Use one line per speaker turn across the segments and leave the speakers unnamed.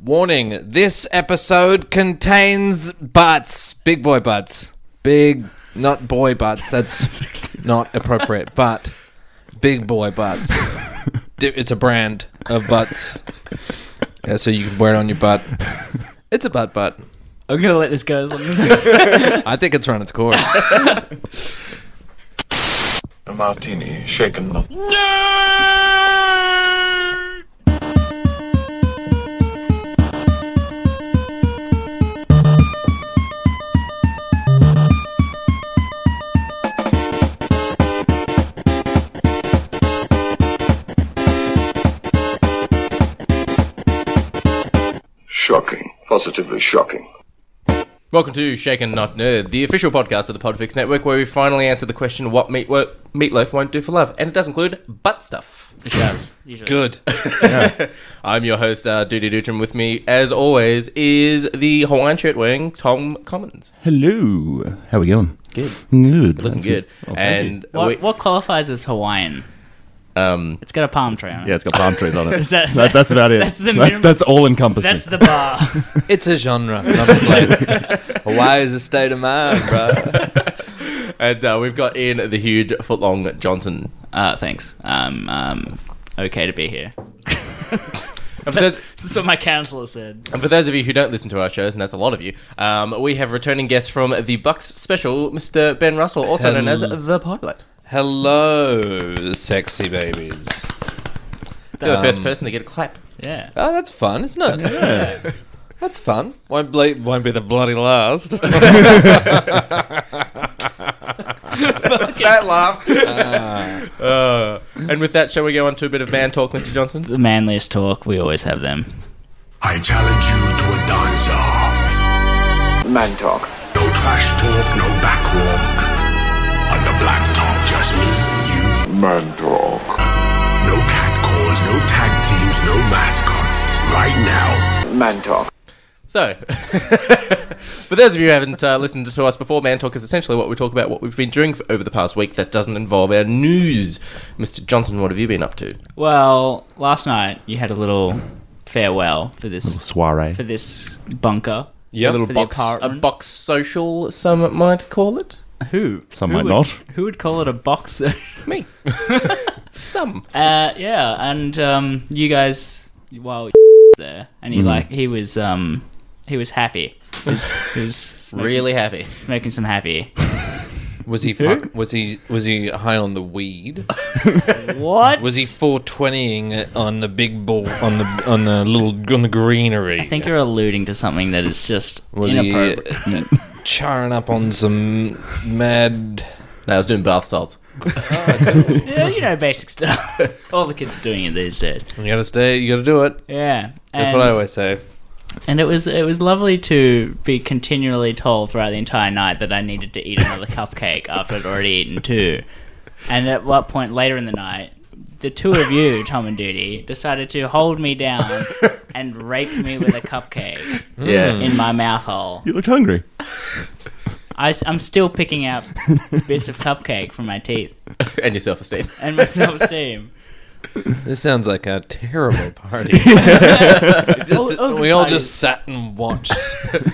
Warning this episode contains butts. Big boy butts. Big, not boy butts. That's not appropriate, but big boy butts. D- It's a brand of butts. Yeah, so you can wear it on your butt. It's a butt butt.
I'm gonna let this go as long as
I think it's run its course.
A martini, shaken not. Shocking. Positively shocking.
Welcome to Shaken Not Nerd, the official podcast of the Podfix Network, where we finally answer the question what meat what meatloaf won't do for love, and it does include butt stuff.
it does. Usually.
Good.
I'm your host, uh, Duty Dutram. With me, as always, is the Hawaiian shirt wearing Tom Commons.
Hello. How we going?
Good,
Good.
looking
That's
good.
Well, thank
and
What,
we,
what qualifies as Hawaiian?
um,
It's got a palm tree on it.
you. yeah, it's got palm trees on it.
Is that-
That- that's about it.
that's the
That-
minimum-
that's all encompassing.
That's the bar.
It's a genre. Not a place. Hawaii is a state of mind, bro.
and uh, we've got in the huge footlong Johnson.
uh, thanks. Um, um, okay to be here.
And for those,
That's what my counselor said.
and for those of you who don't listen to our shows, and that's a lot of you, um, we have returning guest from the Bucks special, Mr. Ben Russell, also known as
Hello.
the Pilot.
Hello, sexy babies.
You're the first
Um,
person to get a clap.
Yeah.
Uh,
Oh, that's fun, isn't it? That's fun. Won't, ble- won't be the bloody last.
that laugh. Uh, and with that, shall we go on to a bit of man talk, Mr. Johnson?
The manliest talk. We always have them.
I challenge you to a dance off.
Man talk.
No trash talk, no backwalk. On the black top, just me, you.
Man talk.
No cat calls, no tag teams, no mascots. Right now.
Man talk.
So, for those of you who haven't uh, listened to us before, man talk is essentially what we talk about, what we've been doing for over the past week that doesn't involve our news. Mr. Johnson, what have you been up to?
Well, last night you had a little farewell for this
soiree.
for this bunker.
Yeah, a little
For the
box, a
apartment.
box social, some might call it.
Who?
Some
who
might
would-
not.
Who would call it a box? uh,
Me, some.
yeah, and um, you guys, well, there, and
Mm-hmm.
he like he was um, he was happy. He was, he was smoking,
Really happy.
smoking some happy.
was he fuck- was he was he high on the weed?
What
Was he 420ing on the big ball on the on the little on the greenery?
I think you're alluding to something that is just
was he uh,
inappropriate.
charring up on some mad
No, I was doing bath salts.
yeah, you know, basic stuff. All the kids are doing it these days.
You got to stay, you got to do it.
Yeah,
That's
and-
what I always say.
And it was it was lovely to be continually told throughout the entire night that I needed to eat another cupcake after I'd already eaten two. And at what point later in the night, the two of you, Tom and Duty, decided to hold me down and rape me with a cupcake
Yeah.
in my mouth hole.
You looked hungry.
I, am still picking out bits of cupcake from my teeth
and your self esteem.
and my self esteem.
This sounds like a terrible party. Just-
oh, good
we all
party.
just sat and watched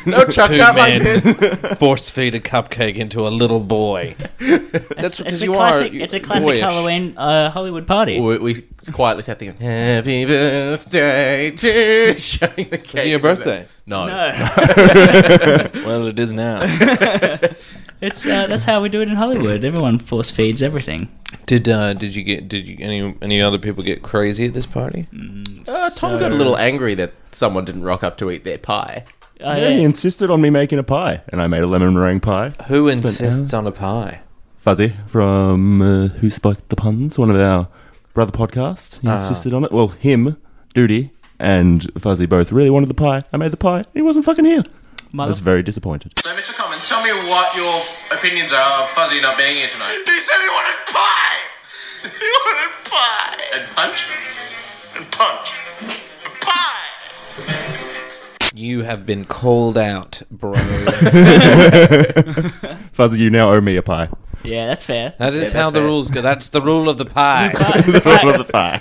No, Chuck,
two
not like
men
this.
force feed a cupcake into a little boy. That's
It's,
because
a
you
classic,
are.
it's a classic
boyish.
Halloween uh, Hollywood party.
We, we quietly sat there going, Happy birthday to shutting the cake.
Is it your birthday?
No.
Well, it is now.
It's uh, that's how we do it in Hollywood. Everyone force feeds everything.
did uh, did you get did you any any other people get crazy at this party?
Uh, Tom got a little angry that someone didn't rock up to eat their pie.
Uh,
Yeah, he insisted on me making a pie, and I made a lemon meringue pie.
Who insists on a pie?
Fuzzy from uh, Who Spiked the Puns, one of our brother podcasts. He
Ah.
insisted on it. Well, him, Duty, and Fuzzy both really wanted the pie. I made the pie. and He wasn't fucking here. I was very disappointed.
So, Mr. Commons, tell me what your opinions are of Fuzzy not being here tonight.
He said he wanted pie! He wanted pie!
And punch?
And punch. Pie!
You have been called out, bro.
Fuzzy, you now owe me a pie.
yeah, that's fair.
That is how
that's
the
fair.
rules go. That's the rule of the pie.
the rule of the pie.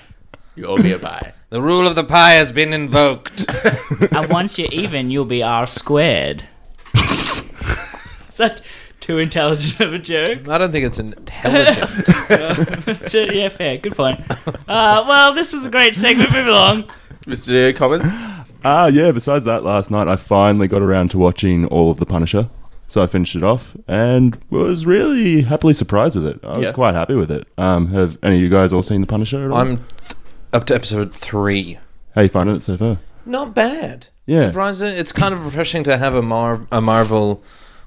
You owe me a pie.
The rule of the pie has been invoked.
and once you're even, you'll be R squared. Is that too intelligent of a joke?
I don't think it's intelligent.
yeah, fair. Good point. Uh, well, this was a great segment. Move along.
Mr. Commons?
Ah, yeah. Besides that, last night I finally got around to watching all of The Punisher. So I finished it off and was really happily surprised with it. I was
Yeah.
quite happy with it. Um, have any of you guys all seen The Punisher at all?
I'm up to episode three.
How you finding it so far?
Not bad.
Yeah.
Surprising. It's kind of refreshing to have a Mar- a Marvel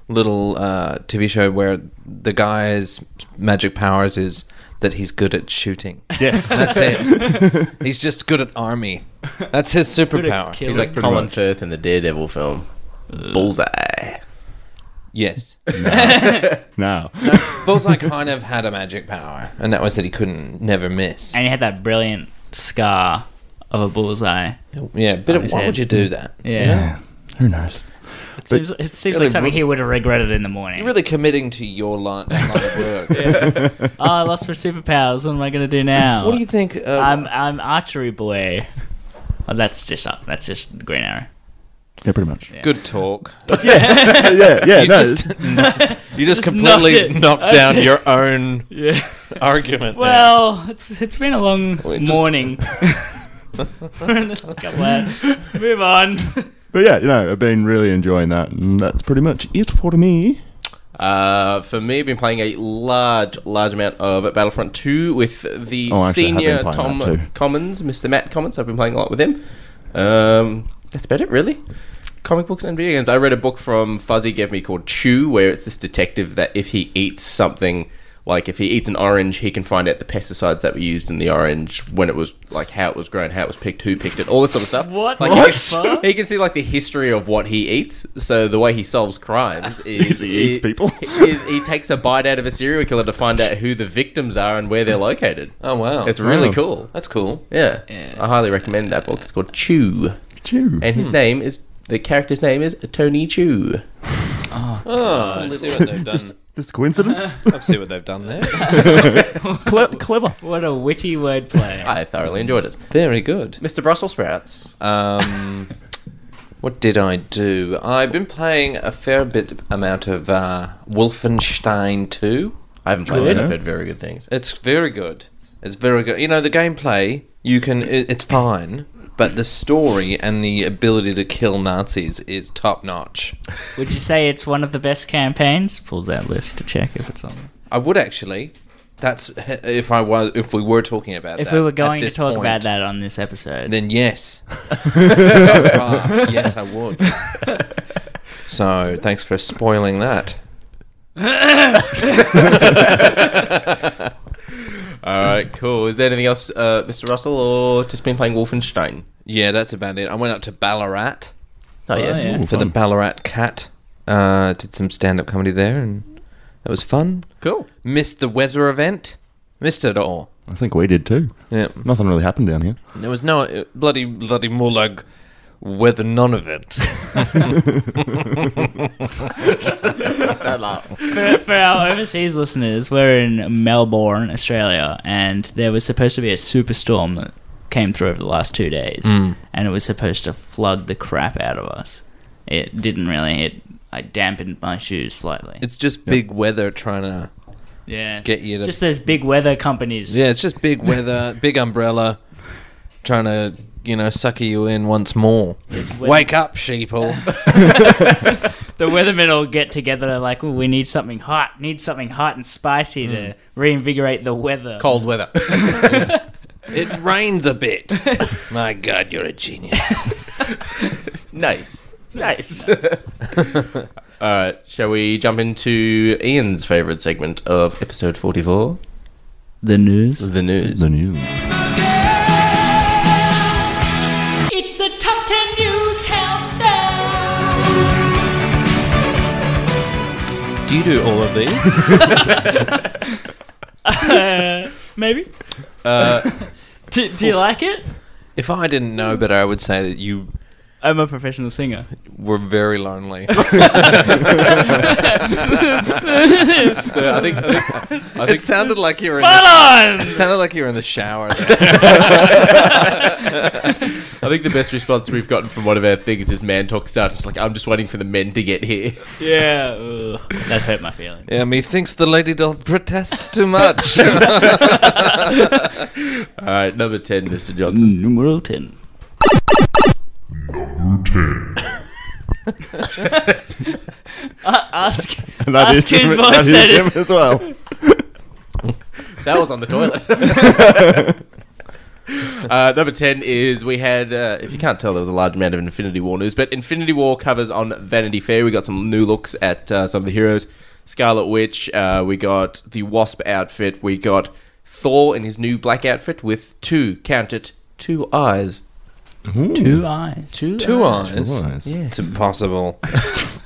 little uh, TV show where the guy's magic powers is that he's good at shooting.
Yes.
That's it. he's just good at army. That's his superpower.
killing.
He's like
Pretty
Colin
much.
Firth in the Daredevil film. Bullseye.
Yes.
now.
Bullseye kind of had a magic power, and that was that he couldn't never miss.
And you had that brilliant scar of a bullseye.
Yeah, but
his
why
head.
would you do that?
Yeah.
Who knows?
It seems, it seems
really
like something
bru-
he would have regretted in the morning.
You're really committing to your line, line of work.
oh, I lost my superpowers. What am I going to do now?
What do you think? Uh,
I'm, I'm archery boy. Oh, that's just up. That's just Green Arrow.
Yeah, pretty much. Yeah,
good talk.
yeah, yeah
You
no,
just you just
Just
completely
knocked it.
knocked down your own
Yeah.
argument. there.
Well, it's it's been a long
just-
morning. Couple of- Move on.
But yeah, you know, I've been really enjoying that, and that's pretty much it for me.
Uh, for me, I've been playing a large, large amount of Battlefront 2 with the
Oh, I actually have
senior
been
Tom
playing that too.
Commons, Mr. Matt Commons. I've been playing a lot with him. Um, that's about it, really. Comic books and video games. I read a book from Fuzzy gave me called Chew, where it's this detective that if he eats something, like if he eats an orange, he can find out the pesticides that were used in the orange, when it was like how it was grown, how it was picked, who picked it, all this sort of stuff.
What
Like,
the
he can-
fuck?
He can see like the history of what he eats. So the way he solves crimes is
Is he eats people?
Is he takes a bite out of a serial killer to find out who the victims are and where they're located.
oh wow,
It's really
Oh.
cool.
that's cool.
Yeah.
Yeah.
I highly recommend that book. It's called Chew,
Chew.
and his name is the character's name is Tony Chew.
Oh, I see what they've done.
Just coincidence?
I see what they've done there.
Cle- clever.
What a witty wordplay.
I thoroughly enjoyed it.
Very good.
Mr. Brussels sprouts.
Um, what did I do? I've been playing a fair bit amount of uh, Wolfenstein 2.
I haven't played it.
yeah.
I've heard very good things.
It's very good. It's very good. You know, the gameplay, you can, i- it's fine, but the story and the ability to kill Nazis is top notch.
Would you say it's one of the best campaigns? Pulls out list to check if it's on.
I would actually. That's if I was if we were talking about
If
that
we were
at
going to
this
talk
point,
about that on this episode,
then yes. So far, yes, I would. So thanks for spoiling that.
All right, cool. Is there anything else, uh, Mr. Russell, or just been playing Wolfenstein?
Yeah, that's about it. I went up to Ballarat
Oh,
Oh,
yes.
yeah.
Ooh,
for the
fun.
Ballarat Cat. Uh, did some stand-up comedy there, and that was fun.
Cool.
Missed the weather event. Missed it all.
I think we did too.
Yeah,
Nothing really happened down here.
there was no uh, bloody bloody more like weather none of it.
for, for our overseas listeners, we're in Melbourne, Australia, and there was supposed to be a superstorm that came through over the last two days,
Hmm.
and it was supposed to flood the crap out of us. It didn't really. It I dampened my shoes slightly.
It's just big weather trying to
yeah,
get you to
just those big weather companies.
Yeah, it's just big weather, big umbrella, trying to you know sucker you in once more.
weather-
Wake up, sheeple!
The weathermen all get together. They're like, "Ooh, we need something hot. Need something hot and spicy
Hmm.
to reinvigorate the weather."
Cold weather.
it rains a bit. My God, you're a genius.
Nice. Nice. All right, shall we jump into Ian's favourite segment of episode 44?
The news.
The news.
The news.
It's a top 10 news countdown.
do you do all of these?
Uh, Maybe.
Uh,
do, do you like it?
If I didn't know better, I would say that you
I'm a professional singer.
were very lonely.
I think, I think,
it sounded like you were. In the,
Come on!
it sounded like you were in the shower.
I think the best response we've gotten from one of our things is man talk starts It's like I'm just waiting for the men to get here.
yeah, ugh. that hurt my feelings.
Yeah, methinks the lady doth protest too much.
All right, number ten, Mr. Johnson.
Mm.
Numero ten. Uh, ask
That
ask whose
him,
voice
that
that
him
is.
as well.
That was on the toilet. uh, number 10 is we had, uh, if you can't tell, there was a large amount of Infinity War news, but Infinity War covers on Vanity Fair. We got some new looks at uh, some of the heroes Scarlet Witch, uh, we got the Wasp outfit, we got Thor in his new black outfit with two, count it, two eyes.
Two eyes. Two.
Two eyes.
eyes.
It's impossible.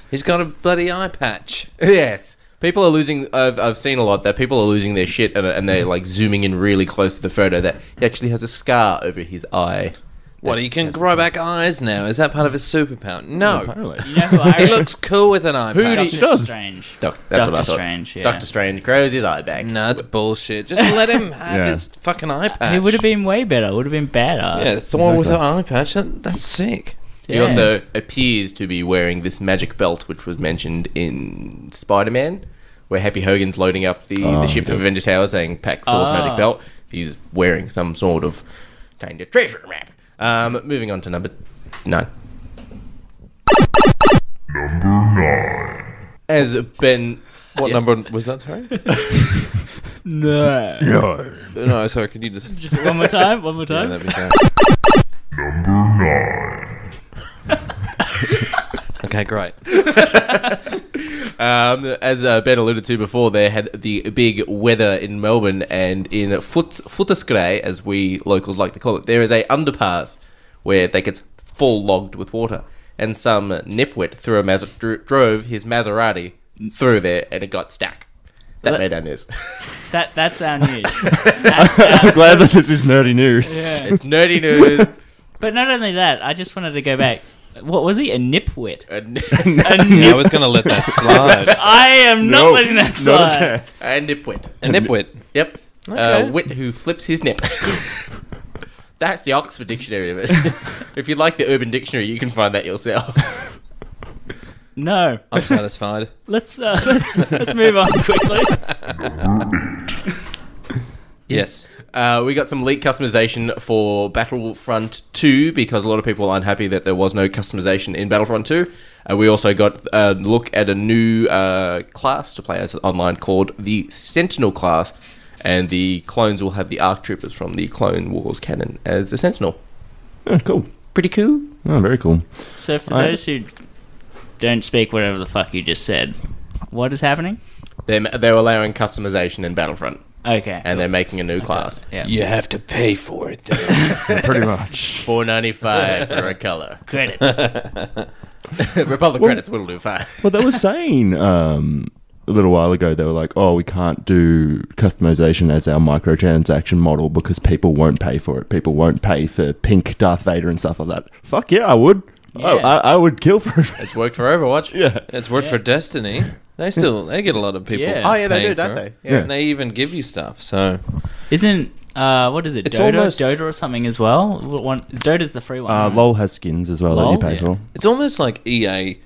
He's got a bloody eye patch.
Yes. People are losing. I've, I've seen a lot that people are losing their shit and, and they're like zooming in really close to the photo that he actually has a scar over his eye.
What, he can grow back eyes now? Is that part of his superpower? No.
Apparently.
You know who I
He looks cool with an eye patch.
Doctor Strange.
Doc, that's what I
Doctor
thought.
Strange, yeah.
Doctor Strange grows his eye back.
No, it's bullshit. Just let him have
Yeah.
his fucking eye patch.
He would have been way better. Would have been badass.
Yeah, Thor with an eye patch. That, that's sick.
He also appears to be wearing this magic belt, which was mentioned in Spider Man, where Happy Hogan's loading up the, the ship of Avengers Tower saying, Pack Thor's
Ah.
magic belt. He's wearing some sort of kind of treasure map. Um, moving on to number nine. Number nine. As Ben.
What
Yes.
number was that, sorry?
no.
no, sorry, could you just...
Just one more time. One more time.
That'd be great. okay, great.
Um, as uh, Ben alluded to before, they had the big weather in Melbourne and in Foot Footscray, as we locals like to call it. There is a underpass where they get full logged with water, and some nipwit threw a Maz- dro- drove his Maserati through there, and it got stuck. That
Let-
made our news.
That that's our news.
I'm glad that this is nerdy news.
Yeah.
it's nerdy news.
But not only that, I just wanted to go back. What was he? A nipwit.
and-
A
Yeah, I
nip-
was going to let that slide.
I am not letting that
Not a
slide.
chance.
A nipwit.
A nipwit.
Yep.
Okay.
Uh, wit who flips his nip. That's the Oxford Dictionary of it. if you'd like the Urban Dictionary, you can find that yourself.
No.
I'm satisfied.
Let's uh, let's let's move on quickly.
Yes.
Uh, we got some leak customization for Battlefront 2 because a lot of people are unhappy that there was no customization in Battlefront 2. Uh, we also got a look at a new uh, class to play as online called the Sentinel class, and the clones will have the ARC Troopers from the Clone Wars canon as a Sentinel.
Oh, cool.
Pretty cool.
Oh, very cool.
So for
Alright.
those who don't speak whatever the fuck you just said, what is happening?
They're, they're allowing customization in Battlefront,
Okay.
and they're making a new class.
yeah.
You have to pay for it, though.
Pretty much.
Four ninety five for a color.
Credits.
Republic credits will do fine.
Well, they were saying um, a little while ago, they were like, oh, we can't do customization as our microtransaction model because people won't pay for it. People won't pay for pink Darth Vader and stuff like that. Fuck yeah, I would. Oh,
Yeah.
I, I would kill for it.
It's worked for Overwatch.
yeah.
It's worked for Destiny. They still they get a lot of people.
Yeah. Oh,
yeah, they
paying
do, don't
for it.
they? Yeah.
And they even give you stuff. So
Isn't uh what is it?
It's
Dota,
almost-
Dota or something as well. What One Dota's the free one.
Uh,
right?
LOL has skins as well that
LOL?
you pay
Yeah.
for.
it's almost like E EA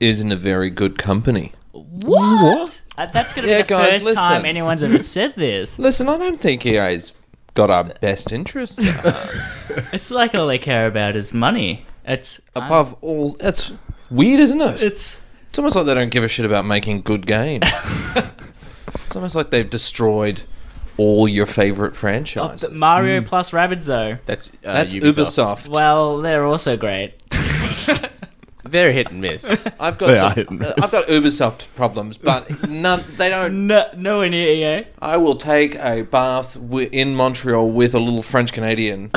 isn't a very good company.
What? Uh, that's gonna
Yeah,
be the
guys,
first time
listen.
anyone's ever said this.
Listen, I don't think EA's got our best interests at heart.
It's like all they care about is money. It's I'm-
above all. It's weird, isn't it?
It's
It's almost like they don't give a shit about making good games. it's almost like they've destroyed all your favorite franchises.
the Mario plus Rabbids though.
That's uh,
That's
Ubisoft.
Ubisoft.
Well, they're also great.
They're hit and miss.
I've
They
got
are
some,
hit and
uh,
miss.
I've got Ubisoft problems, but none. They don't.
No, no one near E EA.
I will take a bath wi- in Montreal with a little French Canadian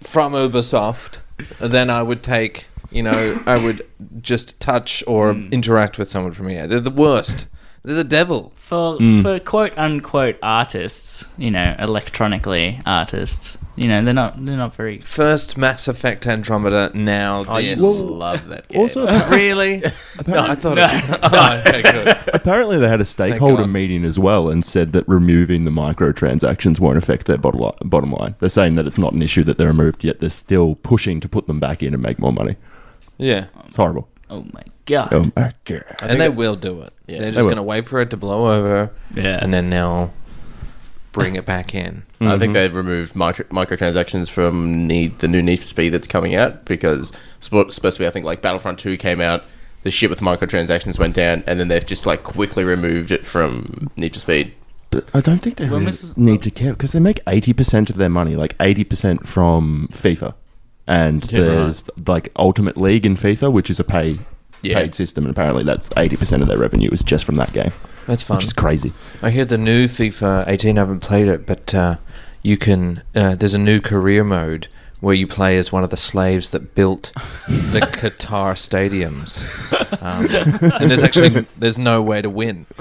from Ubisoft than I would take,
Hmm.
you know, I would just touch or interact with someone from here. They're the worst. They're the devil.
for
Hmm.
for quote unquote artists, you know, electronically artists. You know, they're not they're not very
First Mass Effect Andromeda, now
I
this.
just Oh, love that game.
Also,
really? no, I thought it Oh, okay, good.
apparently they had a stakeholder
God.
meeting as well and said that removing the microtransactions won't affect their bottom li- bottom line. They're saying that it's not an issue that they're removed, yet they're still pushing to put them back in and make more money.
Yeah.
It's horrible.
Oh my god.
Oh my god.
and they will do it. They're just
will.
going to wait for it to blow over,
Yeah.
and then they'll bring it back in.
I think they've removed micro- microtransactions from need the new Need for Speed that's coming out because spo- supposed to be I think like Battlefront Two came out, the shit with microtransactions went down, and then they've just like quickly removed it from Need for Speed.
But I don't think they really
was-
need to care because they make 80% of their money, like 80% from FIFA. And there's like Ultimate League in FIFA, which is a pay
Yeah.
paid system. And apparently that's 80% of their revenue is just from that game,
That's fun.
which is crazy.
I hear the new FIFA 18. I haven't played it, but uh, you can. Uh, there's a new career mode where you play as one of the slaves that built the Qatar stadiums, um, and there's actually there's no way to win.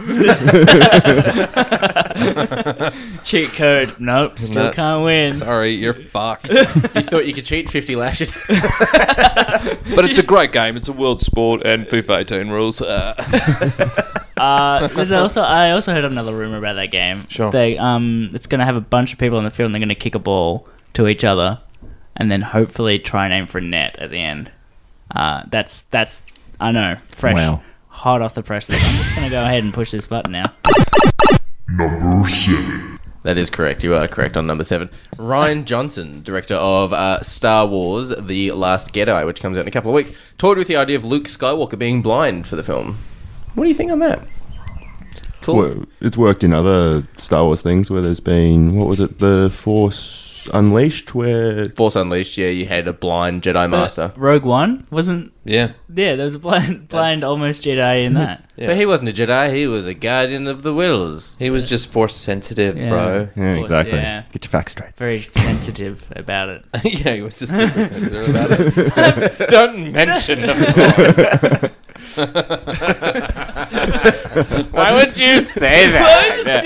Cheat code. Nope. Still
No.
can't win.
Sorry, you're fucked.
you thought you could cheat fifty lashes?
But it's a great game. It's a world sport, and FIFA 18 rules. Uh,
Uh, there's also I also heard another rumor about that game.
Sure.
They um, it's gonna have a bunch of people on the field and they're gonna kick a ball to each other, and then hopefully try and aim for a net at the end. Uh, that's that's I know fresh,
Wow.
hot off the presses. I'm just gonna go ahead and push this button now.
Number seven.
that is correct. You are correct on number seven. Ryan Johnson, director of uh, Star Wars: The Last Jedi, which comes out in a couple of weeks, toyed with the idea of Luke Skywalker being blind for the film. What do you think on that? Cool.
Well, it's worked in other Star Wars things where there's been, what was it, The Force Unleashed, where
Force Unleashed, yeah, you had a blind Jedi Master.
Rogue One wasn't
yeah.
yeah. There was a blind blind almost Jedi in that.
Yeah.
But he wasn't a Jedi, he was a guardian of the wills.
He was just force sensitive,
Yeah.
bro.
Yeah,
Force,
exactly.
yeah.
Get your facts straight.
Very sensitive about it.
yeah, he was just super sensitive about it. Don't mention him.
Why would you say that?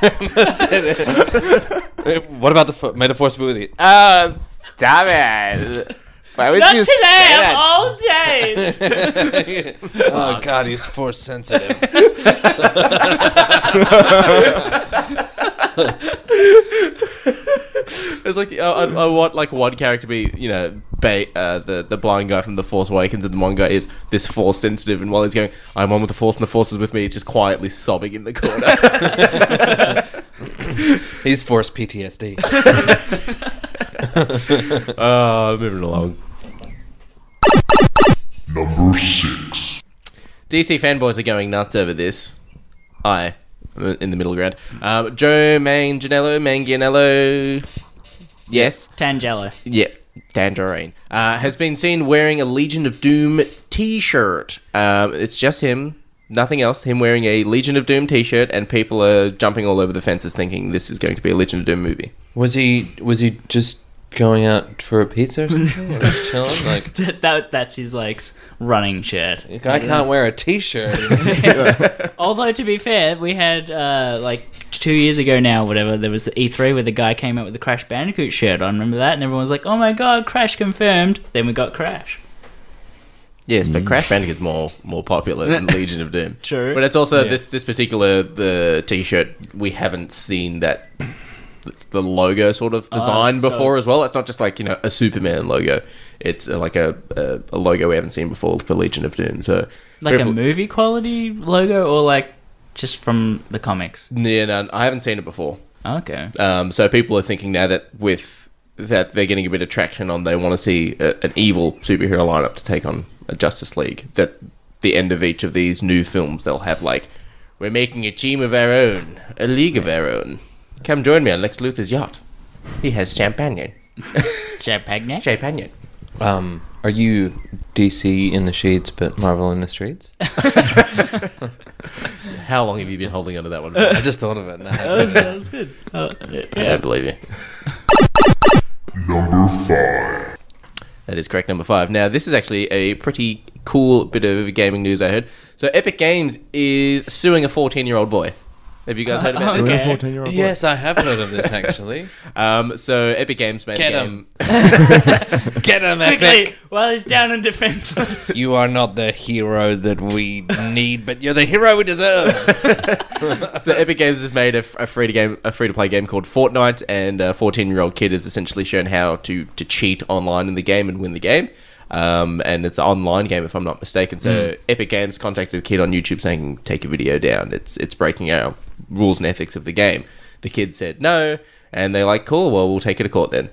do that.
Uh, what about the fo- May the Force be with you?
Oh, stop it. Why would
Not today of all days.
oh God, he's force sensitive.
It's like, I, I, I want like one character to be, you know, ba- uh, the, the blind guy from The Force Awakens, and the one guy is this force sensitive, and while he's going, I'm one with the force, and the force is with me, he's just quietly sobbing in the corner.
He's force PTSD.
Uh,
Oh, moving along.
Number six.
DC fanboys are going nuts over this. I, am in the middle ground. Um, Joe Manganiello, Manganiello, yes,
Tangelo.
yeah, Tangerine, uh, has been seen wearing a Legion of Doom T-shirt. Um, it's just him, nothing else. Him wearing a Legion of Doom T-shirt, and people are jumping all over the fences, thinking this is going to be a Legion of Doom movie.
Was he? Was he just going out for a pizza or something? Or just chilling? Like
that that's his like s- running shirt.
I can't wear a T-shirt.
Although to be fair, we had uh, like two years ago now, whatever. There was the E3 where the guy came out with the Crash Bandicoot shirt on. Remember that? And everyone was like, "Oh my god, Crash confirmed!" Then we got Crash.
Yes, but Crash Bandicoot's more more popular than Legion of Doom.
Mm. True.
but it's also this this particular the T-shirt we haven't seen that it's the logo sort of design
Oh, so
before
it's-
as well. It's not just like you know a Superman logo. It's uh, like a, a a logo we haven't seen before for Legion of Doom. So
Like a
people-
movie quality logo, or like just from the comics.
Yeah, no, I haven't seen it before.
Okay.
Um, so people are thinking now that with that they're getting a bit of traction on, they want to see a, an evil superhero lineup to take on a Justice League. That the end of each of these new films, they'll have like, we're making a team of our own, a league of our own. Come join me on Lex Luthor's yacht. He has champagne.
Jeb Pagnac.
Champagne.
Um, are you DC in the sheets but Marvel in the streets?
How long have you been holding onto that one?
I
I
just thought of it. and I had
That
to-
was, that was good. Uh, yeah.
don't believe you.
Number five.
That is correct, number five. Now, this is actually a pretty cool bit of gaming news I heard. So Epic Games is suing a 14 year old boy. Have you guys heard about
Doing
this?
a
Okay.
14-year-old boy.
Yes, I have heard of this actually.
Um, so Epic Games made
Get
a
'em.
game.
Get him,
Quickly,
Epic.
while he's down and defenseless.
You are not the hero that we need, but you're the hero we deserve.
So Epic Games has made a, f- a free to game, a free to play game called Fortnite, and a 14 year old kid is essentially shown how to to cheat online in the game and win the game. Um, and it's an online game, if I'm not mistaken. So Epic Games contacted the kid on YouTube saying, "Take your video down. It's it's breaking our rules and ethics of the game." The kid said no, and they're like, "Cool, well, we'll take it to court then."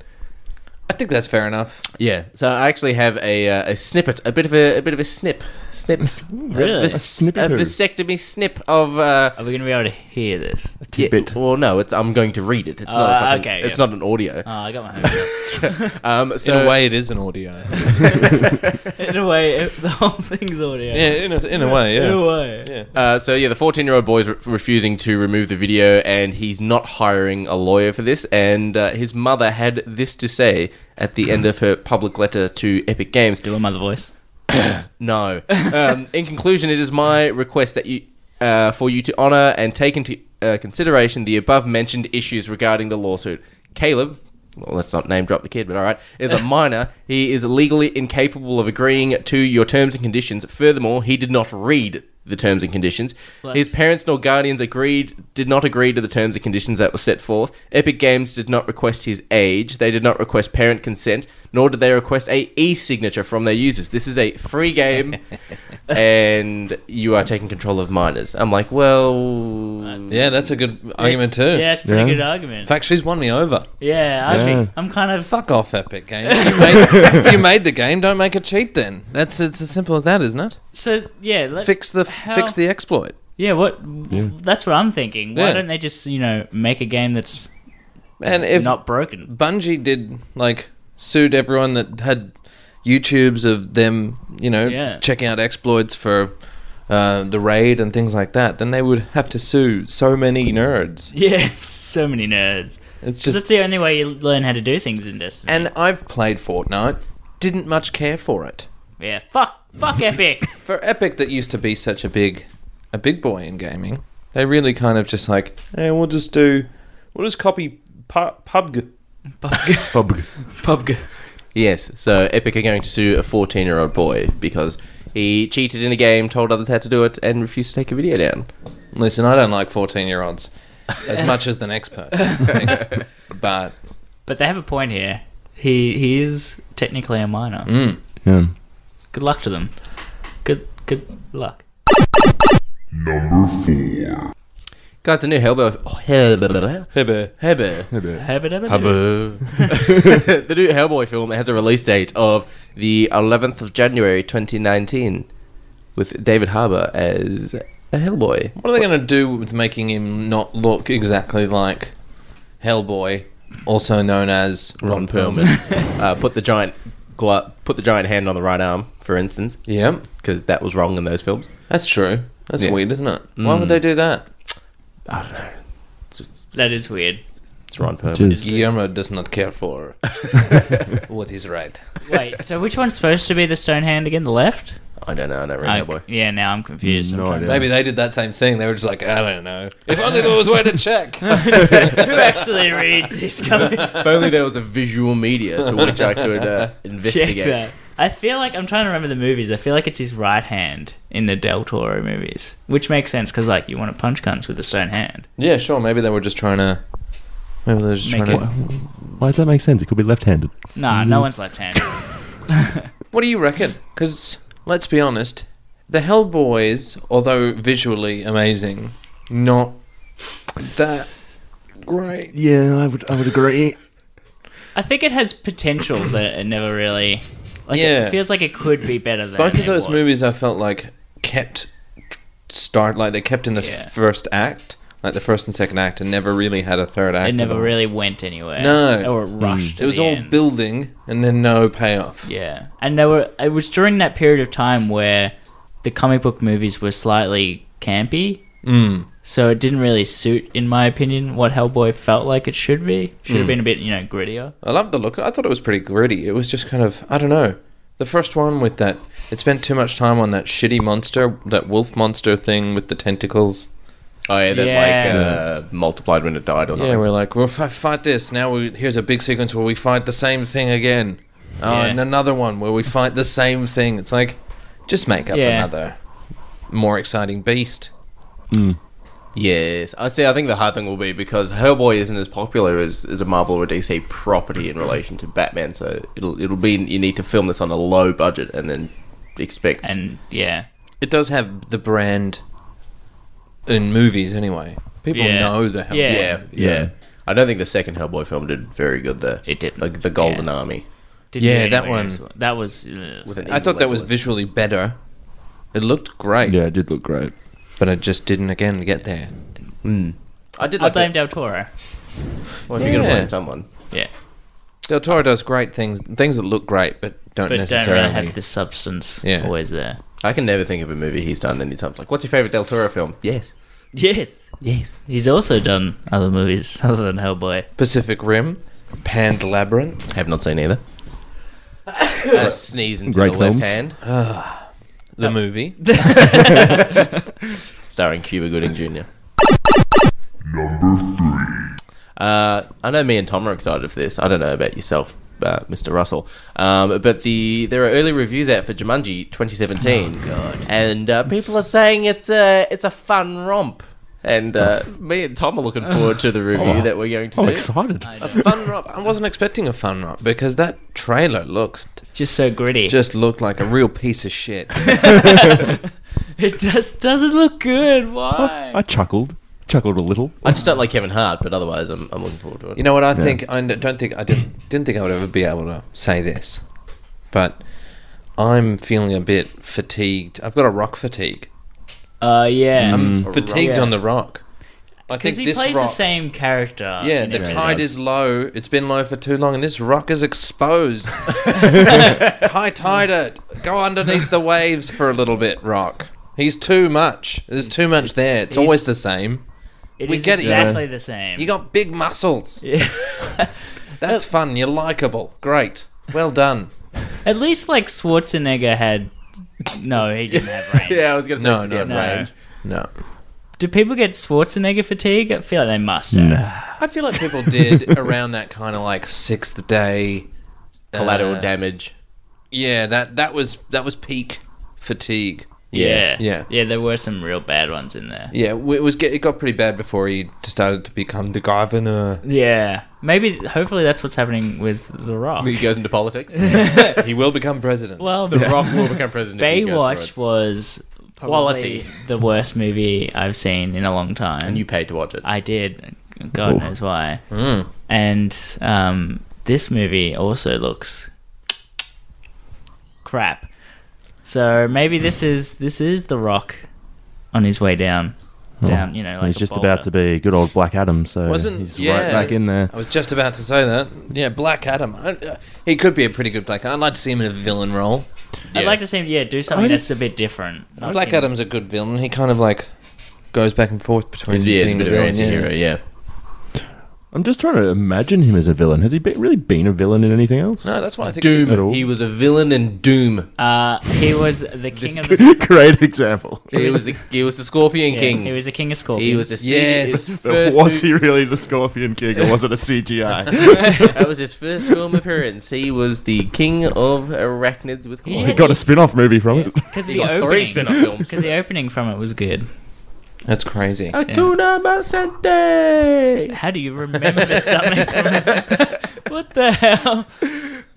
I think that's fair enough.
Yeah. So I actually have a, uh, a snippet, a bit of a, a bit of a snip, snip,
Really?
a,
A
vas- a
snippet-oo.
vasectomy snip of. Uh,
Are we going to be able to hear this?
yeah,
tidbit.
well, no, it's, I'm going to read it. It's not.
Uh,
A
Ah,
fucking,
okay,
It's
yeah.
not an audio.
Oh, I got my homework.
Um,
In
so
a way, it is an audio.
in a way, it- the whole thing's audio.
yeah, in a, in a way,
In a
yeah.
way.
Yeah.
Uh, so yeah, the 14 year old boy is re- refusing to remove the video, and he's not hiring a lawyer for this. And uh, his mother had this to say at the end of her public letter to Epic Games.
Do a mother voice.
No. Um, in conclusion, it is my request that you, uh, for you to honour and take into uh, consideration the above mentioned issues regarding the lawsuit. Caleb, well, let's not name drop the kid, but all right, is a minor. He is legally incapable of agreeing to your terms and conditions. Furthermore, he did not read the terms and conditions. His parents nor guardians agreed did not agree to the terms and conditions that were set forth. Epic Games did not request his age. They did not request parent consent, nor did they request a e-signature from their users. This is a free game, and you are taking control of minors. I'm like, well,
Yeah, that's a good argument too.
Yeah, it's a pretty
Yeah.
good argument.
In fact, she's won me over.
yeah, I,
Yeah.
I'm kind of.
Fuck off, Epic Games. You made, you made the game. Don't make a cheat. Then that's it's as simple as that, isn't it?
So yeah, let,
Fix the
how-
fix the exploit.
Yeah, what? That's what I'm thinking. Why
Yeah.
don't they just you know make a game that's
And if
not broken?
Bungie did like sued everyone that had YouTubes of them, you know,
Yeah.
checking out exploits for uh, the raid and things like that, then they would have to sue so many nerds.
Yeah, so many nerds.
It's
Because that's
just
the only way you learn how to do things in Destiny.
and I've played Fortnite, didn't much care for it.
yeah, fuck, fuck Epic.
For Epic, that used to be such a big, a big boy in gaming, they really kind of just like, hey, we'll just do, we'll just copy pu- PUBG.
Pubg.
Bubg.
Pubg.
Yes, so Epic are going to sue a 14 year old boy because he cheated in a game, told others how to do it, and refused to take a video down.
Listen, I don't like fourteen-year-olds as much as the next person, I think. but
But they have a point here. He he is technically a minor.
Mm.
Yeah.
Good luck to them. Good good luck.
Guys, the new Hellboy. Oh, Hellboy.
Hibber.
Hellboy.
Herbert Ebbett.
Hellboy. the new Hellboy film has a release date of the 11th of January 2019 with David Harbour as a Hellboy.
What are they going to do with making him not look exactly like Hellboy, also known as Ron, Perlman?
uh, put the giant glo- put the giant hand on the right arm, for instance,
Yep,
because that was wrong in those films.
that's true. That's
Yeah.
weird, isn't it? Why would they do that?
That is weird.
It's Ron Perlman.
Just-
Guillermo does not care for what is right.
Wait, so which one's supposed to be the stone hand again? The left?
I don't know. I don't read
I-
Hellboy.
yeah, now I'm confused.
No
I'm trying
idea.
Maybe they did that same thing. They were just like, I don't know. If only there was a way to check.
to- Who actually reads these comics?
if only there was a visual media to which I could uh,
Check
investigate.
that. I feel like I'm trying to remember the movies. I feel like it's his right hand in the Del Toro movies, which makes sense because like you want to punch cunts with a stone hand.
yeah, sure. Maybe they were just trying to. Maybe they were just
Make
trying
it-
to.
Why does that make sense? It could be left-handed.
Nah,
Mm-hmm.
no one's left-handed.
What do you reckon? Because let's be honest, the Hellboys, although visually amazing, not that great.
Yeah, I would. I would agree.
I think it has potential, but it never really. Like,
Yeah.
it feels like it could be better than
Both
it
of those
was.
movies I felt like kept start like they kept in the
Yeah.
first act, like the first and second act, and never really had a third act.
It never
at all.
really went anywhere.
No. Mm.
or rushed. to
It was
the
all
end.
building and then no payoff.
Yeah, and there were. It was during that period of time where the comic book movies were slightly campy.
Mm.
So it didn't really suit, in my opinion, what Hellboy felt like it should
Hmm.
be. Should have been a bit, you know, grittier.
I loved the look. I thought it was pretty gritty. It was just kind of I don't know. The first one with that. It spent too much time on that shitty monster, that wolf monster thing with the tentacles.
Oh yeah, that
Yeah.
like uh, multiplied when it died or something.
Yeah, we're like, well, if I fight this, now we, here's a big sequence where we fight the same thing again. Oh,
Yeah.
and another one where we fight the same thing. It's like, just make up
Yeah.
another more exciting beast.
Yes, I see. I think the hard thing will be because Hellboy isn't as popular as, as a Marvel or DC property in relation to Batman, so it'll it'll be you need to film this on a low budget and then expect
and yeah,
It does have the brand in movies anyway. People
Yeah.
know the hell.
Yeah.
yeah, yeah I don't think the second Hellboy film did very good though.
It didn't,
like the Golden
yeah.
Army.
Didn't
Yeah,
do
that
anywhere
one.
as well. That was uh, ugh.
With an
I thought
evil
that was
Legolas.
visually better. It looked great,
Yeah, it did look great.
but it just didn't again get there.
I did
I
like
blame
that.
Del Toro.
Well, if you're
Yeah.
gonna blame someone,
Yeah,
Del Toro does great things, things that look great but don't
but don't
necessarily.
really have the substance
Yeah.
always there.
I can never think of a movie he's done any times. Like, what's your favorite Del Toro film? Yes,
Yes, yes. He's also done other movies other than Hellboy.
Pacific Rim, Pan's Labyrinth.
have not seen either. I sneeze into
Great
the
films.
left hand,
The
Oh.
movie.
starring Cuba Gooding Jr. Number three. Uh, I know me and Tom are excited for this. I don't know about yourself, uh, Mr. Russell, um, but the there are early reviews out for Jumanji 2017, and uh, people are saying it's a it's a fun romp. And uh, me and Tom are looking forward to the review that we're going to
I'm
do.
excited.
fun romp. I wasn't expecting a fun romp because that trailer looks
Just so gritty.
just looked like a real piece of shit.
it just doesn't look good. Why?
I chuckled, chuckled a little.
I just don't like Kevin Hart, but otherwise, I'm, I'm looking forward to it.
You know what? I think I n- don't think I didn't didn't think I would ever be able to say this, but I'm feeling a bit fatigued. I've got a rock fatigue.
uh, yeah.
fatigued
Yeah.
on the rock. Um, I think
Because he
this
plays
rock.
the same character.
yeah,
in
the
every-
tide is low. It's been low for too long, and this rock is exposed. High tide it. Go underneath the waves for a little bit, rock. He's too much. There's too much there. It's
he's-
always the same.
It
we
is
get it.
exactly the same.
You got big muscles.
Yeah.
That's fun. You're likable. Great. Well done.
At least like Schwarzenegger had. No, he didn't have range.
Yeah, I was going to say,
No,
did
no,
he have
no.
range?
No.
Do people get Schwarzenegger fatigue? I feel like they must. have.
I feel like people did around that kind of like sixth day uh,
Collateral damage.
Yeah, that that was that was peak fatigue.
Yeah.
Yeah.
Yeah, there were some real bad ones in there.
Yeah, w- it was get- it got pretty bad before he started to become the governor.
Yeah. Maybe, hopefully, that's what's happening with The Rock.
He goes into politics.
He will become president.
Well,
The Rock will become president. if he
Baywatch
goes for it.
was probably
Quality.
the worst movie I've seen in a long time.
And you paid to watch it.
I did. God knows why.
Mm.
And um, this movie also looks crap. So maybe this is this is the Rock on his way down, down. You know, like
Oh. he's
a
just
boulder.
about to be good old Black Adam, so
Wasn't-
he's
yeah.
right back in there.
I was just about to say that. Yeah, Black Adam. I, uh, he could be a pretty good Black. I'd like to see him in a villain role.
I'd like to see him, yeah, do something
just-
that's a bit different. Not
Black
in-
Adam's a good villain. He kind of like goes back and forth between
He's, yeah, he's a
being
bit
a
of an
villain.
anti-hero,
Yeah.
yeah.
I'm just trying to imagine him as a villain. Has he be- really been a villain in anything else?
No, that's why I think
At all?
He was a villain in Doom.
Uh, he was the king of the.
Great example.
He was the, he was the Scorpion
yeah,
King.
He was the king of scorpions.
He was the
Yes.
his
But
first
was
mo-
he really the Scorpion King, or was it a CGI?
that was his first film appearance. He was the king of arachnids with
He
he
claws.
had-
got a spin-off movie from it.
because
He
the
got three spin-off
opening.
films.
Because the opening from it was good.
that's crazy.
Oh,
Hakuna Masente.
How do you remember something? from that? what the hell?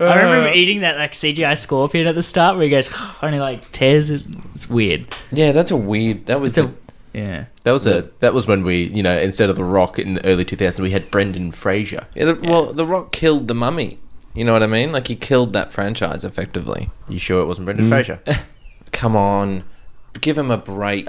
I remember eating that like CGI scorpion at the start where he goes only like tears. It. It's weird.
Yeah, that's a weird. That was
It's a
the-
yeah.
That was a that was when we you know instead of the Rock in the early 2000s we had Brendan Fraser.
Yeah, the, well, The Rock killed the Mummy. You know what I mean? Like he killed that franchise effectively.
You sure it wasn't Brendan Fraser?
Come on, give him a break.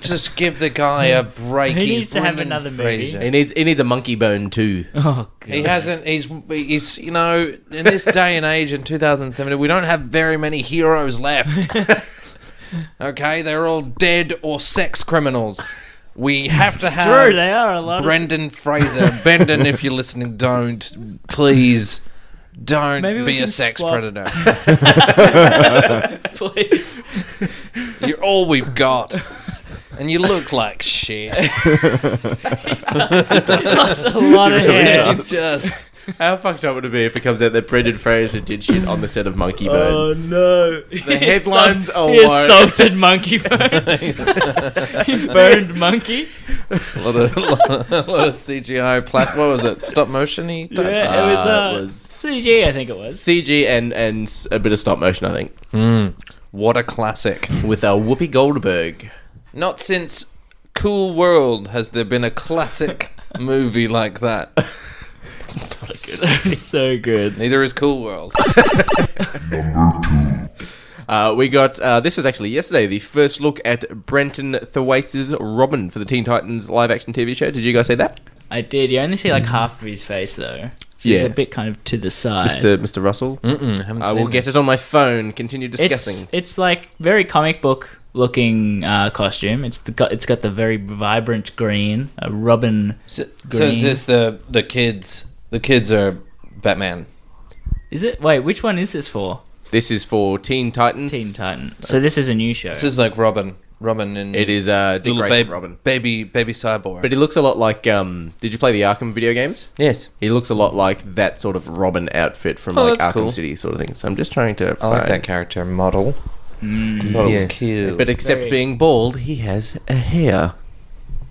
Just give the guy a break.
He
He's
needs to have
Brendan
another movie.
Fraser.
He needs he needs a monkey bone too.
Oh god.
He hasn't. He's he's you know in this day and age in 2007, we don't have very many heroes left. okay, they're all dead or sex criminals. We have to have
True, they are a lot. of-
Brendan Fraser. Brendan, if you're listening, don't please. Don't
Maybe we
be a
can
sex
swap-
predator.
Please.
You're all we've got. And you look like shit.
He's lost a lot of hair.
Just
How fucked up would it be if it comes out that Brendan Fraser did shit on the set of Monkey Bird?
no. The
headlines
He
alone.
assaulted Monkey Bone. he burned Monkey.
a lot of, a lot of CGI plastic. What was it? Stop motion? He
Yeah,
touched
it was,
Uh,
uh,
it was-
CG, I think it was.
CG and and s- a bit of stop motion, I think,
What a classic.
with uh, Whoopi Goldberg.
Not since Cool World has there been a classic movie like that.
so good.
Neither is Cool World.
Uh, we got uh, this was actually yesterday the first look at Brenton Thwaites' Robin for the Teen Titans live action TV show. Did you guys see that,
I did. You only see like half of his face though. So He's
Mm-hmm. Yeah.
a bit kind of to the side.
Mister Mister Russell? I will get it on my phone. Continue discussing.
It's it's like very comic book looking uh, costume. It's the, got it's got the very vibrant green, a Robin.
So, so is
Green.
this the, the kids? The kids are Batman.
Is it? Wait, which one is this for?
This is for Teen Titans.
Teen Titan. So this is a new show.
This is like Robin. Robin and
It is uh, Dick
little
Grayson
babe-
Robin,
baby baby cyborg.
but he looks a lot like. Um, did you play the Arkham video games?
yes,
He looks a lot like that sort of Robin outfit from
Oh,
like Arkham
that's cool.
City sort of thing. So I'm just trying to.
I like that character model.
Mm.
Model was cute.
But except
Very-
being bald, he has a hair.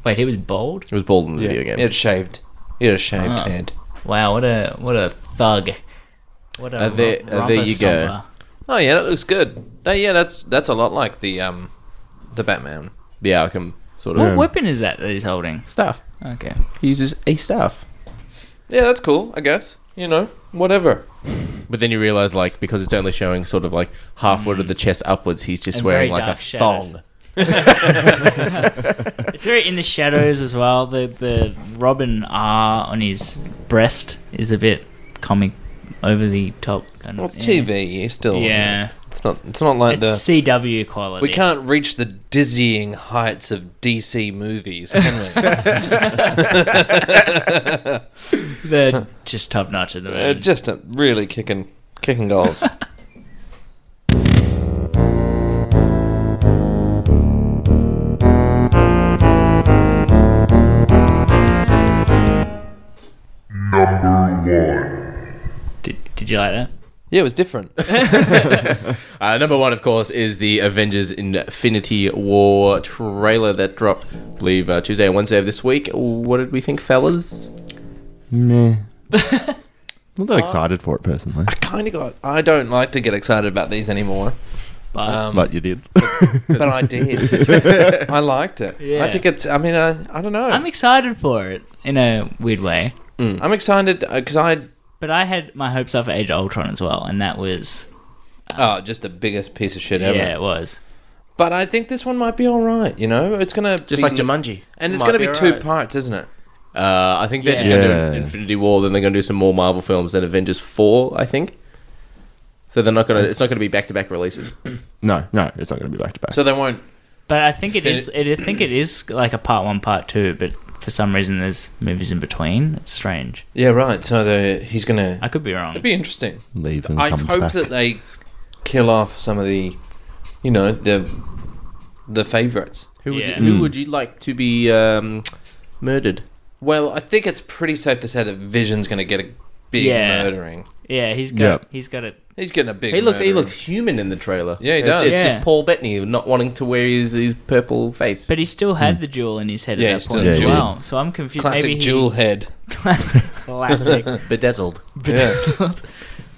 Wait, he was bold.
It was bald in the
yeah.
video game.
He had shaved. He had a shaved
Ah.
head.
Wow, what a what a thug. What a
Uh, there-
ro-
uh, there
romper
you go.
stomper.
Oh yeah, that looks good. That- yeah, that's that's a lot like the um the Batman.
The Arkham sort of
What weapon is that that he's holding?
staff.
Okay.
He uses a staff.
Yeah, that's cool. I guess you know whatever.
But then you realize, like, because it's only showing sort of like halfward
Mm.
of the chest upwards, he's just
And
wearing
very
like a
dark shadows.
thong.
It's very in the shadows as well. The the Robin R on his breast is a bit comic over the top kind
Well,
of.
it's
yeah.
TV. You still
Yeah.
It's not. It's not like
It's
the.
CW quality.
We can't reach the dizzying heights of DC movies, can
They're just top notch at the
we? uh,
moment.
just uh, really kicking, kicking goals.
did, did you like that?
yeah, it was different.
Uh, number one, of course, is the Avengers Infinity War trailer that dropped, I believe, uh, Tuesday and Wednesday of this week. What did we think, fellas?
Meh. Not that excited for it personally,
Uh, I kind of got. I don't like to get excited about these anymore,
But
um,
but you did.
but I did. I liked it.
Yeah.
I think it's. I mean, I. I don't know.
I'm excited for it in a weird way.
I'm excited because I.
But I had my hopes up for Age of Ultron as well, and that was
Oh, just the biggest piece of shit ever.
yeah, it was.
But I think this one might be all right. You know, it's gonna
Just
be-
like Jumanji.
and it's
Might
gonna be, two
alright.
parts, isn't it?
Uh, I think they're just
Yeah.
going to do
Yeah.
Infinity War, then they're going to do some more Marvel films, then Avengers Four, I think. So they're not going to. It's not going to be back to back releases.
no, no, it's not going to be back to back.
So they won't.
But I think it
Fin-
is. It, I think it is like a part one, part two. But for some reason, there's movies in between. It's strange.
Yeah, right. So they he's gonna.
I could be wrong.
It'd be interesting.
Leaves and
I
comes
hope
back.
that they kill off some of the, you know, the the favorites.
Who would
Yeah.
you, who would you like to be um, murdered?
Well, I think it's pretty safe to say that Vision's gonna get a big
Yeah.
murdering.
yeah, he's got.
Yep.
He's got it.
He's getting a big.
He looks. He
murdering.
looks human in the trailer.
Yeah, he
It's-
does.
It's,
Yeah.
just Paul Bettany not wanting to wear his, his purple face.
But he still had the jewel in his head
Yeah, he
at that
still
point
had
as
the
well. So I'm confused.
classic
maybe he-
jewel head.
classic.
Bedazzled.
Bedazzled.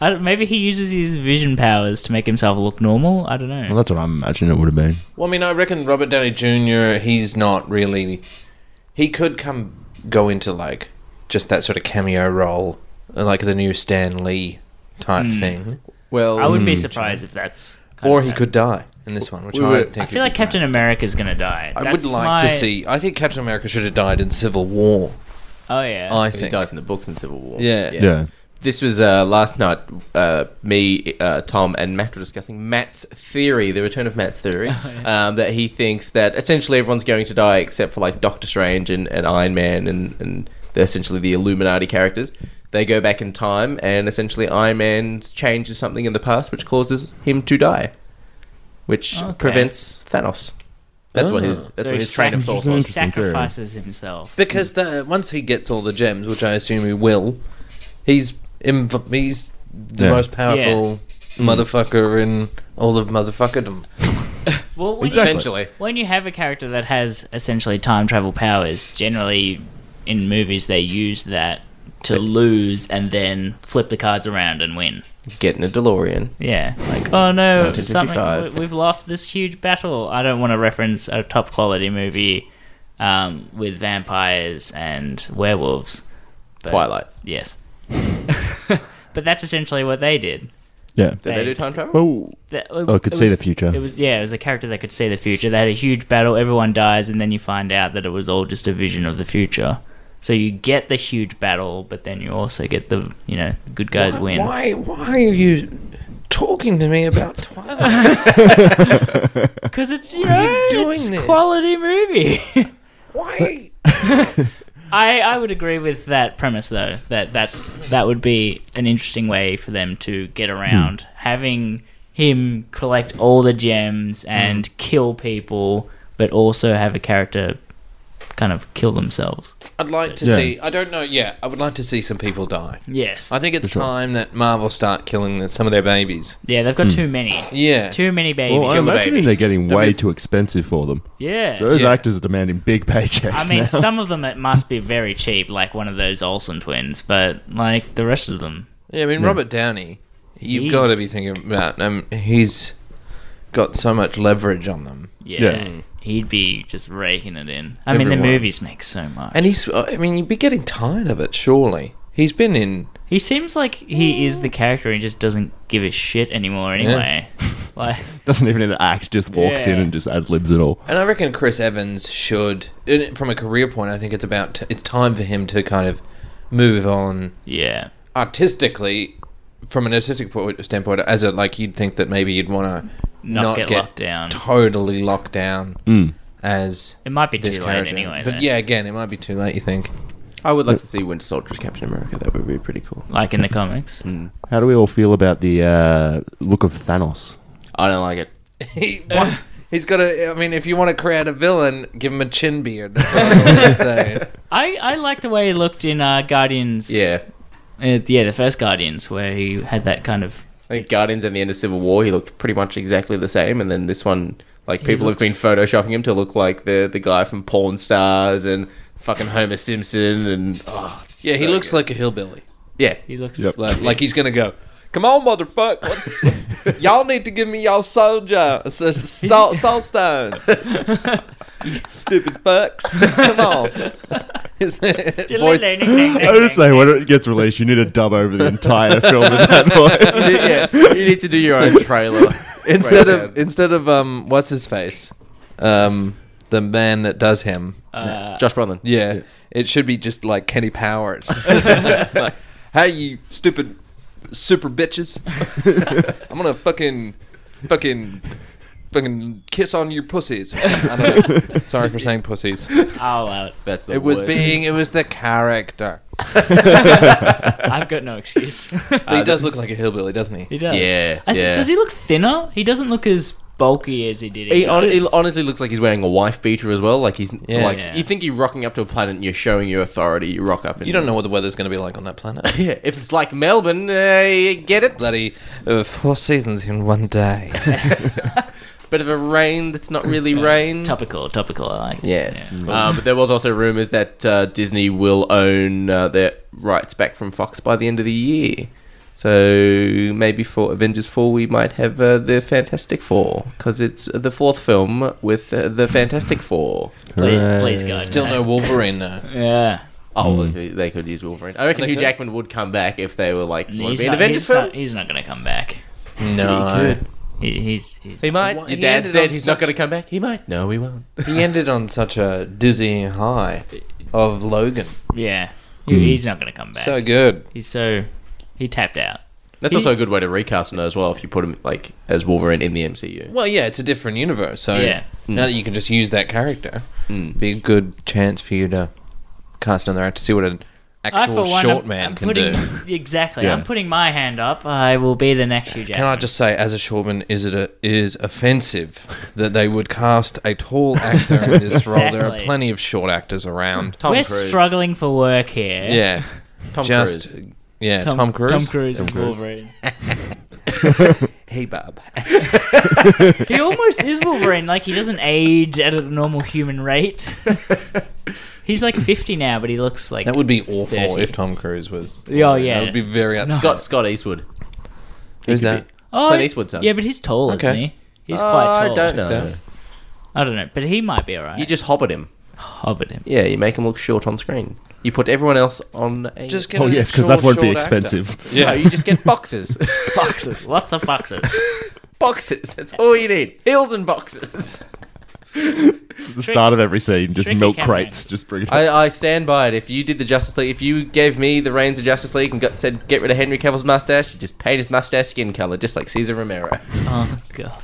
I don't, maybe he uses his vision powers to make himself look normal. I don't know.
well, that's what I'm imagining it would have been.
Well, I mean, I reckon Robert Downey Jr. He's not really. He could come go into like just that sort of cameo role, like the new Stan Lee type
Hmm.
thing,
Well,
I would
Hmm.
be surprised if that's. kind
or
of
he
how-
could die in this one, which
We
I
were-
don't think.
I
he
feel like
could die.
Captain America's gonna die.
I would
That's
like
my-
to see. I think Captain America should have died in Civil War.
Oh yeah.
I
He
think.
dies in the books in Civil War.
Yeah.
Yeah.
This was uh, last night. Uh, me, uh, Tom, and Matt were discussing Matt's theory, the return of Matt's theory,
Oh,
um, that he thinks that essentially everyone's going to die except for like Doctor Strange and, and Iron Man and, and they're essentially the Illuminati characters. They go back in time, and essentially Iron Man changes something in the past, which causes him to die, which
Okay.
prevents Thanos. That's what
Oh.
his
So
that's what
he
his train of
sac-
thought
He
was.
Interesting theory.
sacrifices himself.
Because the, once he gets all the gems, which I assume he will, he's inv- he's the
Yeah.
most powerful Mm. motherfucker in all of motherfuckerdom.
Well, when, you,
Essentially,
when you have a character that has essentially time travel powers, generally in movies they use that to lose and then flip the cards around and win.
getting a DeLorean.
Yeah, like oh no, something,
1955.
we- we've lost this huge battle. I don't want to reference a top quality movie um, with vampires and werewolves. But,
Twilight.
Yes. but that's essentially what they did.
Yeah.
Did they do time travel?
Well,
That-
Oh, it could see the future.
It was yeah, it was a character that could see the future. They had a huge battle, everyone dies, and then you find out that it was all just a vision of the future. So you get the huge battle, but then you also get the you know the good guys win.
Why why are you talking to me about Twilight?
Because it's you know
doing
it's
this?
quality movie.
Why?
I I would agree with that premise though. That that's that would be an interesting way for them to get around having him collect all the gems and kill people, but also have a character kind of kill themselves.
I'd like to
Yeah.
see. I don't know. Yeah, I would like to see some people die.
Yes.
I think it's time that Marvel start killing the, some of their babies.
yeah, they've got too many.
Yeah.
Too many babies.
well, I'm
the
imagining
baby.
they're getting way
if-
too expensive for them.
yeah.
Those
Yeah.
actors are demanding big paychecks.
I mean,
now.
some of them it must be very cheap, like one of those Olsen twins, but like the rest of them,
Yeah, I mean Robert Downey. You've
He's-
got to be thinking about. Um, he's got so much leverage on them,
yeah,
Yeah.
he'd be just raking it in. I mean, the
Everyone.
movies make so much.
and he's. uh, I mean, you'd be getting tired of it. Surely, he's been in.
He seems like he is the character and just doesn't give a shit anymore anyway. Like
Doesn't even need to act, just walks in
Yeah.
and just ad libs it all.
And I reckon Chris Evans should, in- from a career point, I think it's about. T- it's time for him to kind of move on
yeah.
artistically, from an artistic point, standpoint, as a like you'd think that maybe you'd want to
Not, get, locked down.
totally locked down
Hmm.
as
It might be too
this character.
late anyway.
but
though.
yeah, again, it might be too late. You think?
I would like to see Winter Soldier as Captain America. That would be pretty cool.
Like in the comics.
How do we all feel about the uh, look of Thanos?
I don't like it.
He, what? He's got a. I mean, if you want to create a villain, give him a chin beard. That's all I'm gonna say.
I, I like the way he looked in uh, Guardians.
Yeah.
Uh, yeah, the first Guardians where he had that kind of
I think Guardians and the end of Civil War, he looked pretty much exactly the same, and then this one, like people have been photoshopping him to look like the the guy from Porn Stars and fucking Homer Simpson, and oh,
Yeah, he
so
looks
good.
like a hillbilly.
yeah,
he looks uh,
Yep.
Like, like he's gonna go. Come on, motherfucker! y'all need to give me y'all soldier s- s- soul, soul stones. You Stupid fucks! Come on. His voice,
I would say when it gets released, you need to dub over the entire film in that voice.
yeah. You need to do your own trailer
instead of
breakdown.
instead of um, what's his face, um, the man that does him.
Josh Brolin.
Yeah. It should be just like Kenny Powers. like, hey, you stupid super bitches. I'm gonna fucking fucking fucking kiss on your pussies. I don't know. Sorry for saying pussies.
I'll allow it.
That's the
It was
worst.
being it was the character.
I've got no excuse.
But he does look like a hillbilly, doesn't he?
he does.
Yeah,
I th-
yeah.
Does he look thinner? He doesn't look as bulky as he did. in
He, hon- he
Guardians.
honestly looks like he's wearing a wife beater as well. Like he's
Yeah.
like
Yeah.
you think you're rocking up to a planet and you're showing your authority. You rock up. And
You don't know what the weather's gonna be like on that planet.
Yeah, if it's like Melbourne, uh, you get it.
Bloody uh, four seasons in one day.
bit of a rain that's not really rain.
topical, topical. I like. it.
Yes.
Yeah.
Uh, but there was also rumors that uh, Disney will own uh, their rights back from Fox by the end of the year. So maybe for Avengers 4 we might have uh, the Fantastic Four because it's the fourth film with uh, the Fantastic Four.
Please, please
Uh,
go.
Still no Wolverine though.
Yeah.
Oh,
Mm.
they- they could use Wolverine. I reckon
They
Hugh
could.
Jackman would come back if they were like, "You want to
He's
be an
not,
Avengers
he's,
film?"
not, he's not going to come back.
No.
He, he's, he's
He might.
Wha-
Your
he
dad
ended on
said he's not
such-
going to come back. He might. No, he won't.
He ended on such a dizzying high of Logan.
yeah. He- He's not going to come back.
So good.
he's so he tapped out.
That's also a good way to recast him though, as well if you put him like as Wolverine in the MCU.
Well, yeah, it's a different universe. So
Yeah.
now that you can just use that character, be a good chance for you to cast another actor, see what an
I,
actual
for one,
short
I'm-
man
I'm
can
putting,
do.
Exactly.
Yeah.
I'm putting my hand up. I will be the next Hugh Jackman.
Can I just say, as a shortman, is it a, is offensive that they would cast a tall actor in this role? There are
Exactly.
plenty of short actors around.
Tom
We're
Cruise.
struggling for work here.
Yeah,
Tom
just
Cruise.
yeah, Tom, Cruise.
Tom Cruise
Tom
is
Cruise.
Wolverine.
Hey, Bob.
he almost is Wolverine. Like he doesn't age at a normal human rate. He's like 50 now, but he looks like
That would be awful
30.
if Tom Cruise was.
Yeah,
Wolverine.
yeah.
That would be very upset.
Scott Scott Eastwood.
Who's
could
that?
be.
oh,
Clint Eastwood's son.
Yeah, but he's tall, isn't
Okay.
he? He's quite tall.
Oh, I don't know.
Exactly.
I don't know, but he might be alright.
You just hobbit him.
hobbit him.
Yeah, you make him look short on screen. You put everyone else on a.
Just get
Oh
a
yes, because
short,
that won't be
short actor.
expensive.
yeah, you just get boxes.
Boxes, lots of boxes.
boxes. That's all you need. Hills and boxes.
the start of every scene, just
tricky
milk
campaign.
crates, just bring it. Up.
I, I stand by it. If you did the Justice League, if you gave me the reins of Justice League and got, said get rid of Henry Cavill's mustache, you just paint his mustache skin color, just like Caesar Romero.
Oh god.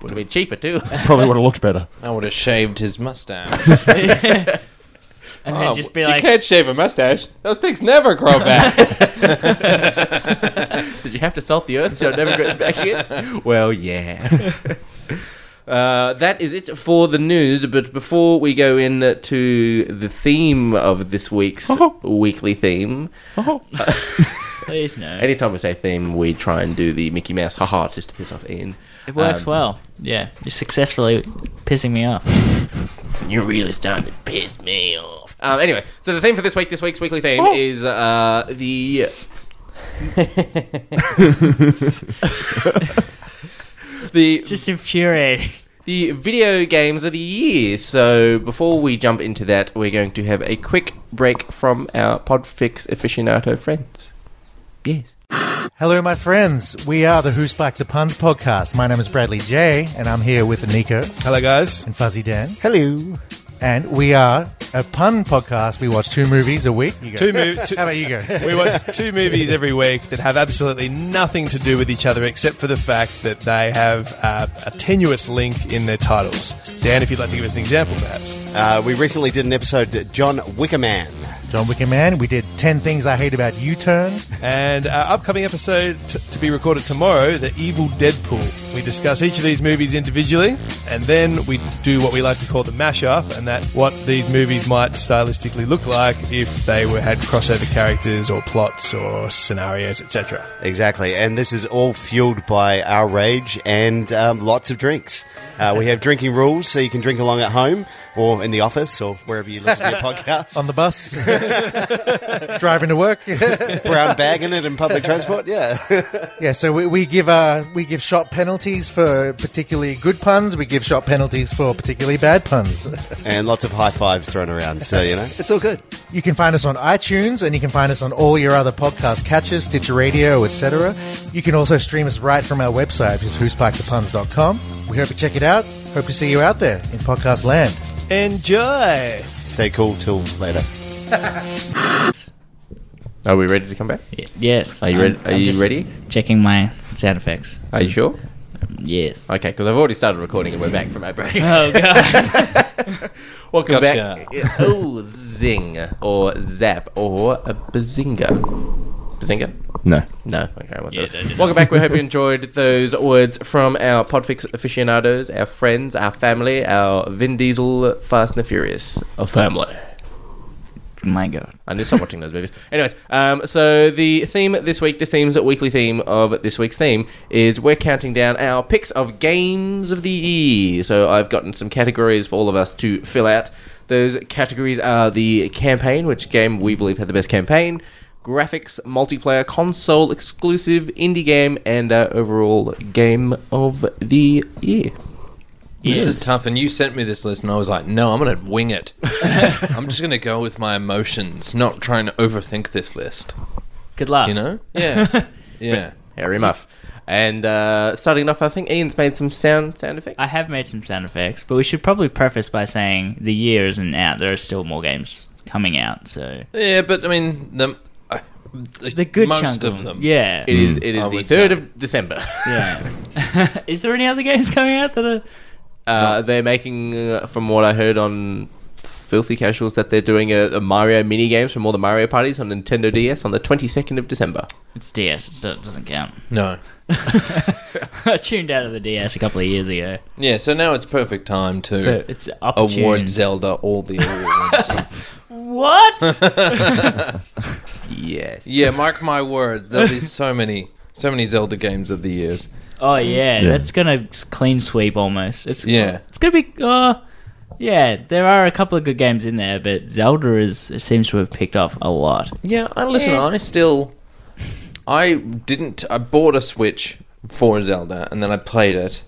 Would have been cheaper too.
Probably would have looked better.
I would have shaved his mustache.
And then just be like,
you can't shave a mustache. Those things never grow back.
Did you have to salt the earth so it never grows back in? Well, yeah. Uh, that is it for the news. But before we go in to the theme of this week's weekly theme,
please no.
anytime we say theme, we try and do the Mickey Mouse haha just to piss off Ian.
It works
Um,
well. Yeah, you're successfully pissing me off.
You're really starting to piss me off. Um, anyway, so the theme for this week, this week's weekly theme is uh, the. the
Just infuriating.
the video games of the year. So before we jump into that, we're going to have a quick break from our Podfix aficionado friends. Yes.
Hello, my friends. We are the Who Spiked the Puns podcast. My name is Bradley J, and I'm here with Nico
Hello, guys.
and Fuzzy Dan. Hello. And we are a pun podcast. We watch two movies a week. You go.
Two mov- two-
How about you go?
We watch two movies every week that have absolutely nothing to do with each other except for the fact that they have uh, a tenuous link in their titles. Dan, if you'd like to give us an example, perhaps.
Uh, we recently did an episode, uh, John Wicker Man.
John Wicker Man. We did 10 Things I Hate About You Turn.
And our upcoming episode t- to be recorded tomorrow, The Evil Deadpool. We discuss each of these movies individually, and then we do what we like to call the mashup, and that's what these movies might stylistically look like if they were had crossover characters or plots or scenarios, etc.
Exactly. And this is all fueled by our rage and um, lots of drinks. Uh, we have drinking rules, so you can drink along at home or in the office or wherever you listen to your podcast.
On the bus. Driving to work.
brown bag in it in public transport, yeah.
yeah, so we, we give uh, we give shot penalties for particularly good puns. We give shot penalties for particularly bad puns.
and lots of high fives thrown around, so, you know, it's all good.
You can find us on iTunes and you can find us on all your other podcast catches, Stitcher Radio, etc. You can also stream us right from our website, which is whosparkthepuns.com. We hope you check it out. Hope to see you out there in podcast land.
Enjoy!
Stay cool till later.
Are we ready to come back?
Y- Yes.
Are you
I'm-
ready? Are
I'm
you
just
ready?
Checking my sound effects.
Are you sure?
Yes.
Okay, because I've already started recording and we're back from our break.
Oh god.
Welcome
Gotcha.
back. oh, zing or zap or a bazinga. Bazinga?
No,
No. Okay. What's
don't do that.
Welcome back. We hope you enjoyed those words from our Podfix aficionados, our friends, our family, our Vin Diesel, Fast and the Furious, a family.
my god.
I need to stop watching those movies. Anyways, um, so the theme this week, this theme's weekly theme of this week's theme is we're counting down our picks of games of the year. So I've gotten some categories for all of us to fill out. Those categories are the campaign, which game we believe had the best campaign, graphics, multiplayer, console exclusive, indie game, and our overall game of the year.
This is tough. And you sent me this list, and I was like, no, I'm going to wing it. I'm just going to go with my emotions, not try and overthink this list.
Good luck.
You know? Yeah. Yeah.
Harry Muff. And uh, starting off, I think Ian's made some sound sound effects.
I have made some sound effects, but we should probably preface by saying the year isn't out. There are still more games coming out, so
Yeah, but I mean, the, uh, the,
the good
most
chunk
of them.
Yeah.
It is. It
I
is the
would
third
say.
of December.
yeah. is there any other games coming out that are
Uh, they're making, uh, from what I heard on filthy casuals that they're doing a, a Mario mini games from all the Mario parties on Nintendo DS on the 22nd of December.
It's DS, so it doesn't count.
No.
I tuned out of the DS a couple of years ago.
Yeah, so now it's perfect time to
But it's opportune.
award Zelda all the awards.
What?
yes.
Yeah, mark my words. There'll be so many, so many Zelda games of the years.
Oh yeah,
Yeah.
that's gonna s- clean sweep almost. It's
Yeah.
it's gonna be. Uh, yeah, there are a couple of good games in there, but Zelda is it seems to have picked off a lot.
Yeah, I listen.
Yeah.
I still, I didn't. I bought a Switch for Zelda, and then I played it.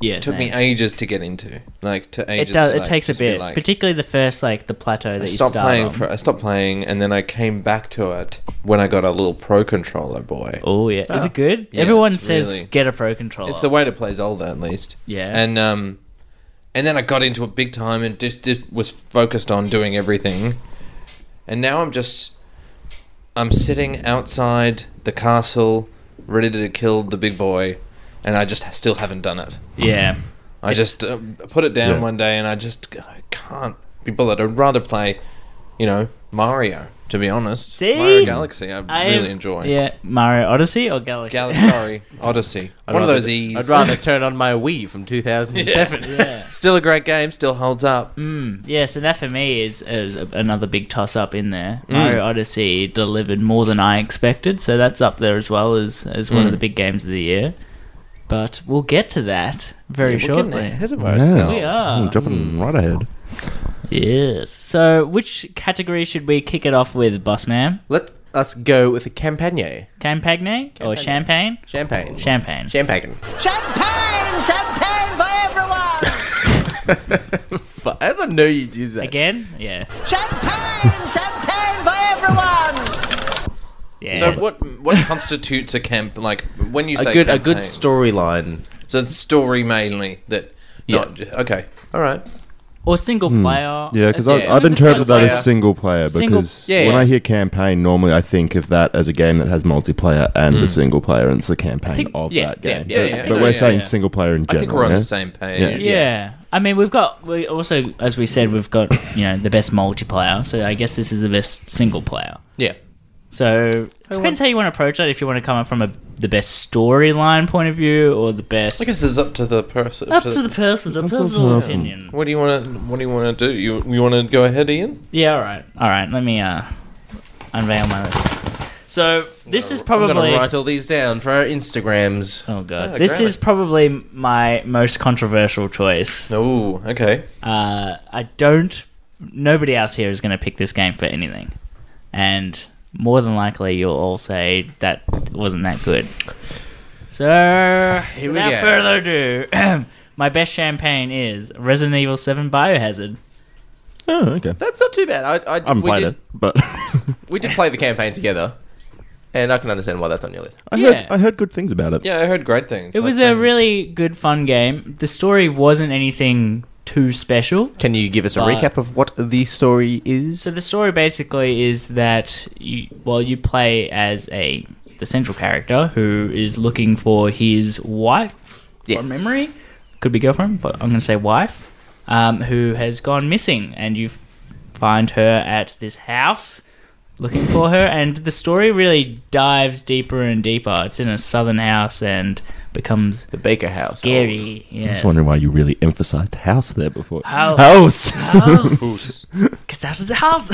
Yeah,
it took me
same.
ages to get into. Like to
It
ages.
does.
to,
It
like,
takes a
just be
bit,
Like,
particularly the first like the plateau that
I
you
stopped
start
playing.
on.
For, I stopped playing, and then I came back to it when I got a little Pro controller. Boy,
oh yeah, Is it good?
Yeah,
Everyone
it's
says
really-
get a pro controller.
It's the way to play Zelda, at least.
Yeah.
And um, and then I got into it big time and just, just was focused on doing everything. And now I'm just, I'm sitting outside the castle, ready to kill the big boy, and I just still haven't done it.
Yeah.
I just uh, put it down
Yeah.
one day, and I just I can't be bothered. I'd rather play, you know, Mario. To be honest,
See?
Mario Galaxy, I,
I
really
am-
enjoy.
Yeah, Mario Odyssey or Galaxy?
Galaxy, sorry, Odyssey.
I'd
One of
rather-
those E's.
I'd rather turn on my Wii from 2007.
Yeah. Yeah.
Still a great game, still holds up.
Mm, yeah, so that for me is, is another big toss up in there.
Mm.
Mario Odyssey delivered more than I expected, so that's up there as well as, as one
Mm.
of the big games of the year. But we'll get to that very
Yeah, we're getting
shortly.
ahead of
We are.
Hmm.
Jumping Mm, right ahead.
Yes. So, which category should we kick it off with, boss man?
Let us go with the Campagne.
Campagne or champagne?
Champagne.
Champagne.
Champagne.
Champagne, champagne for everyone.
But I don't know you'd use that.
Again? Yeah.
champagne, champagne for everyone.
So what what constitutes a camp like when you
A
say
good- a good
storyline? So it's story mainly that not ju- okay. All right.
Or single
Hmm.
player.
Yeah,
As
because
long
I've
as it's
interpreted
one
that
player.
as single player because
Single-
Yeah,
when
yeah.
I hear campaign, normally I think of that as a game that has multiplayer and the single player, and it's the campaign
Hmm. think-
of
yeah,
that
yeah,
game.
yeah,
but
yeah,
but
yeah,
we're
yeah,
saying
yeah.
single player in
I
general.
think we're on
yeah?
the same page.
Yeah.
Yeah. I mean, we've got, we also, as we said, we've got, you know, the best multiplayer. So I guess this is the best single player.
Yeah.
So depends how you want to approach it. If you want to come up from a, the best storyline point of view or the best.
I guess it's up to the person.
Up to the person, the personal opinion.
What do you want to What do you want to do? You you want to go ahead, Ian?
Yeah, all right. All right, let me uh, unveil my list. So this is
I'm
probably
gonna write all these down for our Instagrams.
Oh god,
Oh,
this
great.
is probably my most controversial choice.
Oh, okay.
Uh, I don't. Nobody else here is going to pick this game for anything, and more than likely, you'll all say that wasn't that good. So,
Here we
without
go.
further ado, my best champagne is Resident Evil Seven Biohazard.
Oh, okay.
That's not too bad. I, I,
I haven't
we
played
did,
it, but
We did play the campaign together, and I can understand why that's on your list.
I
Yeah.
heard I heard good things about it.
Yeah, I heard great things.
It was a really good, fun game. The story wasn't anything too special.
Can you give us a
But-
recap of what the story is?
So the story basically is that you, well, you play as a the central character who is looking for his wife.
Yes.
From memory, could be girlfriend, but I'm going to say wife, um, who has gone missing, and you find her at this house looking for her, and the story really dives deeper and deeper. It's in a southern house and becomes the
Baker house.
Scary.
I was
Yes.
wondering why you really emphasized house there before.
House.
House.
House. Because that is a house.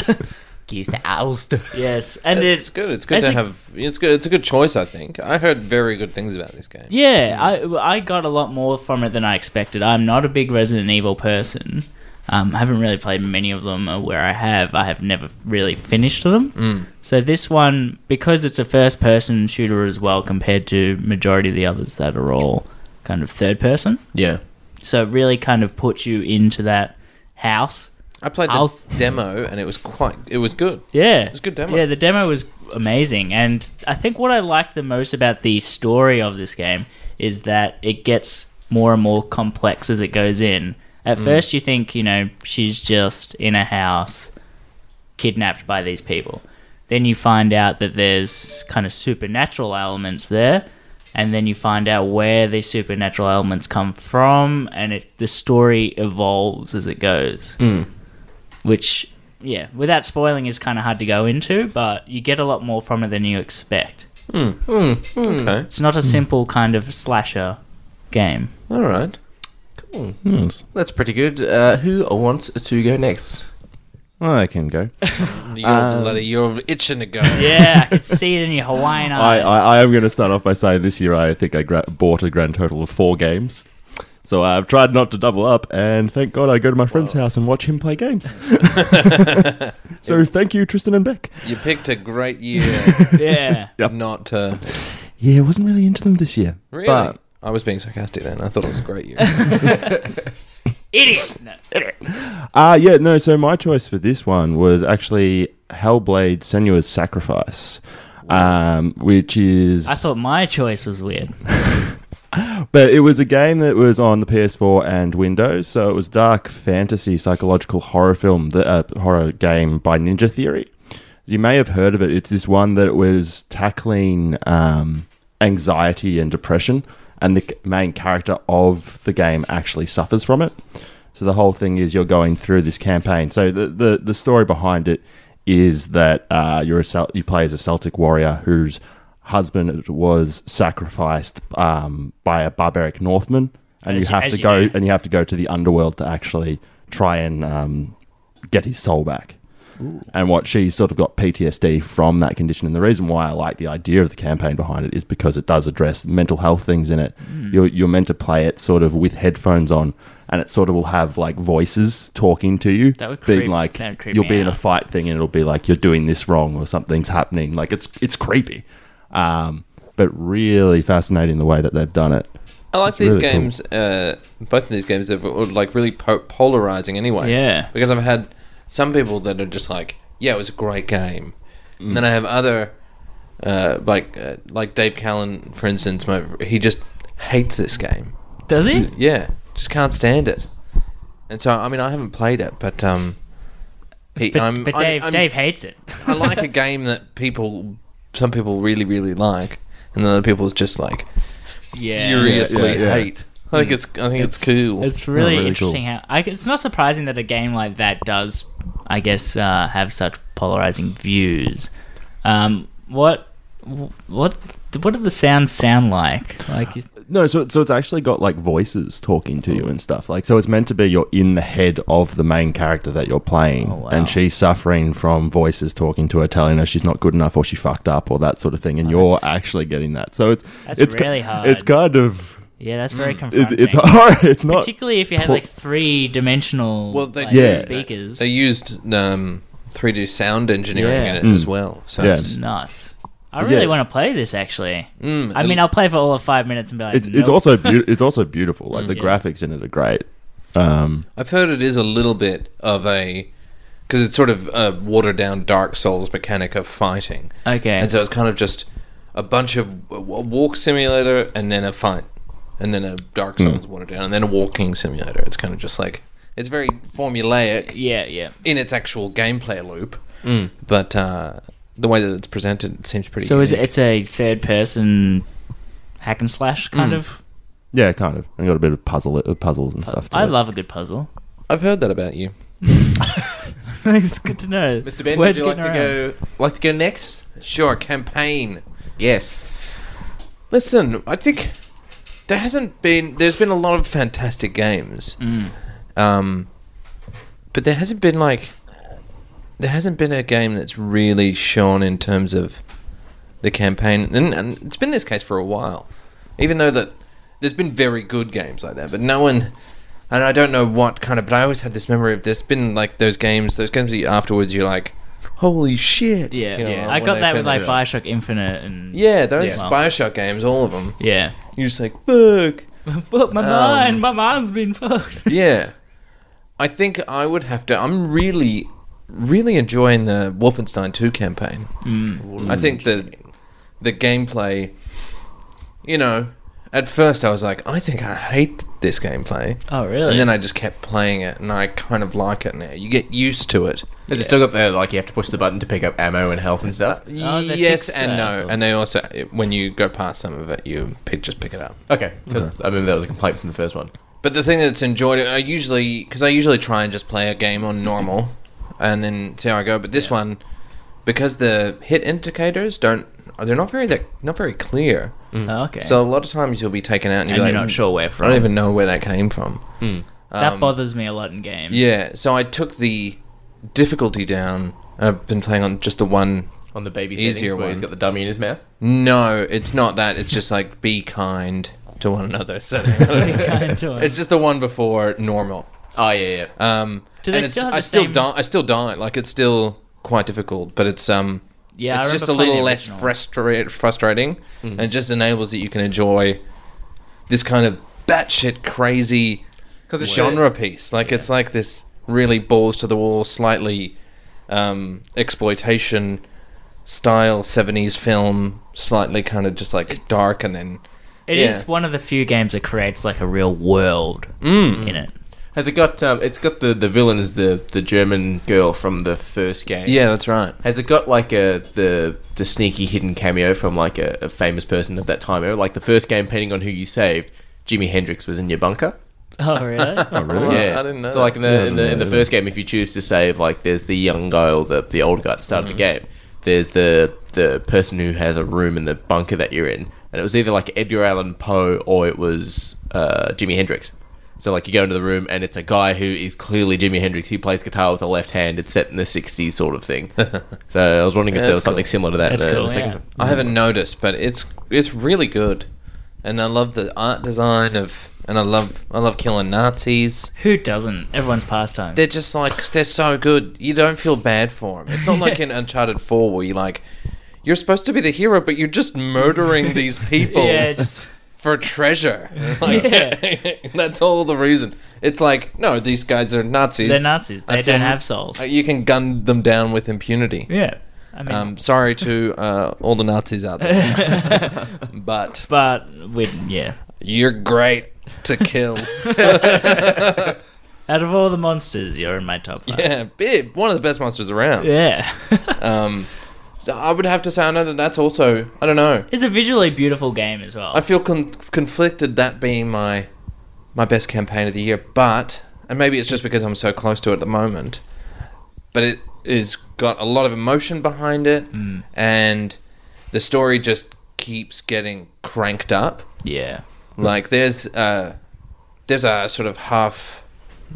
yes, and
it's
it-
good. It's good
as
to
a-
have. It's good. It's a good choice. I think. I heard very good things about this game.
Yeah, I, I got a lot more from it than I expected. I'm not a big Resident Evil person. Um, I haven't really played many of them, or where I have, I have never really finished them.
Mm.
So this one, because it's a first-person shooter as well, compared to majority of the others that are all kind of third-person.
Yeah.
So it really kind of puts you into that house.
I played the
House.
demo and it was quite. It was good.
Yeah.
It's a good demo.
Yeah, the demo was amazing. And I think what I liked the most about the story of this game is that it gets more and more complex as it goes in. At
Mm.
first, you think, you know, she's just in a house kidnapped by these people. Then you find out that there's kind of supernatural elements there. And then you find out where these supernatural elements come from, and it, the story evolves as it goes. which yeah, without spoiling is kind of hard to go into, but you get a lot more from it than you expect.
Hmm. Hmm. Okay.
It's not a
Hmm.
simple kind of slasher game.
All right.
Cool.
Nice.
That's pretty good. Uh, who wants to go next?
I can go.
You're
Um,
bloody, you're itching to go.
Yeah, I could see it in your Hawaiian
I,
eye.
I, I am going to start off by saying this year I think I gra- bought a grand total of four games. So I've tried not to double up, and thank God I go to my friend's house and watch him play games. so thank you, Tristan and Beck.
You picked a great year.
yeah.
Yep.
Not to.
Yeah, I wasn't really into them this year.
Really?
But
I was being sarcastic then. I thought it was a great year.
Idiot. No, idiot.
Uh, yeah, no, so my choice for this one was actually Hellblade Senua's Sacrifice, um, which is.
I thought my choice was weird.
But it was a game that was on the PS4 and Windows, so it was dark fantasy psychological horror film, the uh, horror game by Ninja Theory. You may have heard of it. It's this one that was tackling um, anxiety and depression, and the c- main character of the game actually suffers from it. So the whole thing is you're going through this campaign. So the the, the story behind it is that uh, you're a Cel- you play as a Celtic warrior who's husband was sacrificed um, by a barbaric Northman, and
As
you
you-
have
as
to
you
go
do.
and you have to go to the underworld to actually try and um, get his soul back.
Ooh.
And what she's sort of got PTSD from that condition, and the reason why I like the idea of the campaign behind it is because it does address mental health things in it.
Mm.
You're you're meant to play it sort of with headphones on, and it sort of will have like voices talking to you,
That would
being
creep-
like
that would creep
you'll
me
be in a fight thing, and it'll be like you're doing this wrong or something's happening. Like it's it's creepy, um, but really fascinating the way that they've done it.
I like
It's
these
really cool.
games. Uh, both of these games are like really po- polarizing anyway.
Yeah.
Because I've had some people that are just like, "Yeah, it was a great game," and then I have other, uh, like uh, like Dave Callan, for instance. My, he just hates this game.
Does he?
Yeah, just can't stand it. And so, I mean, I haven't played it, but um, he,
But,
I'm,
but
I-
Dave,
I'm-
Dave hates it.
I like a game that people, some people really, really like, and other people just like
Yeah.
furiously
Yeah, yeah, yeah.
hate. I think
Mm.
it's, I think it's, cool.
It's really, interesting how I, it's not surprising that a game like that does, I guess, uh, have such polarizing views. Um, what, what, what do the sounds sound like? Like, you-
No, so so it's actually got like voices talking to you and stuff. Like so it's meant to be you're in the head of the main character that you're playing and she's suffering from voices talking to her telling her she's not good enough or she fucked up or that sort of thing and you're actually getting that. So it's
That's
it's ki-
really hard.
It's kind of
yeah, that's very
it-
confronting.
it's hard. It's not
particularly if you had
pl-
like three-dimensional,
Well, they
like,
yeah.
speakers.
They used um, 3D sound engineering
Yeah.
in it
Mm.
as well. So
Yeah.
it's
nuts. I really
Yeah.
want to play this actually.
Mm,
I mean, I'll play for all of five minutes and be like,
it's, it's
"Nope."
also beau- it's also beautiful. Like the
Yeah.
graphics in it are great. Um,
I've heard it is a little bit of a because it's sort of a watered down Dark Souls mechanic of fighting.
Okay.
and so it's kind of just a bunch of w- w- walk simulator and then a fight, and then a Dark
Hmm.
Souls watered down, and then a walking simulator. It's kind of just like it's very formulaic.
Yeah, yeah.
In its actual gameplay loop,
Mm.
but uh, the way that it's presented seems pretty.
So is it,
unique.
it's a third-person hack and slash kind
Mm.
of
yeah, kind of. I got a bit of puzzle uh, puzzles and stuff. to
I
it.
love a good puzzle.
I've heard that about you.
it's good to know.
Mr. Ben,
Word's
would you like
getting
to
around.
go? Like to go next?
Sure, campaign.
Yes.
Listen, I think there hasn't been. There's been a lot of fantastic games,
Mm.
um, but there hasn't been like there hasn't been a game that's really shone in terms of the campaign, and, and it's been this case for a while. Even though that there's been very good games like that, but no one. And I don't know what kind of, but I always had this memory of there's been like those games, those games that you, afterwards you're like, holy shit!
Yeah,
you know,
I
when
got
they
that with like
finished.
Bioshock Infinite and
Yeah, those
Yeah.
Bioshock games, all of them.
Yeah.
You're just like, fuck.
Fuck my
Um,
mind, my mind's been fucked.
yeah. I think I would have to. I'm really, really enjoying the Wolfenstein 2 campaign.
Mm.
I think the the gameplay, you know, at first I was like, I think I hate this gameplay.
Oh, really?
And then I just kept playing it, and I kind of like it now. You get used to it.
Has it still got the like you have to push the button to pick up ammo and health and stuff?
they
yes
fixed
and
that, I
no, and they also when you go past some of it, you pick, just pick it up.
Okay, because I remember that was a complaint from the first one.
But the thing that's enjoyed it, I usually because I usually try and just play a game on normal, and then see how I go. But this one, because the hit indicators don't, they're not very that not very clear.
Mm. Oh, okay.
So a lot of times you'll be taken out and,
And
you're, like,
you're not sure where
I
from.
don't even know where that came from.
That
Um,
bothers me a lot in games.
Yeah, so I took the difficulty down. and I've been playing on just the one
On the baby settings
easier
where
one.
he's got the dummy in his mouth?
No, it's not that. It's just like be kind to one another. So
kind to one-
it's just the one before normal.
Oh yeah,
yeah. Um,
Do they
and it's,
still have
I
the
still
same-
die. I still die. Like it's still quite difficult, but it's um.
Yeah, I
it's just a
remember playing
little
the
less frustra- frustrating,
Mm.
Mhm.
and it just enables that you can enjoy this kind of batshit crazy
'Cause it's
genre piece. Like it's like this really balls to the wall, slightly um, exploitation style '70s film, slightly kind of just like dark, and then
It is one of the few games that creates like a real world
Mm.
in it.
Has it got? Um, it's got the the villain is the the German girl from the first game.
Yeah, that's right.
Has it got like a the the sneaky hidden cameo from like a, a famous person of that time era? Like the first game, depending on who you saved, Jimi Hendrix was in your bunker.
Oh, really?
Yeah.
I didn't know
So like in
that. Yeah,
the
I
in the,
didn't
in the
know
first game, if you choose to save, like there's the young guy or the the old guy at the start of the
Mm-hmm.
game. There's the the person who has a room in the bunker that you're in, and it was either like Edgar Allan Poe or it was uh, Jimi Hendrix. So like you go into the room and it's a guy who is clearly Jimi Hendrix. He plays guitar with a left hand. It's set in the '60s sort of thing. so I was wondering
Yeah,
if there
that's
was something
cool.
similar to that. in the- in the second one.
I haven't noticed, but it's it's really good, and I love the art design of, and I love I love killing Nazis.
Who doesn't? Everyone's pastime.
They're just like they're so good. You don't feel bad for them. It's not like in Uncharted Four where you like you're supposed to be the hero, but you're just murdering these people
Yeah, just-
for treasure. Like, that's all the reason. It's like no, these guys are Nazis.
They're Nazis.
I
They don't
feel-
have souls.
Uh, You can gun them down with impunity.
Yeah, I mean-
um, sorry to uh, all the Nazis out there, but
but we yeah,
you're great to kill.
Out of all the monsters, you're in my top five.
Yeah, big. One of the best monsters around.
Yeah.
um, so I would have to say I know that that's also I don't know.
It's a visually beautiful game as well.
I feel con- conflicted that being my my best campaign of the year, but and maybe it's just because I'm so close to it at the moment. But it is got a lot of emotion behind it,
Mm.
and the story just keeps getting cranked up.
Yeah,
like there's uh there's a sort of half,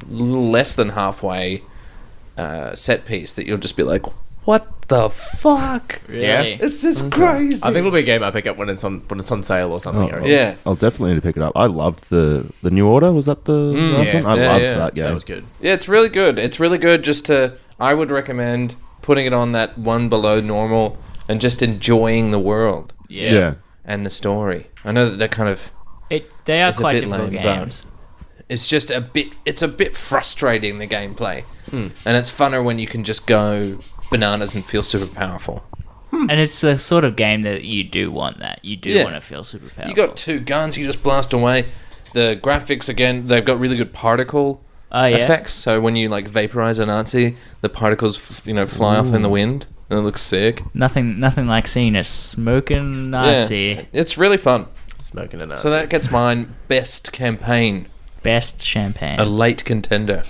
little less than halfway uh, set piece that you'll just be like, what the fuck?
Yeah,
it's just crazy.
Mm-hmm.
Oh,
I think it'll be a game I pick up when it's on when it's on sale or something. I
I'll-
reckon.
I'll definitely need to pick it up. I loved the the New Order. Was that the
Mm.
last one? I
Yeah,
loved
yeah.
that game.
Yeah, it's really good. It's really good. Just to, I would recommend putting it on that one below normal and just enjoying the world.
Yeah. Yeah.
And the story. I know that they're kind of.
It, they are
it's a
quite
bit
difficult
lame, but
games.
It's just a bit. It's a bit frustrating the gameplay, and it's funner when you can just go bananas and feel super powerful.
And it's the sort of game that you do want that. You do
Yeah.
want to feel super powerful.
You got two guns, you just blast away. The graphics again, they've got really good particle
Oh, yeah?
effects. So when you like vaporize a Nazi, the particles f- you know fly off in the
Ooh.
wind, and it looks sick.
nothing, nothing like seeing a smoking Nazi.
Yeah. It's really fun.
Smoking a
So that gets mine best campaign,
best champagne,
a late contender.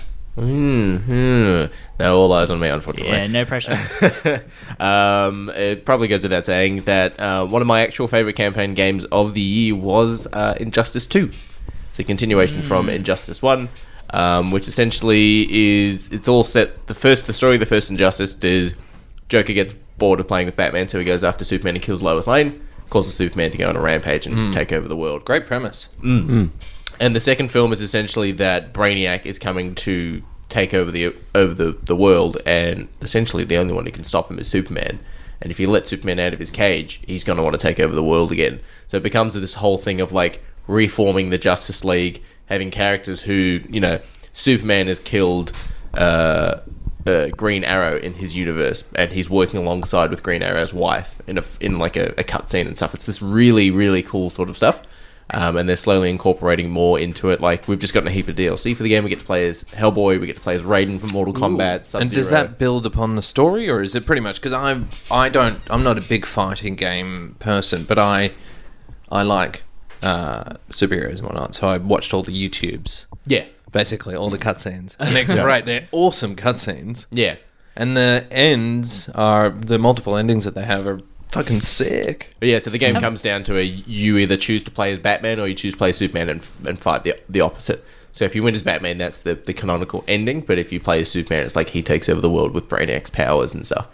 Mm-hmm. No, all eyes on me, unfortunately.
Yeah, no pressure.
um, it probably goes without saying that uh, one of my actual favorite campaign games of the year was uh, Injustice 2. It's a continuation from
Mm.
Injustice 1, um, which essentially is it's all set. The first, the story of the first Injustice is Joker gets bored of playing with Batman, so he goes after Superman and kills Lois Lane, causes Superman to go on a rampage and
Mm.
take over the world.
Great premise.
Mm.
Mm.
And the second film is essentially that Brainiac is coming to take over the over the, the world, and essentially the only one who can stop him is Superman. And if you let Superman out of his cage, he's going to want to take over the world again. So it becomes this whole thing of like reforming the Justice League, having characters who you know Superman has killed. Uh, uh, Green Arrow in his universe, and he's working alongside with Green Arrow's wife in a f- in like a, a cutscene and stuff. It's this really really cool sort of stuff, um, and they're slowly incorporating more into it. Like we've just gotten a heap of DLC for the game. We get to play as Hellboy. We get to play as Raiden from Mortal Kombat. Sub-Zero.
And does that build upon the story, or is it pretty much? Because I, I don't, I'm not a big fighting game person, but I, I like uh, superheroes and whatnot. So I watched all the YouTubes.
Yeah.
basically all the cutscenes, and they're
Yeah.
great. They're awesome cutscenes.
Yeah.
and the ends are the multiple endings that they have are fucking sick.
But yeah, so the game comes down to a you either choose to play as Batman or you choose to play Superman and, and fight the the opposite. So if you win as Batman, that's the, the canonical ending. But if you play as Superman, it's like he takes over the world with Brainiac's powers and stuff.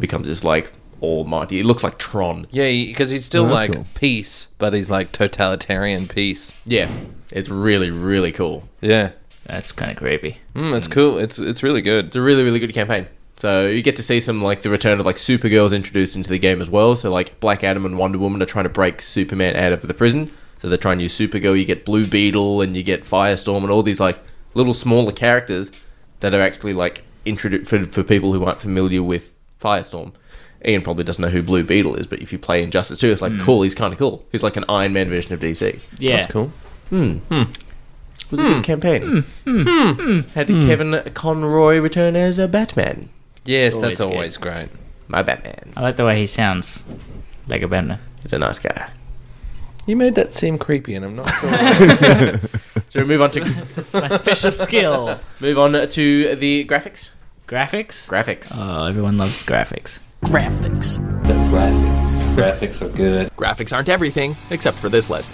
Becomes this like almighty. It looks like Tron.
Yeah, because he's still
Oh, that's
like
cool.
peace, but he's like totalitarian peace.
Yeah, it's really really cool.
Yeah,
that's kind of creepy.
Mm, it's cool. It's it's really good.
It's a really really good campaign. So you get to see some like the return of like Supergirl's introduced into the game as well. So like Black Adam and Wonder Woman are trying to break Superman out of the prison. So they're trying to use Supergirl. You get Blue Beetle and you get Firestorm and all these like little smaller characters that are actually like introduced for, for people who aren't familiar with Firestorm. Ian probably doesn't know who Blue Beetle is, but if you play Injustice 2, it's like
Mm.
cool. He's kind of cool. He's like an Iron Man version of DC.
Yeah. That's
cool.
Hmm.
Hmm.
was a good campaign. How did
Hmm.
Hmm. Kevin Conroy return as a Batman?
Yes,
It's
that's always
good.
great.
My Batman.
I like the way he sounds like a Batman.
He's a nice guy.
You made that seem creepy, and I'm not. sure.
Shall we move on to?
That's my special skill.
Move on to the graphics.
Graphics?
Graphics.
Uh,
Oh, everyone loves graphics.
Graphics. The graphics. Graphics are good. Graphics aren't everything, except for this list.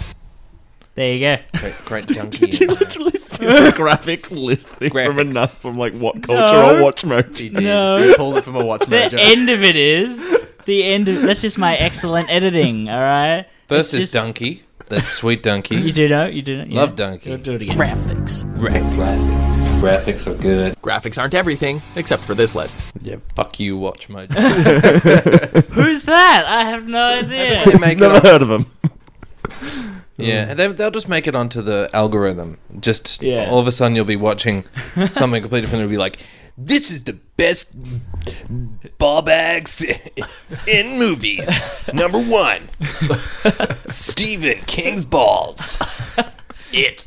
There you go.
Great, great junkie.
literally steal the graphics list thing from enough from like what culture or
No.
watch emoji?
No.
He pulled it from a watch
The
mojo.
end of it is the end of that's just my excellent editing, all right?
First
It's
is
just-
Donkey. That's sweet Donkey.
You do know, you do know. yeah.
Love Donkey.
You'll do it again.
Graphics.
Graphics.
Graphics are good. Graphics aren't everything, except for this list.
Yeah, fuck you, Watch Mojo.
Who's that? I have no idea.
They make it
Never
on-
heard of them.
Yeah, and they, they'll just make it onto the algorithm. Just
Yeah.
all of a sudden, you'll be watching something completely different. It'll be like, "This is the best ball bags in movies." Number one, Stephen King's balls. It.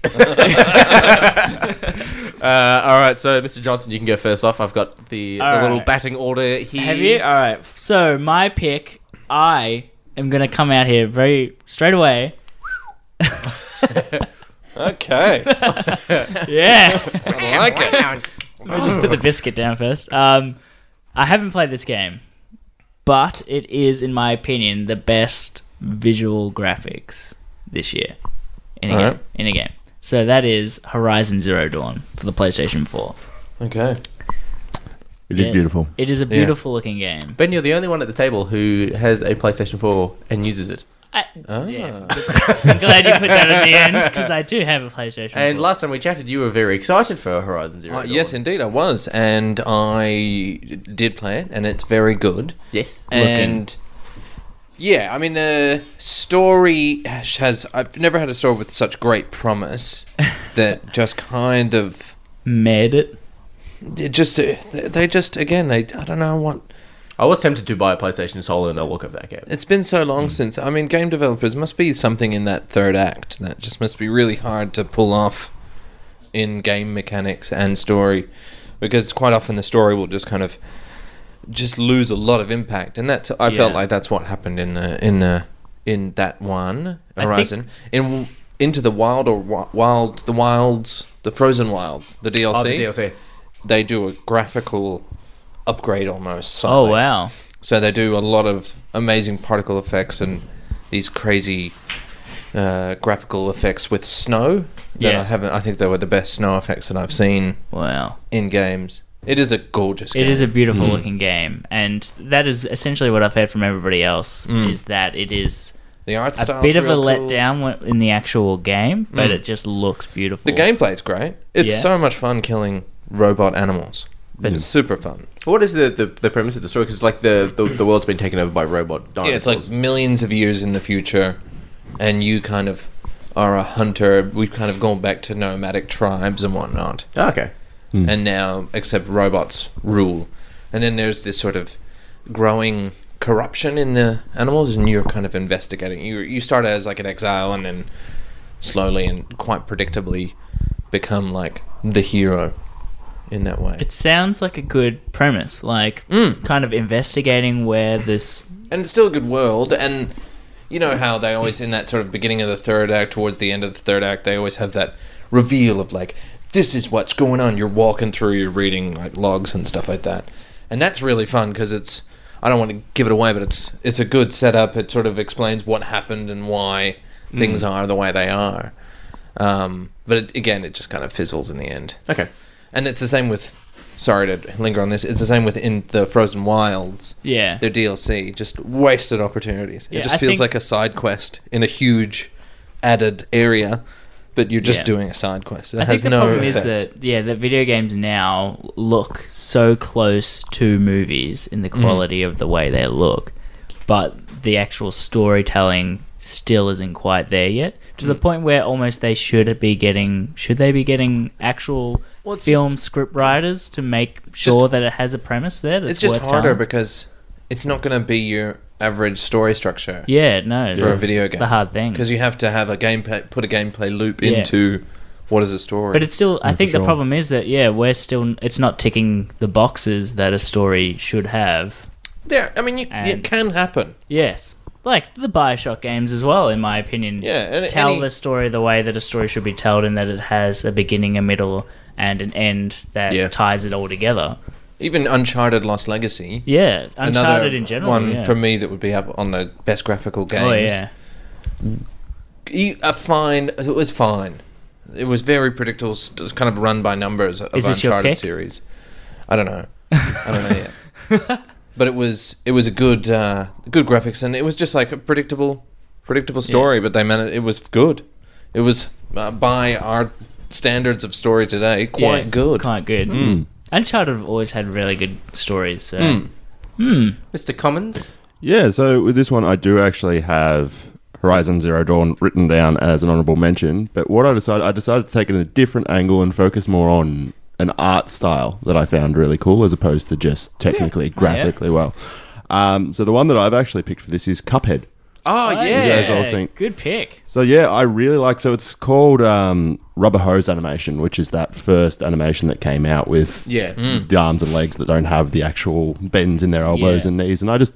Uh, all right, so Mr. Johnson, you can go first off. I've got the,
All
the little
right.
batting order here.
Have you? All right. So my pick, I am gonna come out here very straight away.
okay.
yeah.
I like it.
Let me just put the biscuit down first. Um, I haven't played this game, but it is, in my opinion, the best visual graphics this year in a
All
game.
right.
In a game. So that is Horizon Zero Dawn for the PlayStation Four.
Okay.
It is
Yes.
beautiful.
It is a
Yeah.
beautiful looking game.
Ben, you're the only one at the table who has a PlayStation 4 and uses it.
I, yeah. I'm glad you put that at the end because I do have a PlayStation.
And last time we chatted, you were very excited for Horizon Zero.
Uh, yes, indeed, I was, and I did play it, and it's very good.
Yes,
and yeah, I mean the story has. I've never had a story with such great promise that just kind of
made it.
It just uh, they they just again they I don't know what.
I was tempted to buy a PlayStation Solo and they'll look at that game.
It's been so
Mm.
long since. I mean, game developers must be something in that third act that just must be really hard to pull off in game mechanics and story, because quite often the story will just kind of just lose a lot of impact, and that's I felt
Yeah.
like that's what happened in the in the in that one
I think-
Horizon in into the wild or Wi- wild the wilds the frozen wilds the DLC
Oh, the DLC.
they do a graphical upgrade almost.
Oh,
slightly.
wow.
So they do a lot of amazing particle effects and these crazy uh, graphical effects with snow. That
Yeah.
I haven't. I think they were the best snow effects that I've seen.
Wow.
In games, it is a gorgeous. game.
It is a beautiful
Mm.
looking game, and that is essentially what I've heard from everybody else
Mm.
is that it is
The art
a
style's
bit of a
real cool.
letdown when- in the actual game, but
Mm.
it just looks beautiful.
The gameplay's great. It's
Yeah.
so much fun killing robot animals.
But-
it's super fun.
What is the, the, the premise of the story? Because like the, the the world's been taken over by robot dinosaurs.
Yeah, it's like millions of years in the future, and you kind of are a hunter. We've kind of gone back to nomadic tribes and whatnot.
Ah, Okay.
Hmm.
And now, except robots rule. And then there's this sort of growing corruption in the animals, and you're kind of investigating. You you start as like an exile, and then slowly and quite predictably become like the hero in that way.
It sounds like a good premise, like
Mm.
kind of investigating where this.
and it's still a good world and you know how they always in that sort of beginning of the third act towards the end of the third act they always have that reveal of like this is what's going on you're walking through you're reading like logs and stuff like that and that's really fun because it's I don't want to give it away, but it's it's a good setup. It sort of explains what happened and why
Mm.
things are the way they are. Um, but it, again, it just kind of fizzles in the end.
Okay,
and it's the same with. Sorry to linger on this. It's the same with in the Frozen Wilds.
Yeah.
their DLC just wasted opportunities.
Yeah,
it just
I
feels
think-
like a side quest in a huge added area, but you're just
Yeah.
doing a side quest. It
I
has
think the
no
problem
effect.
is that yeah, that video games now look so close to movies in the
Mm.
quality of the way they look, but the actual storytelling still isn't quite there yet. To
Mm.
the point where almost they should be getting should they be getting actual
Well, it's
film script writers to make sure that it has a premise there. That's
it's just
worth
harder
telling?
because it's not going to be your average story structure.
Yeah, no,
for a
that's
video game,
the hard thing.
because you have to have a gameplay, put a gameplay loop
Yeah.
into what is a story.
But it's still, I think the problem is that yeah, we're still. It's not ticking the boxes that a story should have.
There, I mean, you, it
And-
can happen.
Yes, like the Bioshock games as well, in my opinion.
Yeah, and
tell
any-
the story the way that a story should be told, in that it has a beginning, a middle, and an end that
Yeah.
ties it all together.
Even Uncharted Lost Legacy.
Yeah, Uncharted in general,
One
yeah.
for me that would be up on the best graphical games.
Oh, yeah.
You- E, a fine. It was fine. It was very predictable. It was kind of run by numbers of
Is this your
Uncharted
pick?
series. I don't know. I don't know yet. but it was it was a good uh, good graphics and it was just like a predictable predictable story. But they managed. It was good. It was uh, by our standards of story today quite
Yeah,
good.
Quite good.
Mm.
Uncharted have always had really good stories. So,
Mm.
Hmm.
Mr. Commons.
Yeah, so with this one, I do actually have Horizon Zero Dawn written down as an honorable mention. But what I decided, I decided to take it in a different angle and focus more on an art style that I found really cool as opposed to just technically, graphically well. Um, so the one that I've actually picked for this is Cuphead.
Oh,
yeah. guys all think-
good pick.
So yeah, I really like. So it's called um, Rubber Hose Animation, which is that first animation that came out with
Yeah. Mm.
the arms and legs that don't have the actual bends in their elbows
Yeah.
and knees, and I just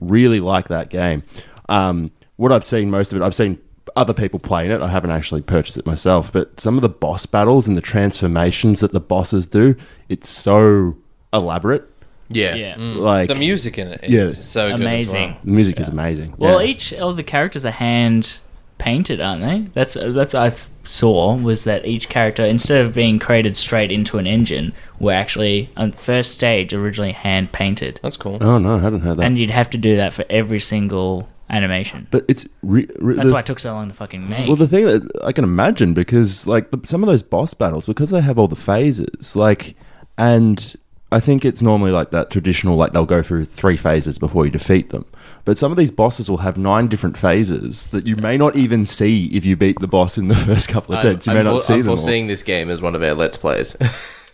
really like that game. Um, what I've seen most of it, I've seen other people playing it. I haven't actually purchased it myself, but some of the boss battles and the transformations that the bosses do, it's so elaborate.
Yeah.
Yeah.
Mm.
Like
the music in it is
yeah.
so good as well.
Amazing.
The music is amazing.
Well, each of the characters are hand painted, aren't they? That's uh, that's I th- saw was that each character instead of being created straight into an engine, were actually on the first stage originally hand painted.
That's cool.
Oh no, I hadn't heard that.
And you'd have to do that for every single animation.
but it's re- re-
That's
the-
why it took so long to fucking make.
Well, the thing that I can imagine because like the, some of those boss battles, because they have all the phases, like, and I think it's normally like that traditional, like they'll go through three phases before you defeat them. But some of these bosses will have nine different phases that you may not even see if you beat the boss in the first couple of deaths. You may
I'm,
not
for-
see
I'm
them. all.
foreseeing this game as one of our let's plays.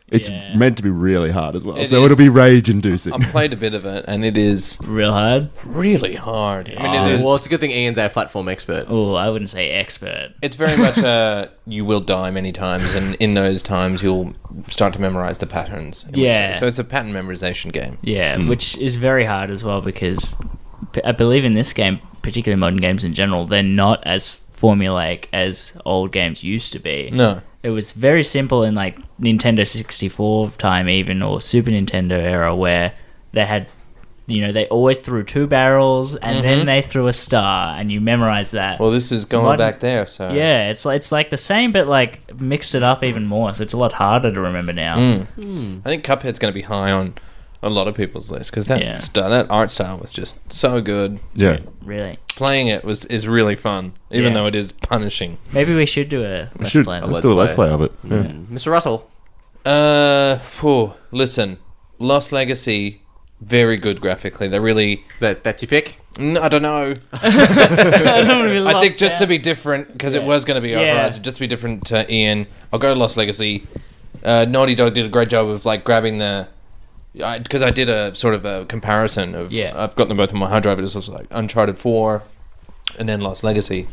It's meant to be really hard as well,
It
so it'll be
is.
rage inducing.
I played a bit of it, and it is
real hard.
Really hard. I mean,
Oh.
it is.
Well, it's a good thing Ian's our platform expert.
Oh, I wouldn't say expert.
It's very much a you will die many times, and in those times you'll start to memorize the patterns. in which-
Yeah.
So it's a pattern memorization game.
Yeah,
Hmm.
which is very hard as well because p- I believe in this game, particularly modern games in general, they're not as formulaic as old games used to be.
No.
It was very simple in like Nintendo 64 time even or Super Nintendo era where they had you know, they always threw two barrels and
Mhm.
then they threw a star and you memorize that.
Well, this is going
Modern-
back there, so
Yeah, it's like it's like the same but like mixed it up even more, so it's a lot harder to remember now.
Mm. I think Cuphead's going to be high on a lot of people's list because that
Yeah.
st- that art style was just so good.
Yeah.
Really.
Playing it was is really fun, even
Yeah.
though it is punishing.
Maybe we should do a
We
let's
should-
play.
let's do a let's play of it.
Mm.
Yeah.
Mr. Russell.
Uh, phew, listen, Lost Legacy, very good graphically. They really
that that's your pick.
No, I don't know.
be
I think
locked
just to
down.
be different because it
Yeah.
was going to be
Yeah.
Horizon, just to be different to Ian. I'll go Lost Legacy. Uh, Naughty Dog did a great job of like grabbing the because I, did a sort of a comparison of
Yeah.
I've got them both on my hard drive. It's also like Uncharted Four, and then Lost Legacy.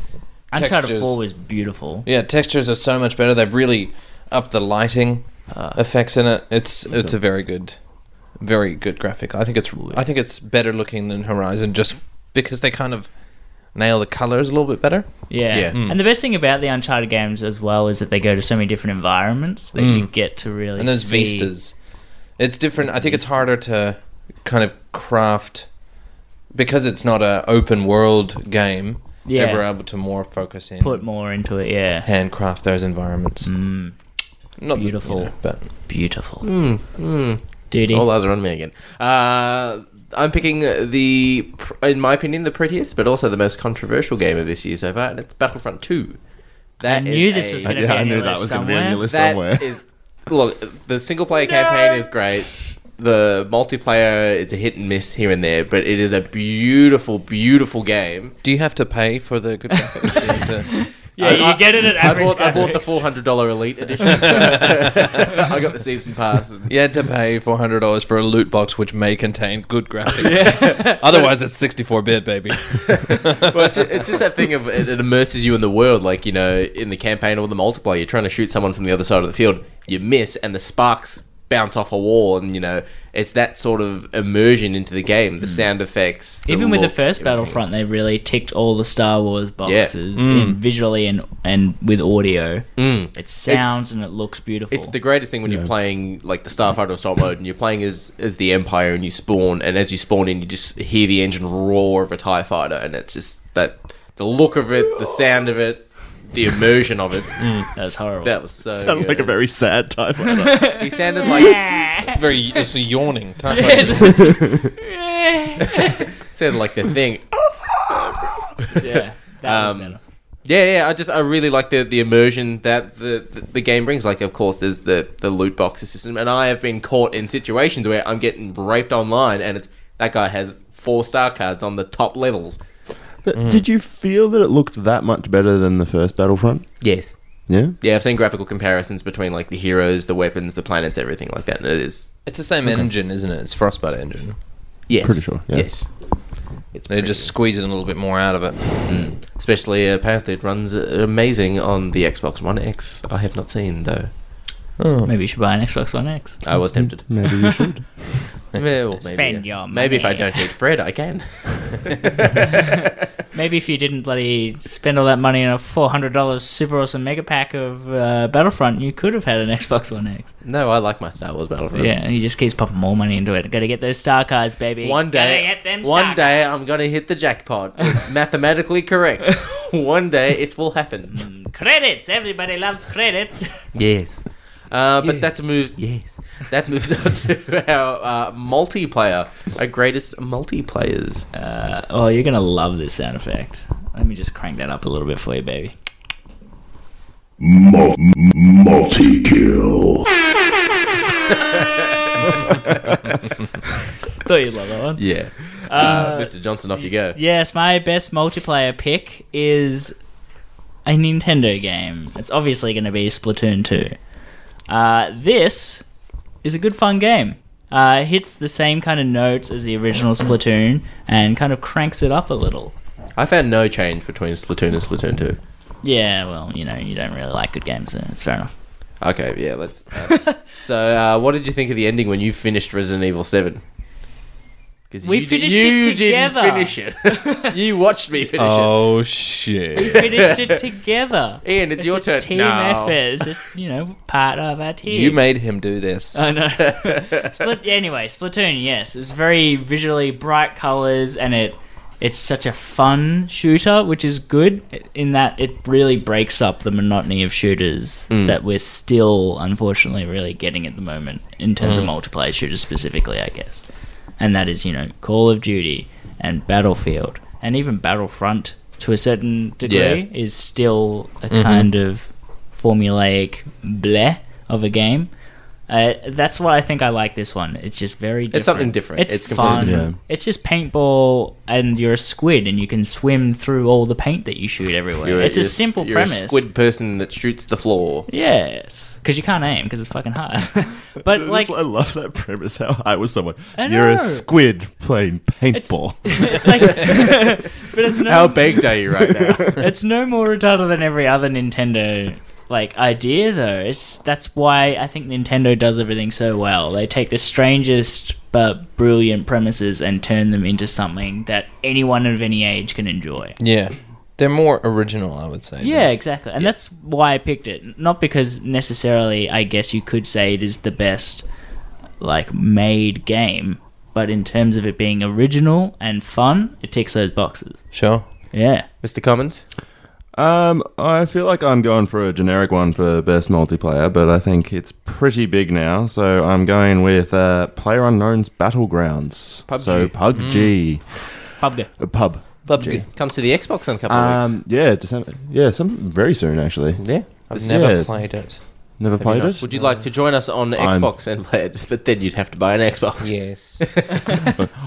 Uncharted
Textures-
4 was beautiful.
yeah, textures are so much better. They've really upped the lighting
Ah.
uh, effects in it. It's it's a very good, very good graphic. I think it's I think it's better looking than Horizon just because they kind of nail the colors a little bit better.
Yeah.
Mm.
And the best thing about the Uncharted games as well is that they go to so many different environments that you
Mm.
get to really
and there's
see-
vistas. It's different. I think it's harder to kind of craft because it's not a open world game.
Yeah.
They were able to more focus in
Put more into it, yeah.
handcraft those environments.
Mm.
Not
beautiful,
but
beautiful.
Mm, mm.
Duty.
All eyes are on me again. Uh, I'm picking the, pr- in my opinion, the prettiest, but also the most controversial game of this year so far, and it's Battlefront 2. That
I knew
is
this
a-
was gonna Yeah, be I on your knew that list was gonna be on your somewhere. list
That
somewhere.
is- look, the single player campaign is great. The multiplayer, it's a hit and miss here and there, but it is a beautiful, beautiful game.
Do you have to pay for the good graphics?
Yeah, you get it at
I
average
bought, I bought the
graphics.
four hundred dollar elite edition. I got the season pass. And
You had to pay four hundred dollars for a loot box which may contain good graphics. Otherwise, it's sixty-four bit, baby.
well, it's just, it's just that thing of it, it immerses you in the world. Like you know, in the campaign or the multiplayer, you're trying to shoot someone from the other side of the field, you miss, and the sparks bounce off a wall, and you know, it's that sort of immersion into the game. The sound effects, the
Even with the
look,
first
everything.
Battlefront, they really ticked all the Star Wars boxes
Mm.
in visually and and with audio.
Mm.
It sounds and it looks beautiful.
It's the greatest thing when you're playing like the Starfighter Assault mode, and you're playing as as the Empire, and you spawn, and as you spawn in, you just hear the engine roar of a Tie Fighter, and it's just that the look of it, the sound of it, the immersion of it.
that was horrible.
That was so.
Mm. Sounded like a
good.
very sad type.
he sounded like
very it's a yawning type.
sounded like the thing.
yeah, that
um,
was better.
Yeah, yeah. I just I really like the the immersion that the, the the game brings. Like, of course, there's the the loot boxes system, and I have been caught in situations where I'm getting raped online, and it's that guy has four star cards on the top levels.
But
Mm-hmm.
did you feel that it looked that much better than the first Battlefront?
Yes.
Yeah.
Yeah, I've seen graphical comparisons between like the heroes, the weapons, the planets, everything like that, and it is.
It's the same engine, isn't it? It's Frostbite engine.
Yes.
Pretty sure, yeah.
Yes.
They're just squeezing a little bit more out of it.
Especially uh, apparently it runs uh, amazing on the Xbox One X. I have not seen though.
Oh.
Maybe you should buy an Xbox One X.
I
Mm-hmm.
was tempted.
Maybe you should.
Yeah, well, maybe,
Spend your
Maybe if I
money.
don't eat bread, I can.
Maybe if you didn't bloody spend all that money on a four hundred dollars super awesome mega pack of uh, Battlefront, you could have had an Xbox One X.
no, I like my Star Wars Battlefront.
Yeah, he just keeps popping more money into it. Got to get those star cards, baby.
One
Gotta
day,
get them
one
star
day I'm gonna hit the jackpot. It's mathematically correct. one day it will happen.
credits. Everybody loves credits.
Yes. Uh, but that moves. Yes, that moves on to our uh, multiplayer,
Oh.
our greatest multiplayers.
Uh, oh, you're gonna love this sound effect. Let me just crank that up a little bit for you, baby.
Multi kill.
Thought you'd love that one.
yeah, uh,
Uh,
Mr. Johnson, off you go.
Yes, my best multiplayer pick is a Nintendo game. It's obviously going to be Splatoon 2. Uh, this is a good fun game. Uh, it hits the same kind of notes as the original Splatoon and kind of cranks it up a little.
I found no change between Splatoon and Splatoon Two.
Yeah, well, you know, you don't really like good games, and it's fair enough.
Okay, yeah, let's. Uh, so, uh, what did you think of the ending when you finished Resident Evil Seven? Because
We finished it together.
finish it. you watched me finish
Oh
We
shit!
finished it together.
Ian, it's your
a
turn.
Team
No.
effort. It's a, you know, part of our team.
You made him do this.
I know. Uh, Split. Anyway, Splatoon. Yes, it's very visually bright colors, and it it's such a fun shooter, which is good in that it really breaks up the monotony of shooters
Mm.
that we're still, unfortunately, really getting at the moment in terms of
Mm.
multiplayer shooters specifically, I guess. And that is, you know, Call of Duty and Battlefield, and even Battlefront to a certain degree
Yeah.
is still a
Mhm.
kind of formulaic bleh of a game. Uh, that's why I think I like this one. It's just very different.
something different.
It's,
It's
fun.
completely different.
It's just paintball, and you're a squid, and you can swim through all the paint that you shoot everywhere.
it. You're-
it's a
you're-
simple
you're
premise.
A squid person that shoots the floor.
Yes, because you can't aim because it's fucking hard. but
I just-
like,
I love that premise. How I was someone.
I
You're
know.
a squid playing paintball.
it's like, but it's no,
How baked are you right now?
it's no more retarded than every other Nintendo like idea though. It's that's why I think Nintendo does everything so well. They take the strangest but brilliant premises and turn them into something that anyone of any age can enjoy.
Yeah, they're more original, I would say.
Yeah, exactly. And that's why I picked it. Not because necessarily I guess you could say it is the best like made game, but in terms of it being original and fun, it ticks those boxes.
Sure.
Yeah.
Mr. Commons?
Um, I feel like I'm going for a generic one for best multiplayer, but I think it's pretty big now, so I'm going with uh, Player Unknown's Battlegrounds.
PUBG.
So PUBG.
PUBG.
Uh, pub.
PUBG. Comes to the Xbox in a couple of weeks.
Um, yeah, December. Yeah, some very soon actually.
Yeah,
I've never played it.
Never
Have you
played
not?
it.
Would you like to join us on
I'm-
Xbox and play it? But then you'd have to buy an Xbox.
Yes.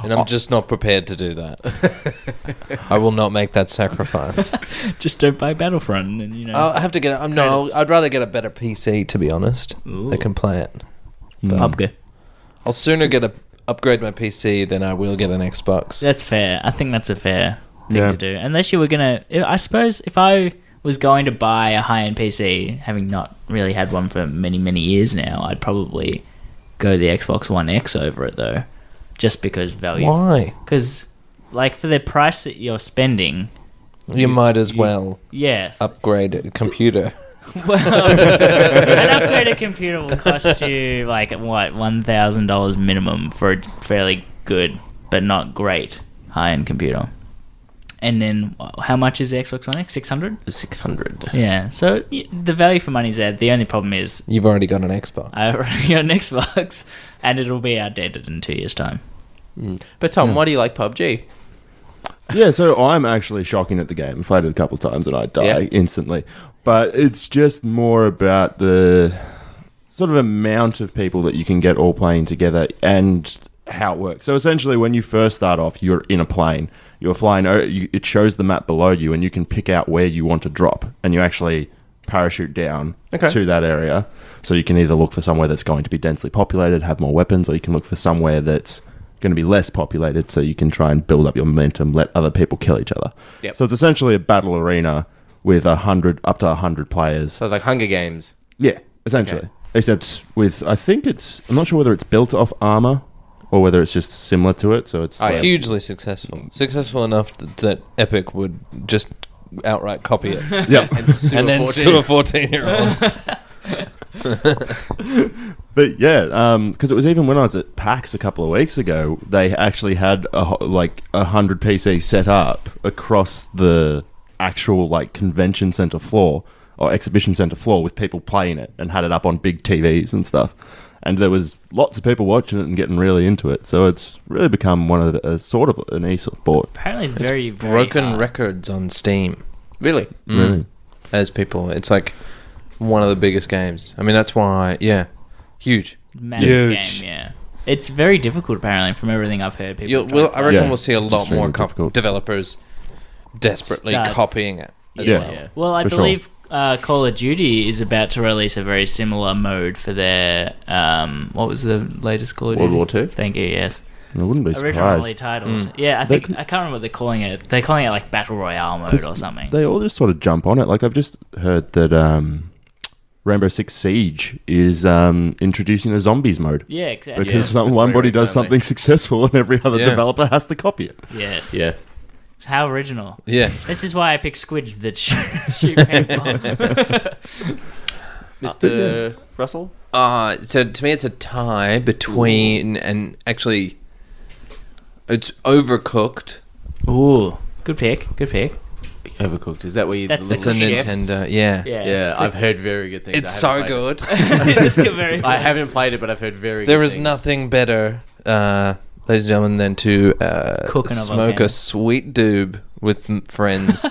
and I'm just not prepared to do that. I will not make that sacrifice.
Just don't buy Battlefront, and you know.
I'll have to get. I'm no. I'd rather get a better PC to be honest. That can play it. But
PUBG.
I'll sooner get a upgrade my PC than I will get an Xbox.
That's fair. I think that's a fair thing
Yeah.
to do. Unless you were gonna, I suppose, if I was going to buy a high-end PC, having not really had one for many many years now, I'd probably go the Xbox One X over it though, just because value.
Why?
Because like for the price that you're spending,
You, might as well.
Yes.
Upgrade a computer.
Well, an upgraded computer will cost you like what one thousand dollars minimum for a fairly good but not great high-end computer. And then wh- how much is the Xbox One X? Six hundred.
Six hundred.
Yeah. So y- the value for money's there. The only problem is
You've already got an Xbox.
I already got an Xbox, and it'll be outdated in two years' time.
But Tom, why do you like PUBG?
yeah, so I'm actually shocking at the game. I've played it a couple of times and I die
Yeah.
instantly. But it's just more about the sort of amount of people that you can get all playing together and how it works. So essentially, when you first start off, you're in a plane. You're flying. o- You, it shows the map below you, and you can pick out where you want to drop, and you actually parachute down
Okay.
to that area. So you can either look for somewhere that's going to be densely populated, have more weapons, or you can look for somewhere that's going to be less populated, so you can try and build up your momentum, let other people kill each other.
Yep.
So it's essentially a battle arena with a hundred up to a hundred players. So
it's like Hunger Games.
Yeah, essentially. Except with, I think it's, I'm not sure whether it's built off armor or whether it's just similar to it. So it's like-
hugely successful. Mm. Successful enough that, that Epic would just outright copy it.
Yeah.
and, then sue a 14 year old.
but yeah, because it was even when I was at PAX a couple of weeks ago, they actually had a, ho- like a hundred PCs set up across the actual like convention center floor or exhibition center floor with people playing it and had it up on big TVs and stuff. And there was lots of people watching it and getting really into it. So it's really become one of the, a sort of an e-sport.
Apparently, it's,
It's
very very
broken
hard.
records on Steam.
Really?
Mm.
Really?
As people, it's like one of the biggest games. I mean, that's why, yeah, huge,
Massive game, yeah. It's very difficult, apparently, from everything I've heard. People.
You'll,
have
we'll,
tried
I reckon
to-
we'll see a lot
extremely
more co-
difficult.
developers desperately
Start-
copying it. As
Yeah.
well.
Yeah.
Well, I
For sure.
believe uh, Call of Duty is about to release a very similar mode for their um, what was the latest Call of
World
Duty?
War Two?
Thank you. Yes.
I wouldn't be
Originally
surprised.
titled. Yeah, I
They
think I can't remember what they're calling it. They're calling it like battle royale mode
'Cause
or something.
They all just sort of jump on it. Like I've just heard that um, Rainbow Six Siege is um, introducing a zombies mode.
Yeah, exactly.
Because
Yeah,
some-
that's
one
very
body does
exciting.
something successful, and every other
Yeah.
developer has to copy it.
Yes.
Yeah.
How original.
Yeah.
This is why I pick squids that shoot, shoot paintball.
Mr. Russell?
Uh, so to me, it's a tie between and actually, it's overcooked.
Ooh, good pick. Good pick.
Overcooked. Is that where you?
That's the
It's a
chefs.
Nintendo. Yeah.
Yeah, I've heard very good things.
It's so
I haven't
good.
played it.
It's got very
I haven't played it, but I've heard very.
There
good
is
things.
nothing better, uh, ladies and gentlemen, than to uh,
Cook another
smoke
game.
a sweet doob with m- friends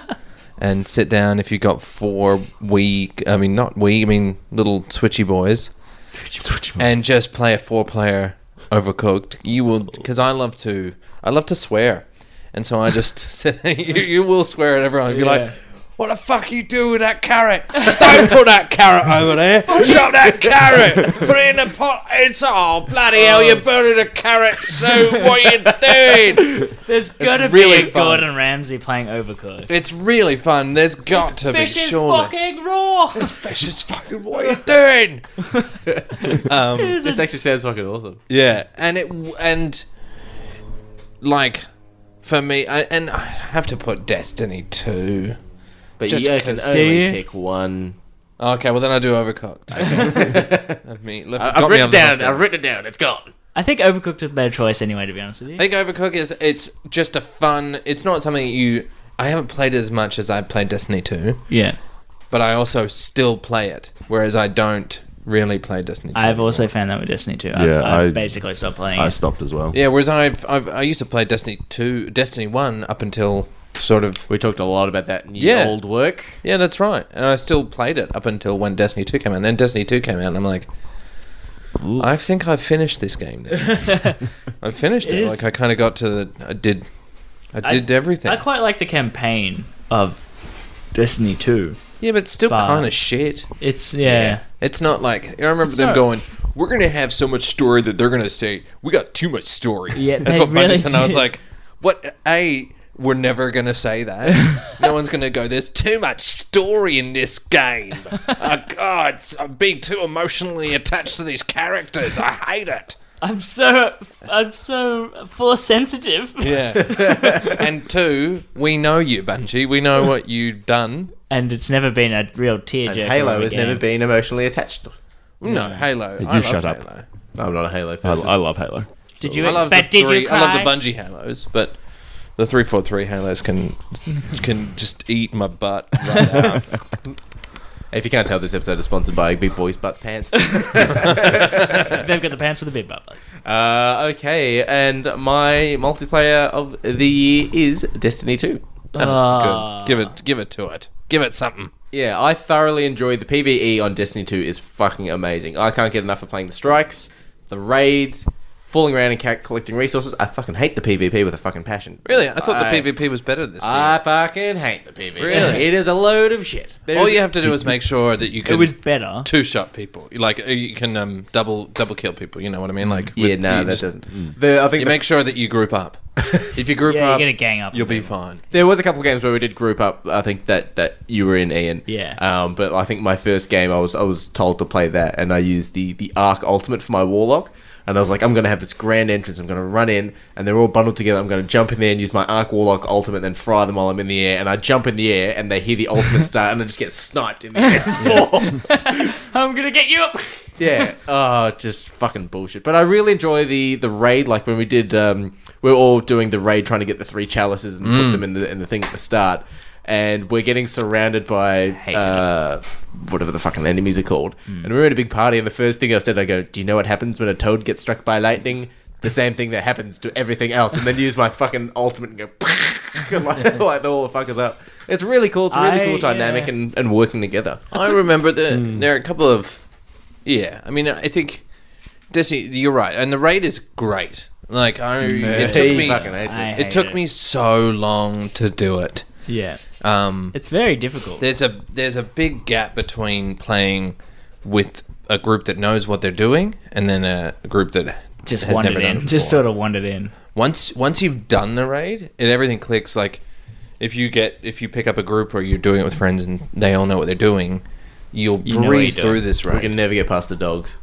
and sit down. If you got four Wii, I mean not Wii, I mean little Switchy boys, and just play a four-player Overcooked. You will, because I love to, I love to swear, and so I just sit, you, you will swear at everyone. You'll be
Yeah.
like. What the fuck you do with that carrot? Don't put that carrot over there. Shove that carrot. Put it in the pot. It's all bloody hell. You
Um.
buried a carrot soup. What you doing?
There's gotta
really
be a
fun.
Gordon Ramsay playing Overcooked.
It's really fun. There's got to be
Fish is
surely.
fucking raw.
This fish is fucking what are you doing? Um,
This actually sounds fucking awesome.
Yeah, and it w- and like for me, I, and I have to put Destiny two.
But
Just
you can
'cause-
only pick one.
Okay, well then I do Overcooked. Okay. I've
I- I've written it down. I've written it down. It's gone.
I think Overcooked is a better choice anyway, to be honest with you.
I think Overcook is it's just a fun. It's not something you. I haven't played as much as I played Destiny Two.
Yeah.
But I also still play it, whereas I don't really play Destiny Two.
I've also found that with Destiny 2. I've,
Yeah,
I've
I-
basically stopped playing
I
it.
stopped as well.
Yeah, whereas I've, I've I used to play Destiny two, Destiny one up until sort of.
We talked a lot about that in
yeah.
old work.
Yeah, that's right. And I still played it up until when Destiny two came out. And then Destiny two came out, and I'm like, I think I've finished this game. Now. I finished it.
It is-
Like I kind of got to the. I did. I did everything.
I quite like the campaign of Destiny 2.
Yeah, but it's still
But-
kind of shit.
It's yeah.
It's not like I remember
It's
them
not-
going. We're gonna have so much story that they're gonna say we got too much story.
Yeah,
that's
they
what
really
really said. And I was
did.
like, what? A, we're never gonna say that. no one's gonna go. There's too much story in this game. Uh, God, it's- I'm being too emotionally attached to these characters. I hate it.
I'm so I'm so force sensitive.
Yeah. and two, we know you, Bungie. We know what you've done.
And it's never been a real tearjerker.
And
Halo has never been emotionally attached.
No, Halo.
You
I love
shut up.
Halo.
I'm not a Halo
I,
person.
I love Halo.
Did you?
I love
but
the
did
three,
you
I love
cry?
the bungee halos, but the three four three halos can can just eat my butt. Right now.
if you can't tell, this episode is sponsored by Big Boys Butt Pants.
They've got the pants with the big butt.
Uh, okay, and my multiplayer of the year is Destiny 2.
That was
Ah.
good. Give it give it to it. Give it something.
Yeah, I thoroughly enjoyed the PvE on Destiny 2 is fucking amazing. I can't get enough of playing the strikes, the raids, falling around and ca- collecting resources. I fucking hate the PvP with a fucking passion.
Really, I thought the PvP was better this year.
I fucking hate the PvP.
Really?
It is a load of shit. There
All
is-
you have to do is make sure that you can.
was better.
Two shot people, You like uh, you can um, double double kill people. You know what I mean? Like
Yeah, no,
you
that
just- mm.
doesn't- The- I think
you
the-
make sure that you group up. if you group
Yeah, you
up,
gotta gang up
You'll be fine.
There was a couple of games where we did group up. I think that, that you were in, Ian.
Yeah.
Um, but I think my first game, I was I was told to play that, and I used the the Arc Ultimate for my Warlock, and I was like, I'm gonna have this grand entrance. I'm gonna run in, and they're all bundled together. I'm gonna jump in there and use my Arc Warlock Ultimate, then fry them while I'm in the air. And I jump in the air, and they hear the Ultimate start, and I just get sniped in the air.
I'm gonna get you up.
Yeah. Oh, just fucking bullshit. But I really enjoy the the raid. Like when we did, um, we are all doing the raid, trying to get the three chalices and put
Mm.
them in the in the thing at the start. And we're getting surrounded by uh, whatever the fucking enemies are called.
Mm.
And we were at a big party, and the first thing I said, I go, "Do you know what happens when a toad gets struck by lightning? The same thing that happens to everything else." And then use my fucking ultimate and go. like, like all the fuckers up. It's really cool. It's a really
I-
cool dynamic
yeah.
and, and working together.
I remember that
Hmm.
there are a couple of, yeah. I mean, I think Destiny. You're right, and the raid is great. Like I,
Yeah,
it took
he
me,
fucking hates it. I
it
hate
took
it.
me so long to do it.
Yeah.
um,
it's very difficult.
There's a there's a big gap between playing with a group that knows what they're doing and then a group that
Just
has
wandered
never done
in.
it
Just
before.
sort of wandered in.
Once once you've done the raid, it everything clicks. Like if you get if you pick up a group or you're doing it with friends and they all know what they're doing, you'll
You know what
breeze
you're
through
doing.
this
We
raid.
can never get past the dogs.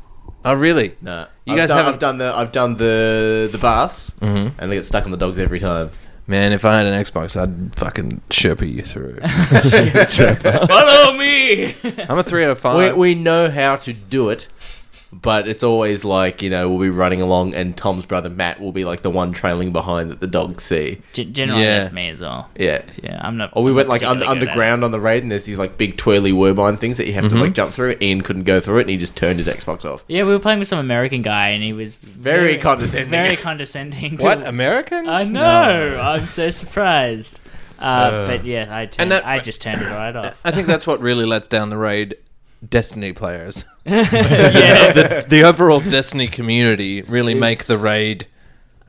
Oh really?
No.
You
I've
guys
done,
haven't-
I've done the I've done the the baths
Mhm.
and I get stuck on the dogs every time.
Man, if I had an Xbox, I'd fucking sherpa you through.
Follow me.
I'm a 305.
We, we know how to do it, but it's always like you know we'll be running along and Tom's brother Matt will be like the one trailing behind that the dogs see.
Gen- generally, that's me as well.
Yeah,
yeah. I'm not.
Or we
I'm
went
not
like un-
particularly good at it.
underground on the raid, and there's these like big twirly worbine things that you have
Mhm.
to like jump through. Ian couldn't go through it, and he just turned his Xbox off.
Yeah, we were playing with some American guy, and he was
Very condescending.
Very condescending. To,
What, Americans?
I know.
No.
I'm so surprised. Uh,
Uh,
but yeah, I turned,
that-
I just turned it right off.
I think that's what really lets down the raid Destiny players.
Yeah.
the, the overall Destiny community really make
It's-
the raid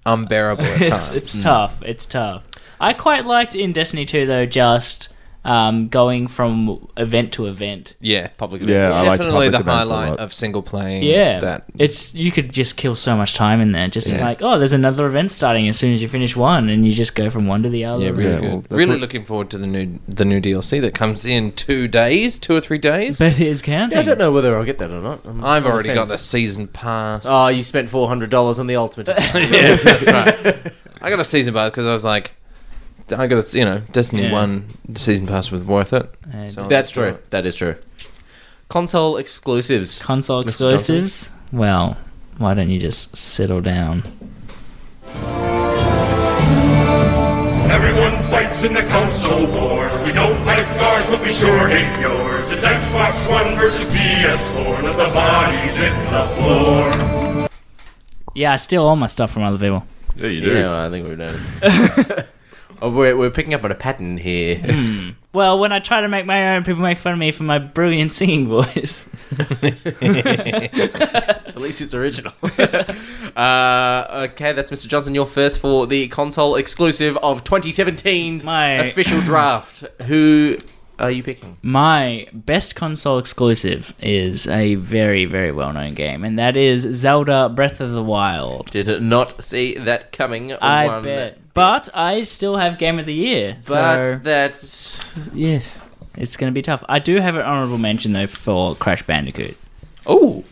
unbearable at
it's
times.
Hmm.
it's tough. It's tough. I quite liked in Destiny 2 though, just um, going from event to event.
Yeah, public
Yeah, events. I liked
definitely
public
the
events a
highlight
lot.
of single playing.
Yeah,
that
it's you could just kill so much time in there. Just
Yeah.
like, oh, there's another event starting as soon as you finish one, and you just go from one to the other.
yeah, really good. really looking forward to the new the new DLC that comes in two days, two or three days.
But it is counting.
Yeah, I don't know whether I'll get that or not. I'm
I've
on the
already got
fence.
the season pass.
Oh, you spent four hundred dollars on the ultimate.
yeah, that's right. I got a season pass because I was like, I got a you know Destiny
Yeah.
one season pass was worth it. So I'll
Oh, That's
just do
true. That is true. Console exclusives.
Console
Mr. Johnson.
exclusives. Well, Why don't you just settle down?
Everyone fights in the console wars. We don't like ours, but we sure hate yours. It's Xbox One versus PS4. Let the bodies hit the floor.
Yeah, I steal all my stuff from other people.
Yeah, you do. Yeah, well, I think we've noticed. oh, we're, we're picking up on a pattern here.
Well, when I try to make my own, people make fun of me for my brilliant singing voice.
At least it's original. uh, okay, that's Mr. Johnson. Your first for the console exclusive of 2017
My
official draft. Who are you picking?
My best console exclusive is a very, very well known game, and that is Zelda Breath of the Wild.
Did not see that coming.
I
One-
bet. But I still have Game of the Year.
But
so
that's yes,
it's going to be tough. I do have an honorable mention though for Crash Bandicoot.
Oh,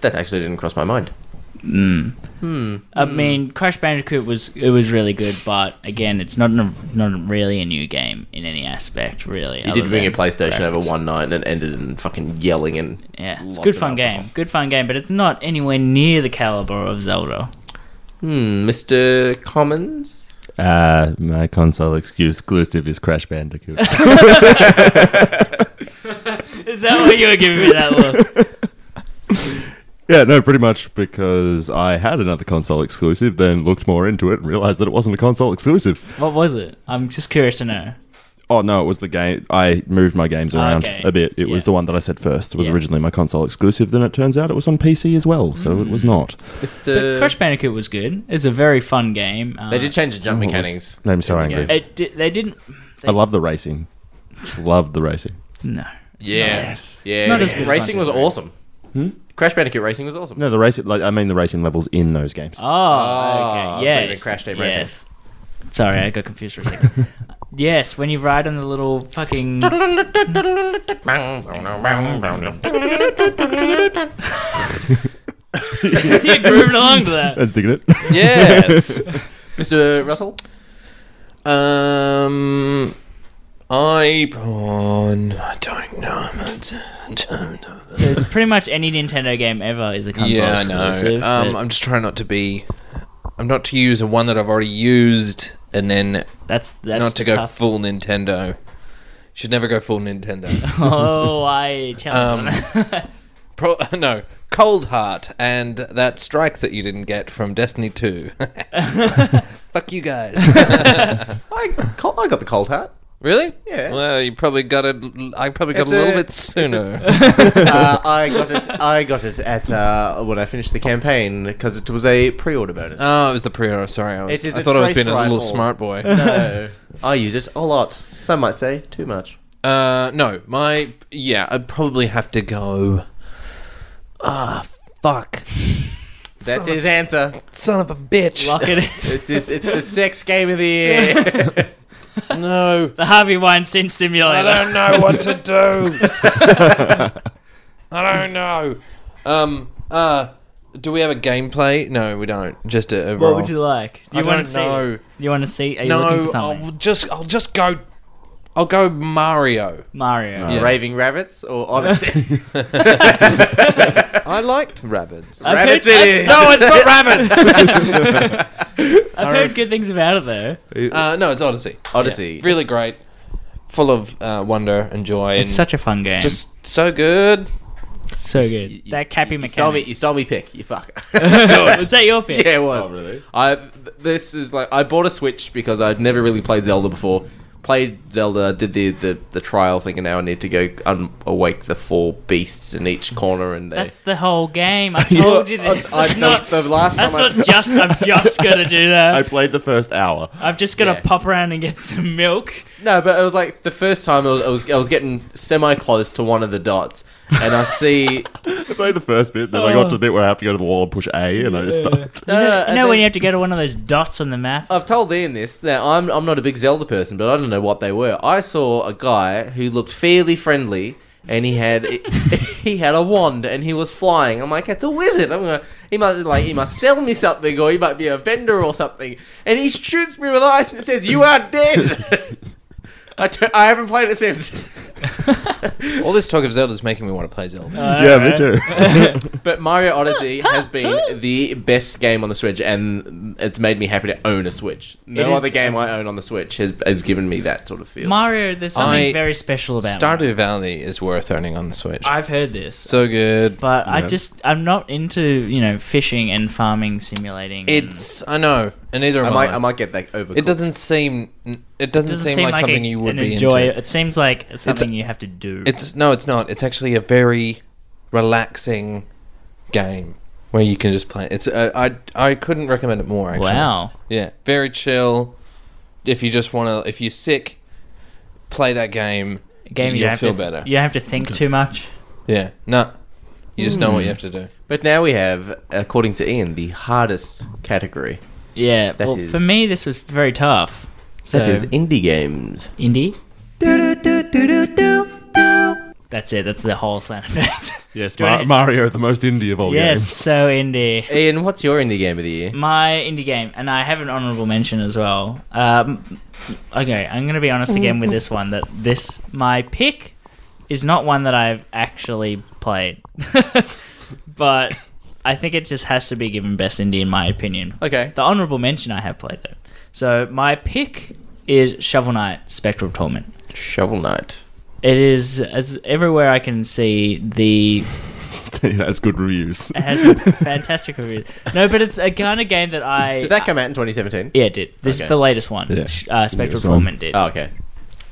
that actually didn't cross my mind.
Mm.
Hmm.
I
Hmm.
mean, Crash Bandicoot was it was really good, but again, it's not a, not really a new game in any aspect, really.
You
other
did bring a
than
PlayStation
graphics.
over one night and it ended in fucking yelling and
Yeah, it's a
lots
good
of
fun game. Good fun game, but it's not anywhere near the caliber of Zelda.
Hmm, Mr. Commons?
Uh, my console excuse exclusive is Crash Bandicoot.
Is that why you were giving me that look?
yeah, no, pretty much because I had another console exclusive, then looked more into it and realized that it wasn't a console exclusive.
What was it? I'm just curious to know.
Oh no, it was the game. I moved my games around
Okay.
a bit. It was the one that I said first. It was originally my console exclusive. Then it turns out it was on PC as well, so it
Mm.
was not.
But Crash Bandicoot was good. It's a very fun game. Uh,
They did change the jump
Oh,
mechanics.
it's- no, I'm so angry.
It di- they didn't.
I love the racing. love the racing.
No.
Yes. Yeah.
It's not as good as
Racing was
Bandicoot.
awesome.
Hmm?
Crash Bandicoot Racing was awesome.
No, the racing. Like, I mean, the racing levels in those games.
Oh,
Ah,
okay.
I thought you
Yes.
meant Crash Team Racing.
yes. Sorry, I got confused for a second. yes, when you ride on the little fucking. you grooved along to that.
That's digging it.
Yes. Mr. Russell?
Um, I oh, no, I don't know. I don't know.
There's pretty much any Nintendo game ever is a console
yeah,
exclusive.
I know. Um,
but
I'm just trying not to be. I'm not to use a one that I've already used, and then
that's, that's
not to
the
go
tough-
full Nintendo. Should never go full Nintendo.
Oh, I challenge
Um, pro- no, Cold Heart and that strike that you didn't get from Destiny Two. Fuck you guys.
I, I got the cold heart.
Really?
Yeah.
Well, you probably got it. l- I probably got
It's
it a little
a-
bit sooner.
uh, I got it. I got it at uh, when I finished the campaign because it was a pre-order bonus.
Oh, it was the pre-order. Sorry, I, was,
It is
I
a
thought I was
trace
being a little
rifle.
smart boy.
No, I use it a lot. Some might say too much.
Uh, no, my yeah, I'd probably have to go. Ah, fuck.
That's his answer.
Son of a bitch.
Lock it in.
It's his, it's the sex game of the year.
no,
the Harvey Weinstein simulator.
I don't know what to do. I don't know. Um. Uh. Do we have a gameplay? No, we don't. Just a. a
What
roll.
would you like?
I
You wanna
don't
see?
know.
You want to see? Are you looking
no,
for something?
I'll just. I'll just go. I'll go Mario.
Mario.
Yeah.
Raving rabbits or Odyssey?
I liked rabbits.
I've
rabbits
heard-
it is.
No, it's not rabbits.
I've heard good things about it though.
Uh, no, it's Odyssey.
Odyssey.
Yeah. Really great. Full of uh, wonder and joy.
It's
and
such a fun game.
Just so good.
so good. that Cappy
You stole me.
mechanic.
You stole me pick. You fuck.
Was that your pick?
Yeah, it was. I th- this is like I bought a Switch because I'd never really played Zelda before. Played Zelda, did the the, the trial thing, and now I need to go un- awake the four beasts in each corner, and they.
That's the whole game. I told you this.
uh, I- I-
It's
the-
not,
the last
that's
time I-
not just. I've just got to do that.
I played the first hour.
I've just got to
Yeah.
pop around and get some milk.
No, but it was like the first time I was I was, I was getting semi close to one of the dots, and I see.
I played the first bit, then I got to
Oh.
the bit where I have to go to the wall and push A, and I just stopped.
Uh,
You know,
no,
you
and
know when
then-
you have to go to one of those dots on the map?
I've told Ian this. Now I'm I'm not a big Zelda person, but I don't know what they were. I saw a guy who looked fairly friendly, and he had he had a wand, and he was flying. I'm like, it's a wizard. I'm gonna he must like he must sell me something, or he might be a vendor or something. And he shoots me with ice and says, "You are dead." I t- I haven't played it since.
All this talk of Zelda is making me want to play Zelda.
but Mario Odyssey has been the best game on the Switch, and it's made me happy to own a Switch. No
It is-
other game I own on the Switch has, has given me that sort of feel.
Mario, there's something very special about
Stardew Valley is worth owning on the Switch.
I've heard this.
So good,
but I just I'm not into you know fishing and farming simulating. and-
It's I know, and neither
I
am
might-
I.
I might get
that
It doesn't seem. It doesn't, seem, like, something
a-
you would
an
be
enjoy.
into.
It seems like it's something you have to do.
It's no, it's not. It's actually a very relaxing game where you can just play. It's uh, I I couldn't recommend it more. Actually,
Wow.
yeah, very chill. If you just want to, if you're sick, play that game.
a game you
you'll
have
feel
to,
better.
You don't have to think too much.
Yeah, no, you just know what you have to do.
But now we have, according to Ian, the hardest category.
Yeah,
That
well,
is-
for me this was very tough.
That
So-
is indie games.
Indie. That's it. That's the whole sound effect.
Yes,
Do you
Ma-
wanna-
Mario, the most indie of all
Yes,
games.
so indie.
Ian, what's your indie game of the year?
My indie game, and I have an honorable mention as well. Um, okay, I'm going to be honest again with this one. That this my pick is not one that I've actually played, but I think it just has to be given best indie in my opinion.
Okay,
the honorable mention I have played though. So my pick is Shovel Knight: Spectral Torment.
Shovel Knight.
It is as everywhere I can see the
it has good reviews.
it has fantastic reviews. No, but it's a kind of game that I
Did that come out in 2017?
Yeah, it did. This is
Okay.
the latest one.
Yeah.
sh- Uh, Spectral
Newest one.
Torment did.
Oh, okay.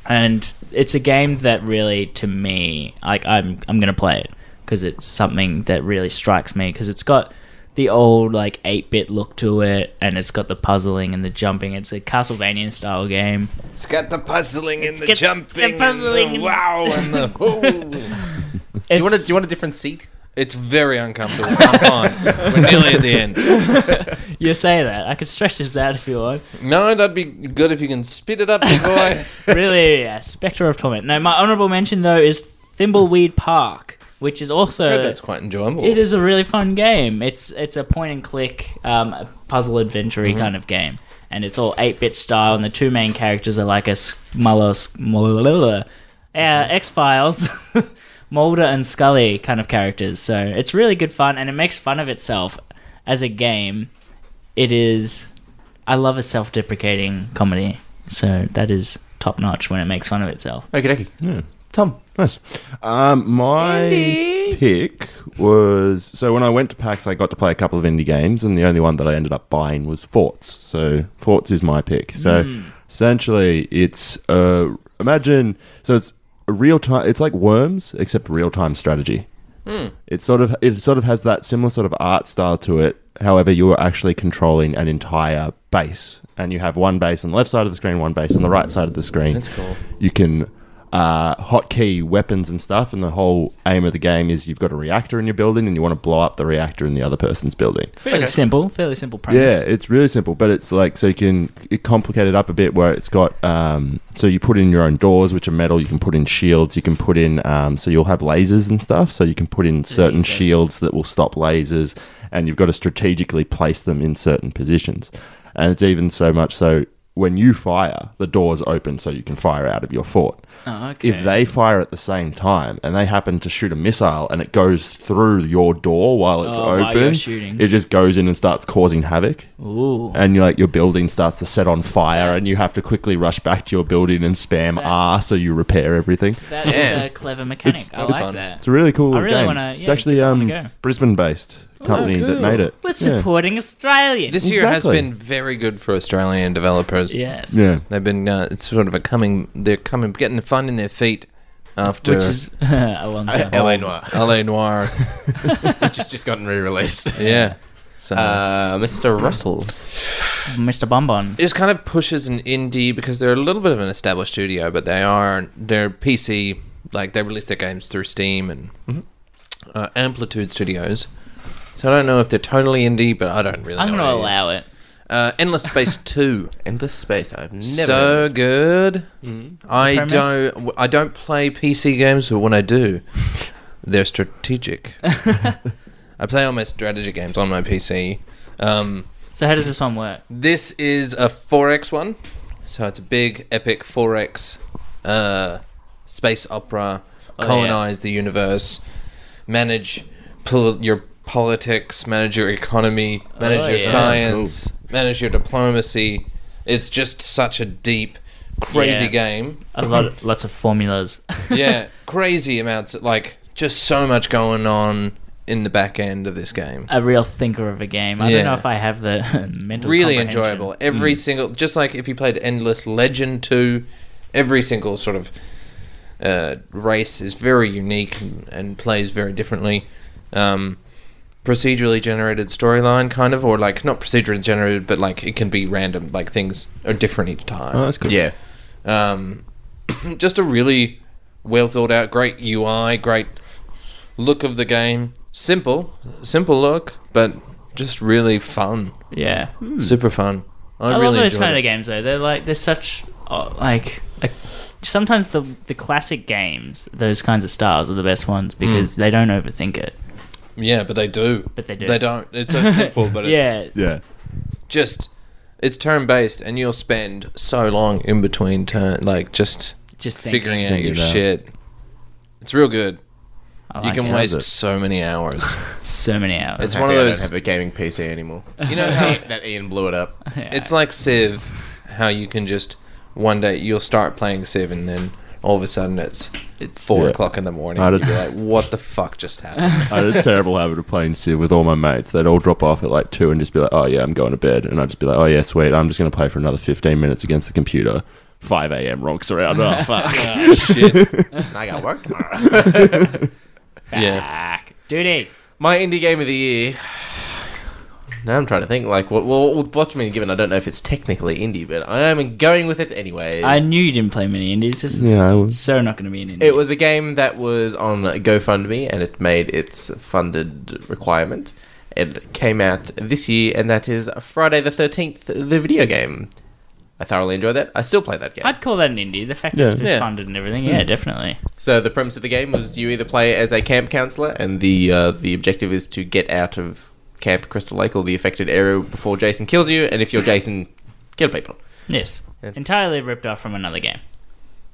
And it's a game that really, to me, like I'm, I'm gonna play it because it's something that really strikes me because it's got the old like 8-bit look to it, and it's got the puzzling and the jumping. It's a Castlevania style game.
It's got the puzzling and the
got the
jumping,
puzzling
and
and-
the wow, and the.
Do you want
a, do you want a different seat?
It's very uncomfortable. I'm fine. We're nearly at the end.
you say that. I could stretch this out if you want.
No, that'd be good if you can spit it up, big boy.
really, yeah, Spectre of Torment. No, my honourable mention though is Thimbleweed Park, which is also
Heard that's quite enjoyable.
Uh, It is a really fun game. It's it's a point and click um, puzzle adventure
Mm-hmm.
Mhm.
kind of game, and it's all eight bit style. And the two main characters are like a Mulder, uh,
Mm-hmm.
X Files, Mulder and Scully kind of characters. So it's really good fun, and it makes fun of itself as a game. It is. I love a self deprecating comedy, so that is top notch when it makes fun of itself.
Okay, okay.
Yeah.
Tom.
Nice. Um, my pick was so when I went to PAX, I got to play a couple of indie games, and the only one that I ended up buying was Forts. So Forts is my pick. So
Mm.
essentially, it's uh, imagine so it's a real time. It's like Worms, except real time strategy.
Hmm.
It sort of it sort of has that similar sort of art style to it. However, you are actually controlling an entire base, and you have one base on the left side of the screen, one base on the right side of the screen.
That's cool.
You can uh, hotkey weapons and stuff, and the whole aim of the game is you've got a reactor in your building, and you want to blow up the reactor in the other person's building.
Fairly simple, fairly simple premise.
Yeah, it's really simple, but it's like so you can it complicate it up a bit where it's got um, so you put in your own doors, which are metal. You can put in shields. You can put in um, so you'll have lasers and stuff. So you can put in certain shields that will stop lasers, and you've got to strategically place them in certain positions. And it's even so much so when you fire, the doors open so you can fire out of your fort.
Oh, okay.
If they fire at the same time and they happen to shoot a missile and it goes through your door while it's
Oh,
open,
while you're shooting.
it just goes in and starts causing havoc.
Ooh.
And you like your building starts to set on fire and you have to quickly rush back to your building and spam R so you repair everything.
That is a clever mechanic. I like that.
It's a really
I
cool little
really
game.
wanna-
it's
yeah,
actually
give it a
um,
go. Oh,
Brisbane based company that
cool.
made it.
We're
Yeah.
supporting Australia.
This year has been very good for Australian developers.
Yes.
Yeah.
They've been uh, it's sort of a coming they're coming getting the fun in their feet after
Which is a long time.
LA Uh, Noir.
LA Noir.
Which has just gotten re released.
Yeah. So-
Uh, Mr. Russell.
Mr. Bonbon.
It just kind of pushes an indie because they're a little bit of an established studio, but they are they're PC like they release their games through Steam and uh, Amplitude Studios. So I don't know if they're totally indie, but I don't really.
I'm
know
gonna
what it is.
allow it.
Uh, Endless Space Two.
Endless Space. I've never. heard
so good.
Mhm.
I
Premise?
don't. w- I don't play PC games, but when I do, they're strategic. I play all my strategy games on my PC. Um,
So how does this one work?
this is a 4x one, so it's a big epic 4x uh, space opera,
Oh,
colonize the universe, manage pol- your politics, manage your economy, manage
Oh,
your
yeah.
science, manage your diplomacy. It's just such a deep, crazy
Yeah.
game.
A lot, lots of formulas.
yeah, crazy amounts. Of, like just so much going on in the back end of this game.
A real thinker of a game. I
Yeah.
don't know if I have the mental.
really
comprehension.
enjoyable. Every single, just like if you played Endless Legend two, every single sort of uh, race is very unique and, and plays very differently. Um, procedurally generated storyline, kind of, or like not procedurally generated, but like it can be random. Like things are different each time.
Oh, that's cool. Yeah.
Um, just a really well thought out, great UI, great look of the game. Simple, simple look, but just really fun.
Yeah. Hmm.
super fun. I,
I,
really
love those
enjoyed
kind
it.
of games though. They're like they're such uh, like a, sometimes the the classic games, those kinds of styles are the best ones
Hmm.
because they don't overthink it.
Yeah, but they do.
But they do.
They don't. It's so simple, but it's
Yeah.
Yeah.
just it's turn based, and you'll spend so long in between turn, like just
Just thinking.
figuring out your
Thinking about it.
shit. It's real good.
I
you
like
can
it.
waste
Love it.
so many hours.
so many hours.
It's one of
I don't
those.
have a gaming PC anymore.
You know how-
that Ian blew it up.
It's like Civ, how you can just one day you'll start playing Civ, and then all of a sudden it's. four
Yeah.
o'clock in the morning.
I
You'd
did-
be like, "What the fuck just happened?"
I had a terrible habit of playing Civ with all my mates. They'd all drop off at like two and just be like, "Oh yeah, I'm going to bed," and I'd just be like, "Oh yeah, sweet, I'm just going to play for another 15 minutes against the computer." 5 a.m. rocks around. Oh fuck!
Oh, shit. I got work tomorrow.
Yeah.
Duty.
My indie game of the year. Now I'm trying to think. Like, what? Well, what's been given? I don't know if it's technically indie, but I am going with it anyways.
I knew you didn't play many indies. This is
Yeah, I was-
so not going to be an indie.
It was a game that was on GoFundMe and it made its funded requirement. It came out this year, and that is Friday the 13th, the video game. I thoroughly enjoyed that. I still play that game.
I'd call that an indie. The fact that it's
Yeah.
been
Yeah.
funded and everything. Yeah,
Hmm.
definitely.
So the premise of the game was you either play as a camp counselor, and the uh, the objective is to get out of Camp Crystal Lake or the affected area before Jason kills you, and if you're Jason, kill people.
Yes. Entirely ripped off from another game.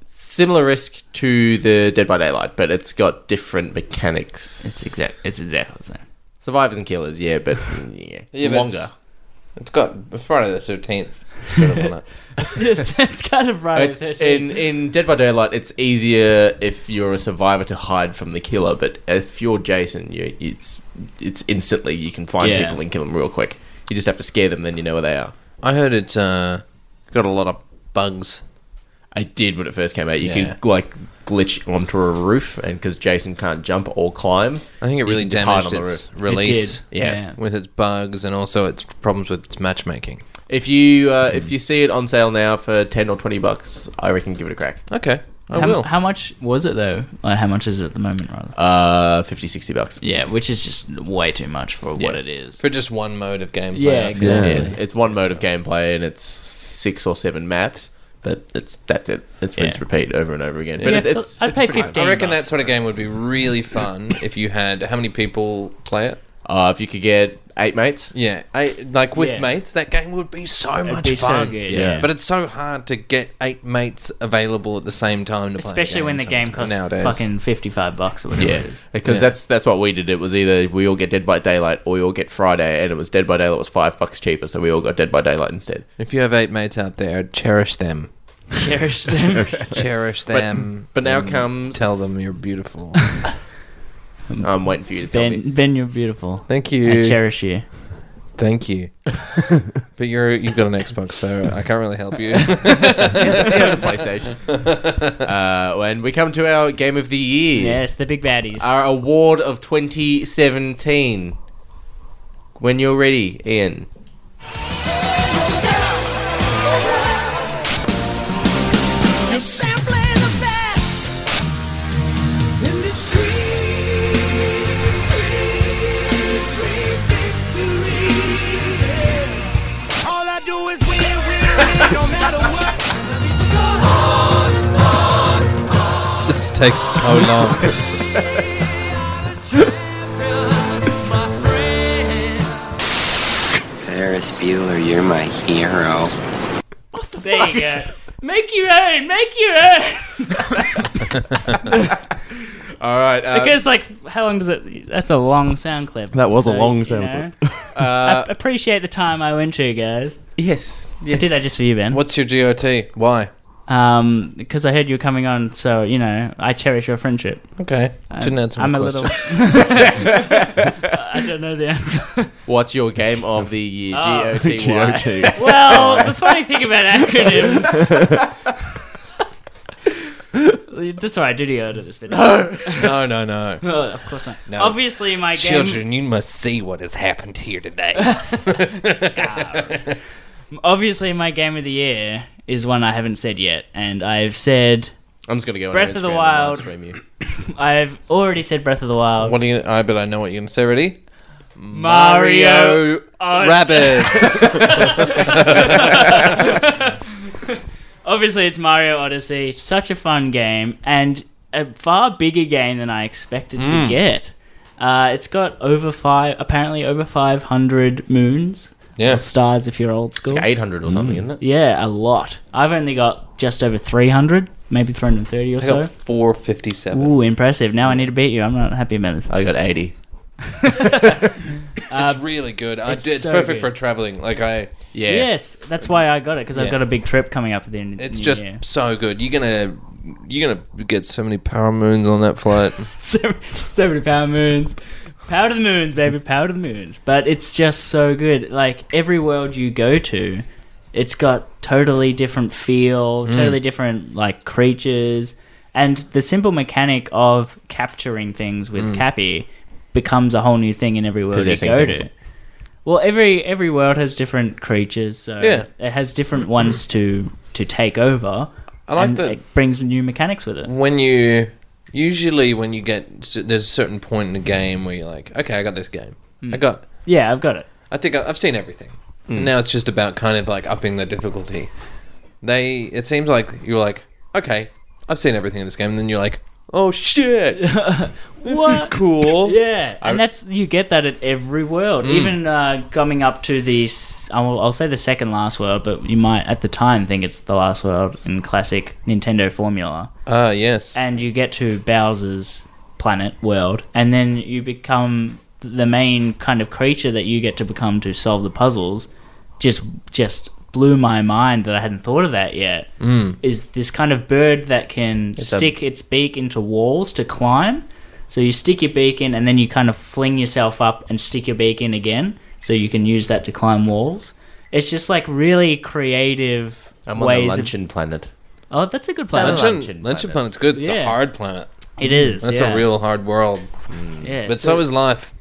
Similar risk to the Dead by Daylight, but it's got different mechanics. It's
exact. It's exactly the same.
Survivors and killers, yeah, but mm, yeah,
Yeah, but
longer.
it's- it's got Friday the Thirteenth sort of on it.
it's, it's kind of
Oh,
right.
It's- in in Dead by Daylight, it's easier if you're a survivor to hide from the killer, but if you're Jason, you it's it's instantly you can find
Yeah.
people and kill them real quick. You just have to scare them, then you know where they are.
I heard it's uh, got a lot of bugs.
I did when it first came out. You
Yeah.
could like glitch onto a roof, and because Jason can't jump or climb,
I think it
you
really
can just hide
damaged
on the
its
roof.
release.
yeah.
with its bugs and also its problems with its matchmaking.
If you uh, if you see it on sale now for ten or twenty bucks, I reckon give it a crack.
Okay,
Oh,
I
how,
will.
How much was it though? Like, how much is it at the moment, rather?
Uh, 50, 60 bucks.
Yeah, which is just way too much for what it is.
for just one mode of gameplay.
Yeah,
I feel.
exactly.
it's, it's one mode of gameplay, and it's six or seven maps. But it's that's it. It's
Yeah.
it's repeat over and over again.
Yeah.
But
Yeah,
it, it's
I'd
it's
pay
pretty fun.
I reckon that sort of game would be really fun if you had how many people play it?
Uh, if you could get eight mates.
Yeah, I, like with
Yeah.
mates, that game would be so much
be so
fun.
good, Yeah. yeah.
but it's so hard to get eight mates available at the same time to play. a
Especially when the game
sometimes-
costs
nowadays.
fucking fifty-five bucks or whatever.
Yeah,
it is.
because
Yeah.
that's that's what we did. It was either we all get Dead by Daylight or we all get Friday, and it was Dead by Daylight was five bucks cheaper, so we all got Dead by Daylight instead.
If you have eight mates out there, cherish them.
Cherish them.
cherish
But-
them.
but now
and
comes-
tell them you're beautiful. Mm.
I'm waiting for you to tell me.
Ben, Ben, you're beautiful.
Thank you.
I cherish you.
Thank you. but you're you've got an Xbox, so I can't really help you.
He has a PlayStation. Uh, when we come to our game of the year,
Yes, the big baddies.
our award of 2017. When you're ready, Ian.
You're simply the best. And it's sweet, sweet, sweet victory. All I do is win, win, win, no matter what.
this takes so long.
Ferris Bueller, you're my hero.
There you go. Make your own. Make your
Uh,
own.
All right. Uh,
I guess like how long does it? That's a long sound clip.
That was a long
you
sound
know.
clip.
Uh,
I appreciate the time I went to, guys.
Yes,
I did that just for you, Ben.
What's your GOT? Why?
Um, because I heard you were coming on, so you know I cherish your friendship.
Okay. Didn't answer my
I'm a
question.
little. I don't know the answer.
What's your game of the year?
Ah.
Oh.
GOTY.
GOT.
Well, the funny thing about acronyms. That's why I did you out of this video.
no, no, no.
Oh, of course not. Obviously, my game-
Children, you must see what has happened here today.
Stop. Obviously, my game of the year is one I haven't said yet, and I've said.
I'm just gonna go on
Breath of the
Instagram and
Wild.
live stream
I've already said Breath of the Wild.
What are you? I bet I know what you're gonna say. Ready?
Mario on-
rabbits.
Obviously, it's Mario Odyssey. Such a fun game, and a far bigger game than I expected
Mm.
to get. Uh, it's got over five, apparently over five hundred moons.
Yeah.
or stars if you're old school.
got 800 or
Mm.
something, isn't it?
Yeah, a lot. I've only got just over three hundred, maybe three hundred thirty
I
or so.
got four fifty seven.
Ooh, impressive. Now I need to beat you. I'm not happy about this.
I got 80.
It's really good. I
Uh, it's
did- it's
so
perfect
good.
for traveling. Like I,
Yes, that's why I got it because
Yeah.
I've got a big trip coming up at the end. of the
It's
new
just
year.
so good. You're gonna, you're gonna get so many power moons on that flight.
Seven- seventy power moons. Power to the moons, baby. Power to the moons. But it's just so good. Like every world you go to, it's got totally different feel,
Mm.
totally different like creatures, and the simple mechanic of capturing things with
Mm.
Cappy becomes a whole new thing in every world you
Possessing
go
things.
to. Well, every every world has different creatures, so
Yeah.
it has different ones to to take over.
I like
and
that-
It brings new mechanics with it.
when you usually when you get s- there's a certain point in the game where you're like, okay, I got this game.
Mm.
I got.
Yeah, I've got it.
I think I- I've seen everything.
Mm.
And now it's just about kind of like upping the difficulty. They it seems like you're like, okay, I've seen everything in this game, and then you're like, oh shit, this is cool.
Yeah,
I-
and that's you get that at every world.
Mm.
Even uh, coming up to the, s- I'll, I'll say the second last world, but you might at the time think it's the last world in classic Nintendo formula.
Ah,
Uh,
yes.
And you get to Bowser's planet world, and then you become the main kind of creature that you get to become to solve the puzzles. Just, just blew my mind that I hadn't thought of that yet.
Mm.
Is this kind of bird that can
It's a-
stick its beak into walls to climb? So you stick your beak in, and then you kind of fling yourself up and stick your beak in again, so you can use that to climb walls. It's just like really creative
I'm on the
ways. of,
luncheon planet.
oh, that's a good planet.
Luncheon, luncheon, planet's good. It's a
Yeah.
hard planet.
It is,
That's
yeah.
a real hard world.
Yeah,
but
so-
so is life.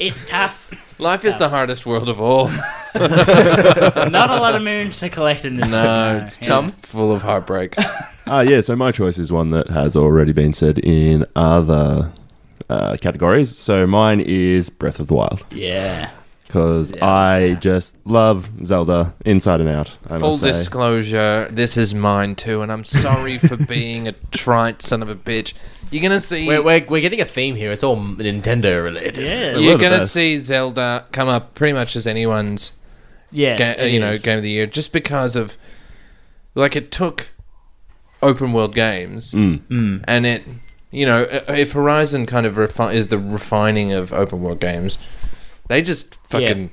It's tough.
Life is the hardest world of all.
Not a lot of moons to collect in this.
No,
one,
it's
yeah.
just full of heartbreak.
Ah, yeah. So my choice is one that has already been said in other uh, categories. So mine is Breath of the Wild.
Yeah.
Because I just love Zelda inside and out. I
Full
must say.
disclosure, this is mine too, and I'm sorry for being a trite son of a bitch. You're gonna see.
We're, we're, we're getting a theme here. It's all Nintendo related.
You're gonna see Zelda come up pretty much as anyone's,
Yes,
ga- uh,
it
you know,
is.
game of the year, just because of like it took open world games,
Mm.
Mm.
and it, you know, i- if Horizon kind of refi- is the refining of open world games, they just fucking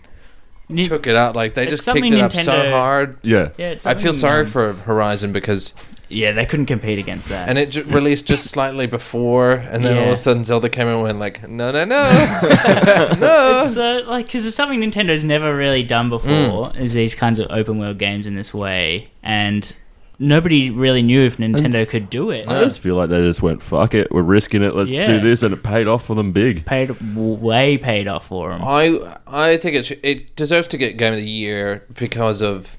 took it out. Like they
It's
just kicked
something
it up so
Nintendo-
hard.
Yeah.
Yeah, it's
I feel
something,
sorry
um,
for Horizon because
yeah, they couldn't compete against that.
and it ju- released just slightly before, and then all of
Yeah.
a sudden Zelda came out and went like, no, no, no, no.
It's uh, like because it's something Nintendo's never really
Mm.
done before is these kinds of open world games in this way, and nobody really knew if Nintendo
And-
could do it.
I just feel like they just went, fuck it, we're risking it, let's
Yeah.
do this, and it paid off for them big.
paid w- way paid off for
Oh,
them.
I I think it sh- it deserves to get game of the year because of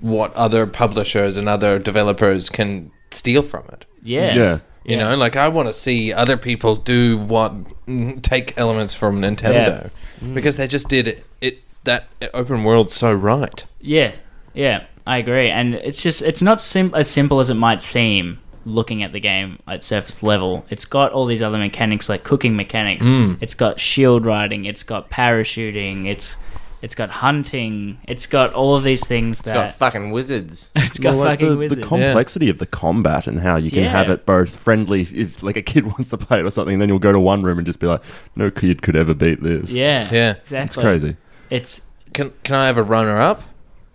what other publishers and other developers can steal from it.
Yes. Yeah.
You know, like I want to see other people do what mm, take elements from Nintendo Mm.
Yeah.
because they just did it, it that open world so right.
Yes, yeah, I agree, and it's just it's not sim- as simple as it might seem looking at the game at surface level. It's got all these other
Hmm.
mechanics like cooking mechanics.
Mm.
It's got shield riding. It's got parachuting. It's It's got hunting. It's got all of these things
It's
that
got fucking wizards.
It's got
Well, like,
fucking
the,
wizards.
The complexity of the combat and how you can
Yeah.
have it both friendly. If like a kid wants to play it or something, then you'll go to one room and just be like, "No kid could ever beat this."
Yeah.
Yeah.
Exactly.
It's crazy.
It's
Can Can I have a runner up?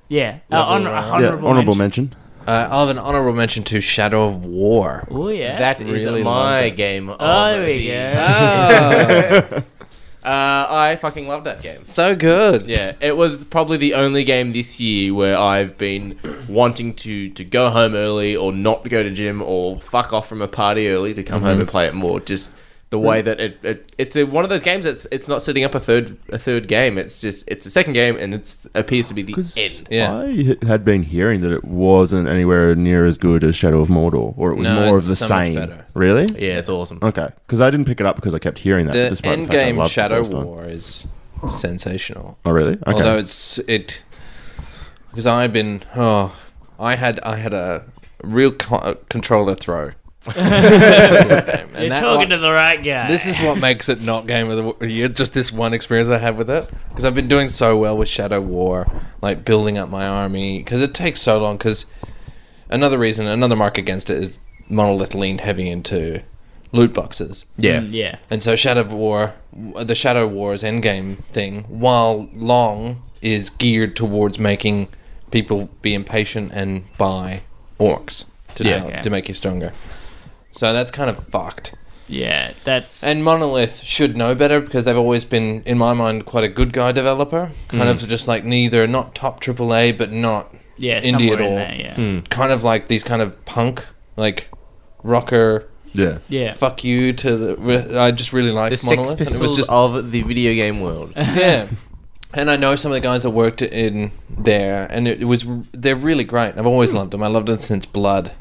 yeah. Uh, honor-
Yeah,
honorable
honorable
mention.
mention.
Uh, I'll have an honorable mention to Shadow of War.
Oh yeah.
That is my game. Of
Oh, there we
the-
Ah,
go.
uh, I fucking love that game.
So good.
Yeah, it was probably the only game this year where I've been wanting to to go home early or not go to gym or fuck off from a party early to come home
Mhm.
and play it more. Just the way
Mm.
that it, it it's a, one of those games that's it's not setting up a third a third game. It's just it's a second game and it appears to be the end.
I h- had been hearing that it wasn't anywhere near as good as Shadow of Mordor, or it was
No,
more of
it's
the
so much
same.
better.
Really?
Yeah, it's awesome.
Okay, because I didn't pick it up because I kept hearing that.
The
despite
end
fact I
game
loved the
Shadow
first one.
War is sensational.
Oh, really? Okay.
Although it's it because I've been oh I had I had a real co- uh, controller throw. And
You're
that
talking
one-
to the right guy.
This is what makes it not game of the w- year. Just this one experience I had with it because I've been doing so well with Shadow War, like building up my army because it takes so long. Because another reason, another mark against it is Monolith leaned heavy into loot boxes.
Yeah. Mm, yeah.
And so Shadow War, the Shadow War's endgame thing, while long, is geared towards making people be impatient and buy orcs to
Yeah.
now-
Okay.
to make you stronger. So that's kind of fucked.
Yeah, that's
and Monolith should know better because they've always been, in my mind, quite a good guy developer. Kind
Mm.
of just like neither not top AAA, but not
Yeah,
indie
somewhere
at
in
all. Hmm.
there, yeah. Mm.
Kind of like these kind of punk, like rocker.
Yeah.
Yeah.
Fuck you to the. I just really liked
The
Monolith.
Sex
and it was
Pistols
just
of the video game world.
yeah. And I know some of the guys that worked in there, and it, it was they're really great. I've always loved them. I loved them since Blood.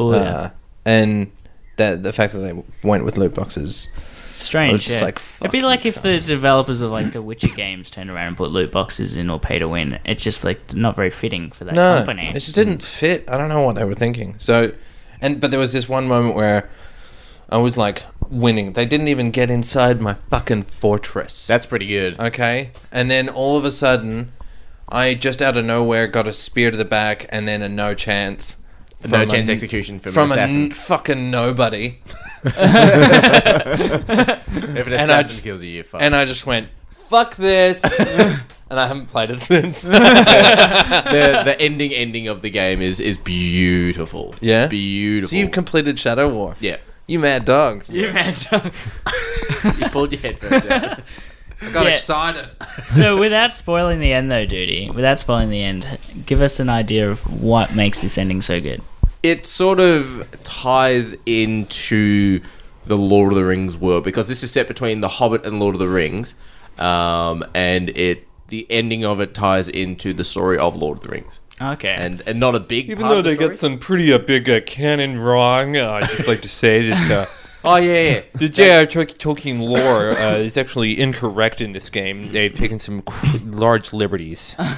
Oh, yeah.
uh, and that the fact that they went with loot boxes, I was
strange.
just
yeah.
like,
It'd be like if the developers of like the Witcher games turned around and put loot boxes in or pay to win. It's just like not very fitting for that
no,
company.
it just didn't fit. I don't know what they were thinking. So, and but there was this one moment where I was like winning. They didn't even get inside my fucking fortress.
That's pretty
Uh,
good.
Okay, and then all of a sudden, I just out of nowhere got a spear to the back, and then a no chance.
A no
from
chance execution from an
from a
assassin.
n- fucking nobody. if
an assassin kills you, you're fucked.
And I just went, fuck this. and I haven't played it since.
the, the ending ending of the game is is beautiful.
Yeah?
It's beautiful.
So you've completed Shadow War.
Yeah.
You mad dog.
You mad dog.
you pulled your headphones out.
I got excited.
so without spoiling the end, though, Duty, without spoiling the end, give us an idea of what makes this ending so good.
it sort of ties into the Lord of the Rings world because this is set between The Hobbit and Lord of the Rings, um, and it the ending of it ties into the story of Lord of the Rings.
Okay.
and and not a big
Even
part
though
of the
they
story.
got some pretty uh, big uh, canon wrong, uh, I'd just like to say that. Uh,
Oh yeah, yeah.
The J.R. Tol- Tolkien lore uh, is actually incorrect in this game. They've taken some qu- large liberties on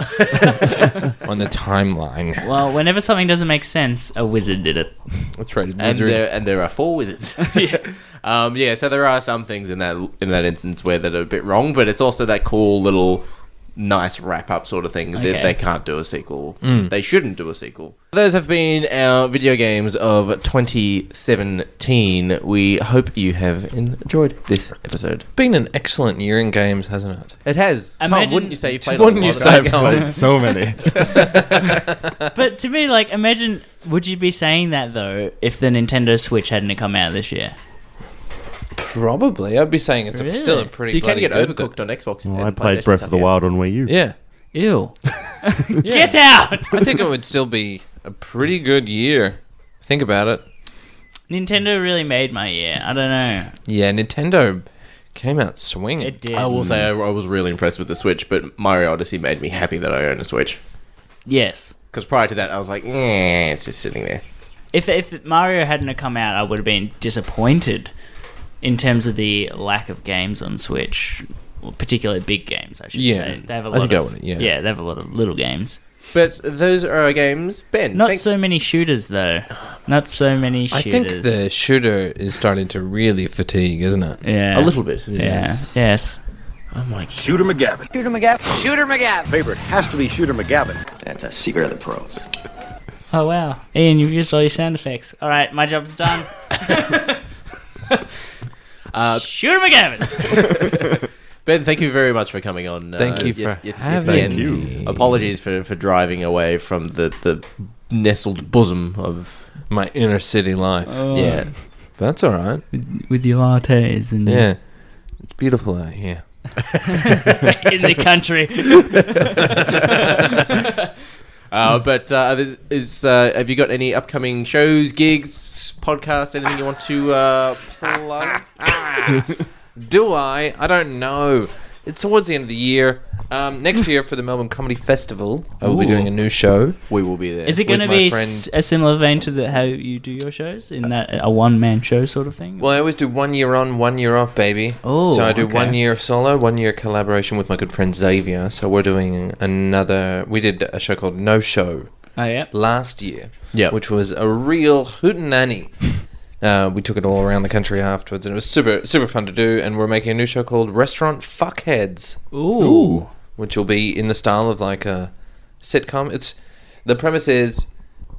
the timeline.
Well, whenever something doesn't make sense, a wizard did it.
That's right.
and there and there are four wizards. yeah. Um, yeah, so there are some things in that in that instance where that are a bit wrong, but it's also that cool little nice wrap up sort of thing
Okay.
that they can't do a sequel.
Mm.
They shouldn't do a sequel. Those have been our video games of 2017. We hope you have enjoyed this episode.
been an excellent year in games, hasn't it?
It has. Tom,
Imagine-
wouldn't you say you played?
Wouldn't
a
you
lot
say
of
I've played so
many?
but to me, like, imagine would you be saying that though if the Nintendo Switch hadn't come out this year?
Probably. I'd be saying it's a-
Really?
still a pretty
You can
bloody
get
good
overcooked on Xbox.
Well, I
and
played
PlayStation
Breath
stuff,
of the
yeah.
Wild on Wii U.
Yeah.
Ew. Get out!
I think it would still be a pretty good year. Think about it.
Nintendo really made my year. I don't know.
Yeah, Nintendo came out swinging.
It did.
I will say I, I was really impressed with the Switch, but Mario Odyssey made me happy that I own a Switch.
Yes.
Because prior to that, I was like, eh, it's just sitting there.
If if Mario hadn't have come out, I would have been disappointed in terms of the lack of games on Switch, well, particularly big games. I should
Yeah.
say they have a
I
lot.
think I
of,
would, yeah.
they have a lot of little games.
But those are our games, Ben.
Not so many shooters though. Not so many
I
shooters.
think the shooter is starting to really fatigue, isn't it?
Yeah.
A little bit.
Yeah. Yes.
Oh my Shooter McGavin.
Shooter McGavin. Shooter McGavin.
Favorite has to be Shooter McGavin. That's a secret of the pros.
Oh wow, Ian, you've used all your sound effects. All right, my job's done.
Uh,
Shooter McGavin.
Ben, thank you very much for coming on. uh,
Thank you for having
Ben.
me.
Apologies for, for driving away from the, the nestled bosom of
my inner city life.
Uh,
Oh. Yeah.
That's all right.
With, with your lattes and
yeah, it's beautiful out here.
in the country.
Uh, but uh, this is uh, have you got any upcoming shows, gigs, podcasts, anything you want to uh, plug?
Do I? I don't know. It's towards the end of the year. Um, next year for the Melbourne Comedy Festival, I will be
Ooh.
doing a new show.
We will be there.
Is it
with
going to
my
be
friend-
s- a similar vein to the, how you do your shows in that a one man show sort of thing?
Well, I always do one year on, one year off, baby.
Oh,
so I do
okay.
one year solo, one year collaboration with my good friend Xavier. So we're doing another. We did a show called No Show.
Oh, yeah.
Last year.
Yeah.
Which was a real hootenanny. Uh, we took it all around the country afterwards, and it was super super fun to do. And we're making a new show called Restaurant Fuckheads.
Ooh. Ooh.
Which will be in the style of like a sitcom. It's the premise is.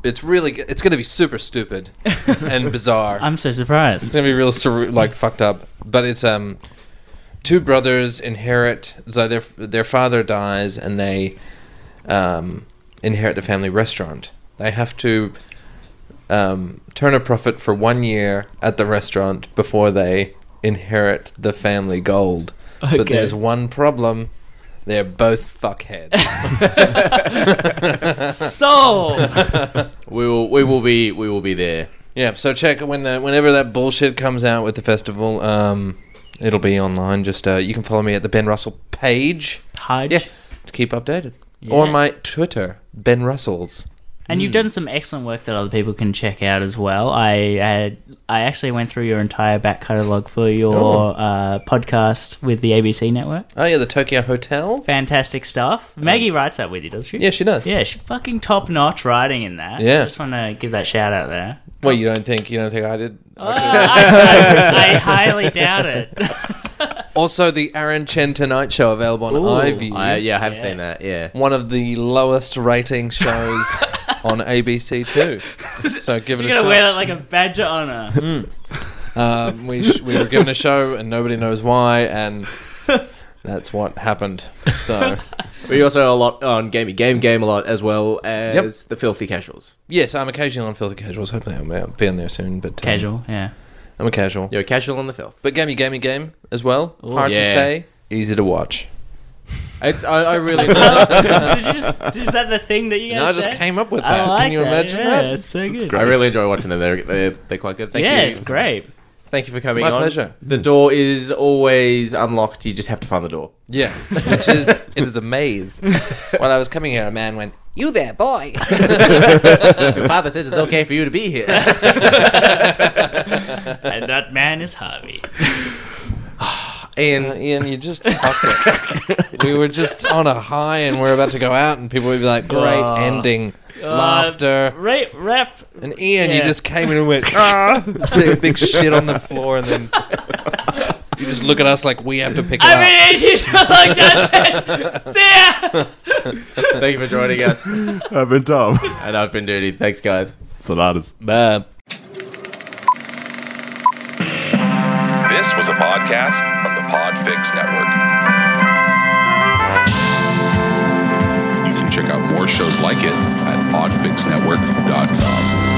It's really g- it's going to be super stupid and bizarre.
I'm so surprised.
It's gonna be real, sur- like fucked up. But it's um, two brothers inherit. So their their father dies, and they um, inherit the family restaurant. They have to um, turn a profit for one year at the restaurant before they inherit the family gold. But
Okay.
there's one problem. They're both fuckheads.
Sold.
we will we will be we will be there.
Yeah, so check when the whenever that bullshit comes out with the festival, um, it'll be online. Just uh, you can follow me at the Ben Russell page.
Page.
Yes, to keep updated. Or
Yeah.
my Twitter, Ben Russells.
And
Mm.
you've done some excellent work that other people can check out as well. I had, I actually went through your entire back catalogue for
Oh.
your uh, podcast with the ABC network.
Oh yeah, the Tokyo Hotel.
Fantastic stuff. Maggie writes that with you, does she?
Uh, Yeah, she does.
Yeah, she's fucking top notch writing in that.
Yeah.
I just want to give that shout out there.
Well, you don't think you don't think I did?
Oh, I, I highly doubt it.
also, the Aaron Chen Tonight Show available on
Ooh.
iView.
I- yeah, I have Yeah. seen that, yeah.
one of the lowest rating shows on ABC too. So give it
You're
a shot.
going to wear that like a badge of honor.
Hmm. Um, we, sh- we were given a show and nobody knows why, and that's what happened. So,
We also a lot on Gamey Game Game a lot as well as
Yep.
the Filthy Casuals.
yes, I'm occasionally on Filthy Casuals. Hopefully, I'll be- I'll be on there soon. But um,
Casual, yeah.
I'm a casual.
You're a casual on the filth.
But gamey, gamey game as well.
Ooh.
Hard to
Yeah.
say, easy to watch.
It's I, I really.
Did you just, is that the thing that you guys
No, I just
said?
came up with
I
that. Can
like
you imagine
yeah,
that?
It's so good.
I really enjoy watching them. They're, they're, they're quite good. Thank
yeah,
you.
it's great.
Thank you for coming
My
on.
pleasure.
The door is always unlocked. You just have to find the door.
Yeah, which is it is a maze. when I was coming here, a man went, "You there, boy?"
Your father says it's okay for you to be here.
and that man is Harvey.
Ian, Ian, you just fuck it. we were just on a high, and we're about to go out, and people would be like, "Great
Oh.
ending, laughter."
Right, rap.
And Ian, you
Yeah.
just came in and went, ah, take a big shit on the floor, and then you just look at us like we have to pick it
I
up.
mean, you should like that. See ya.
Thank you for joining us.
I've been Tom.
And I've been Dirty. Thanks, guys.
Saladas.
Bye.
This was a podcast from the Podfix Network. You can check out more shows like it at podfixnetwork.com.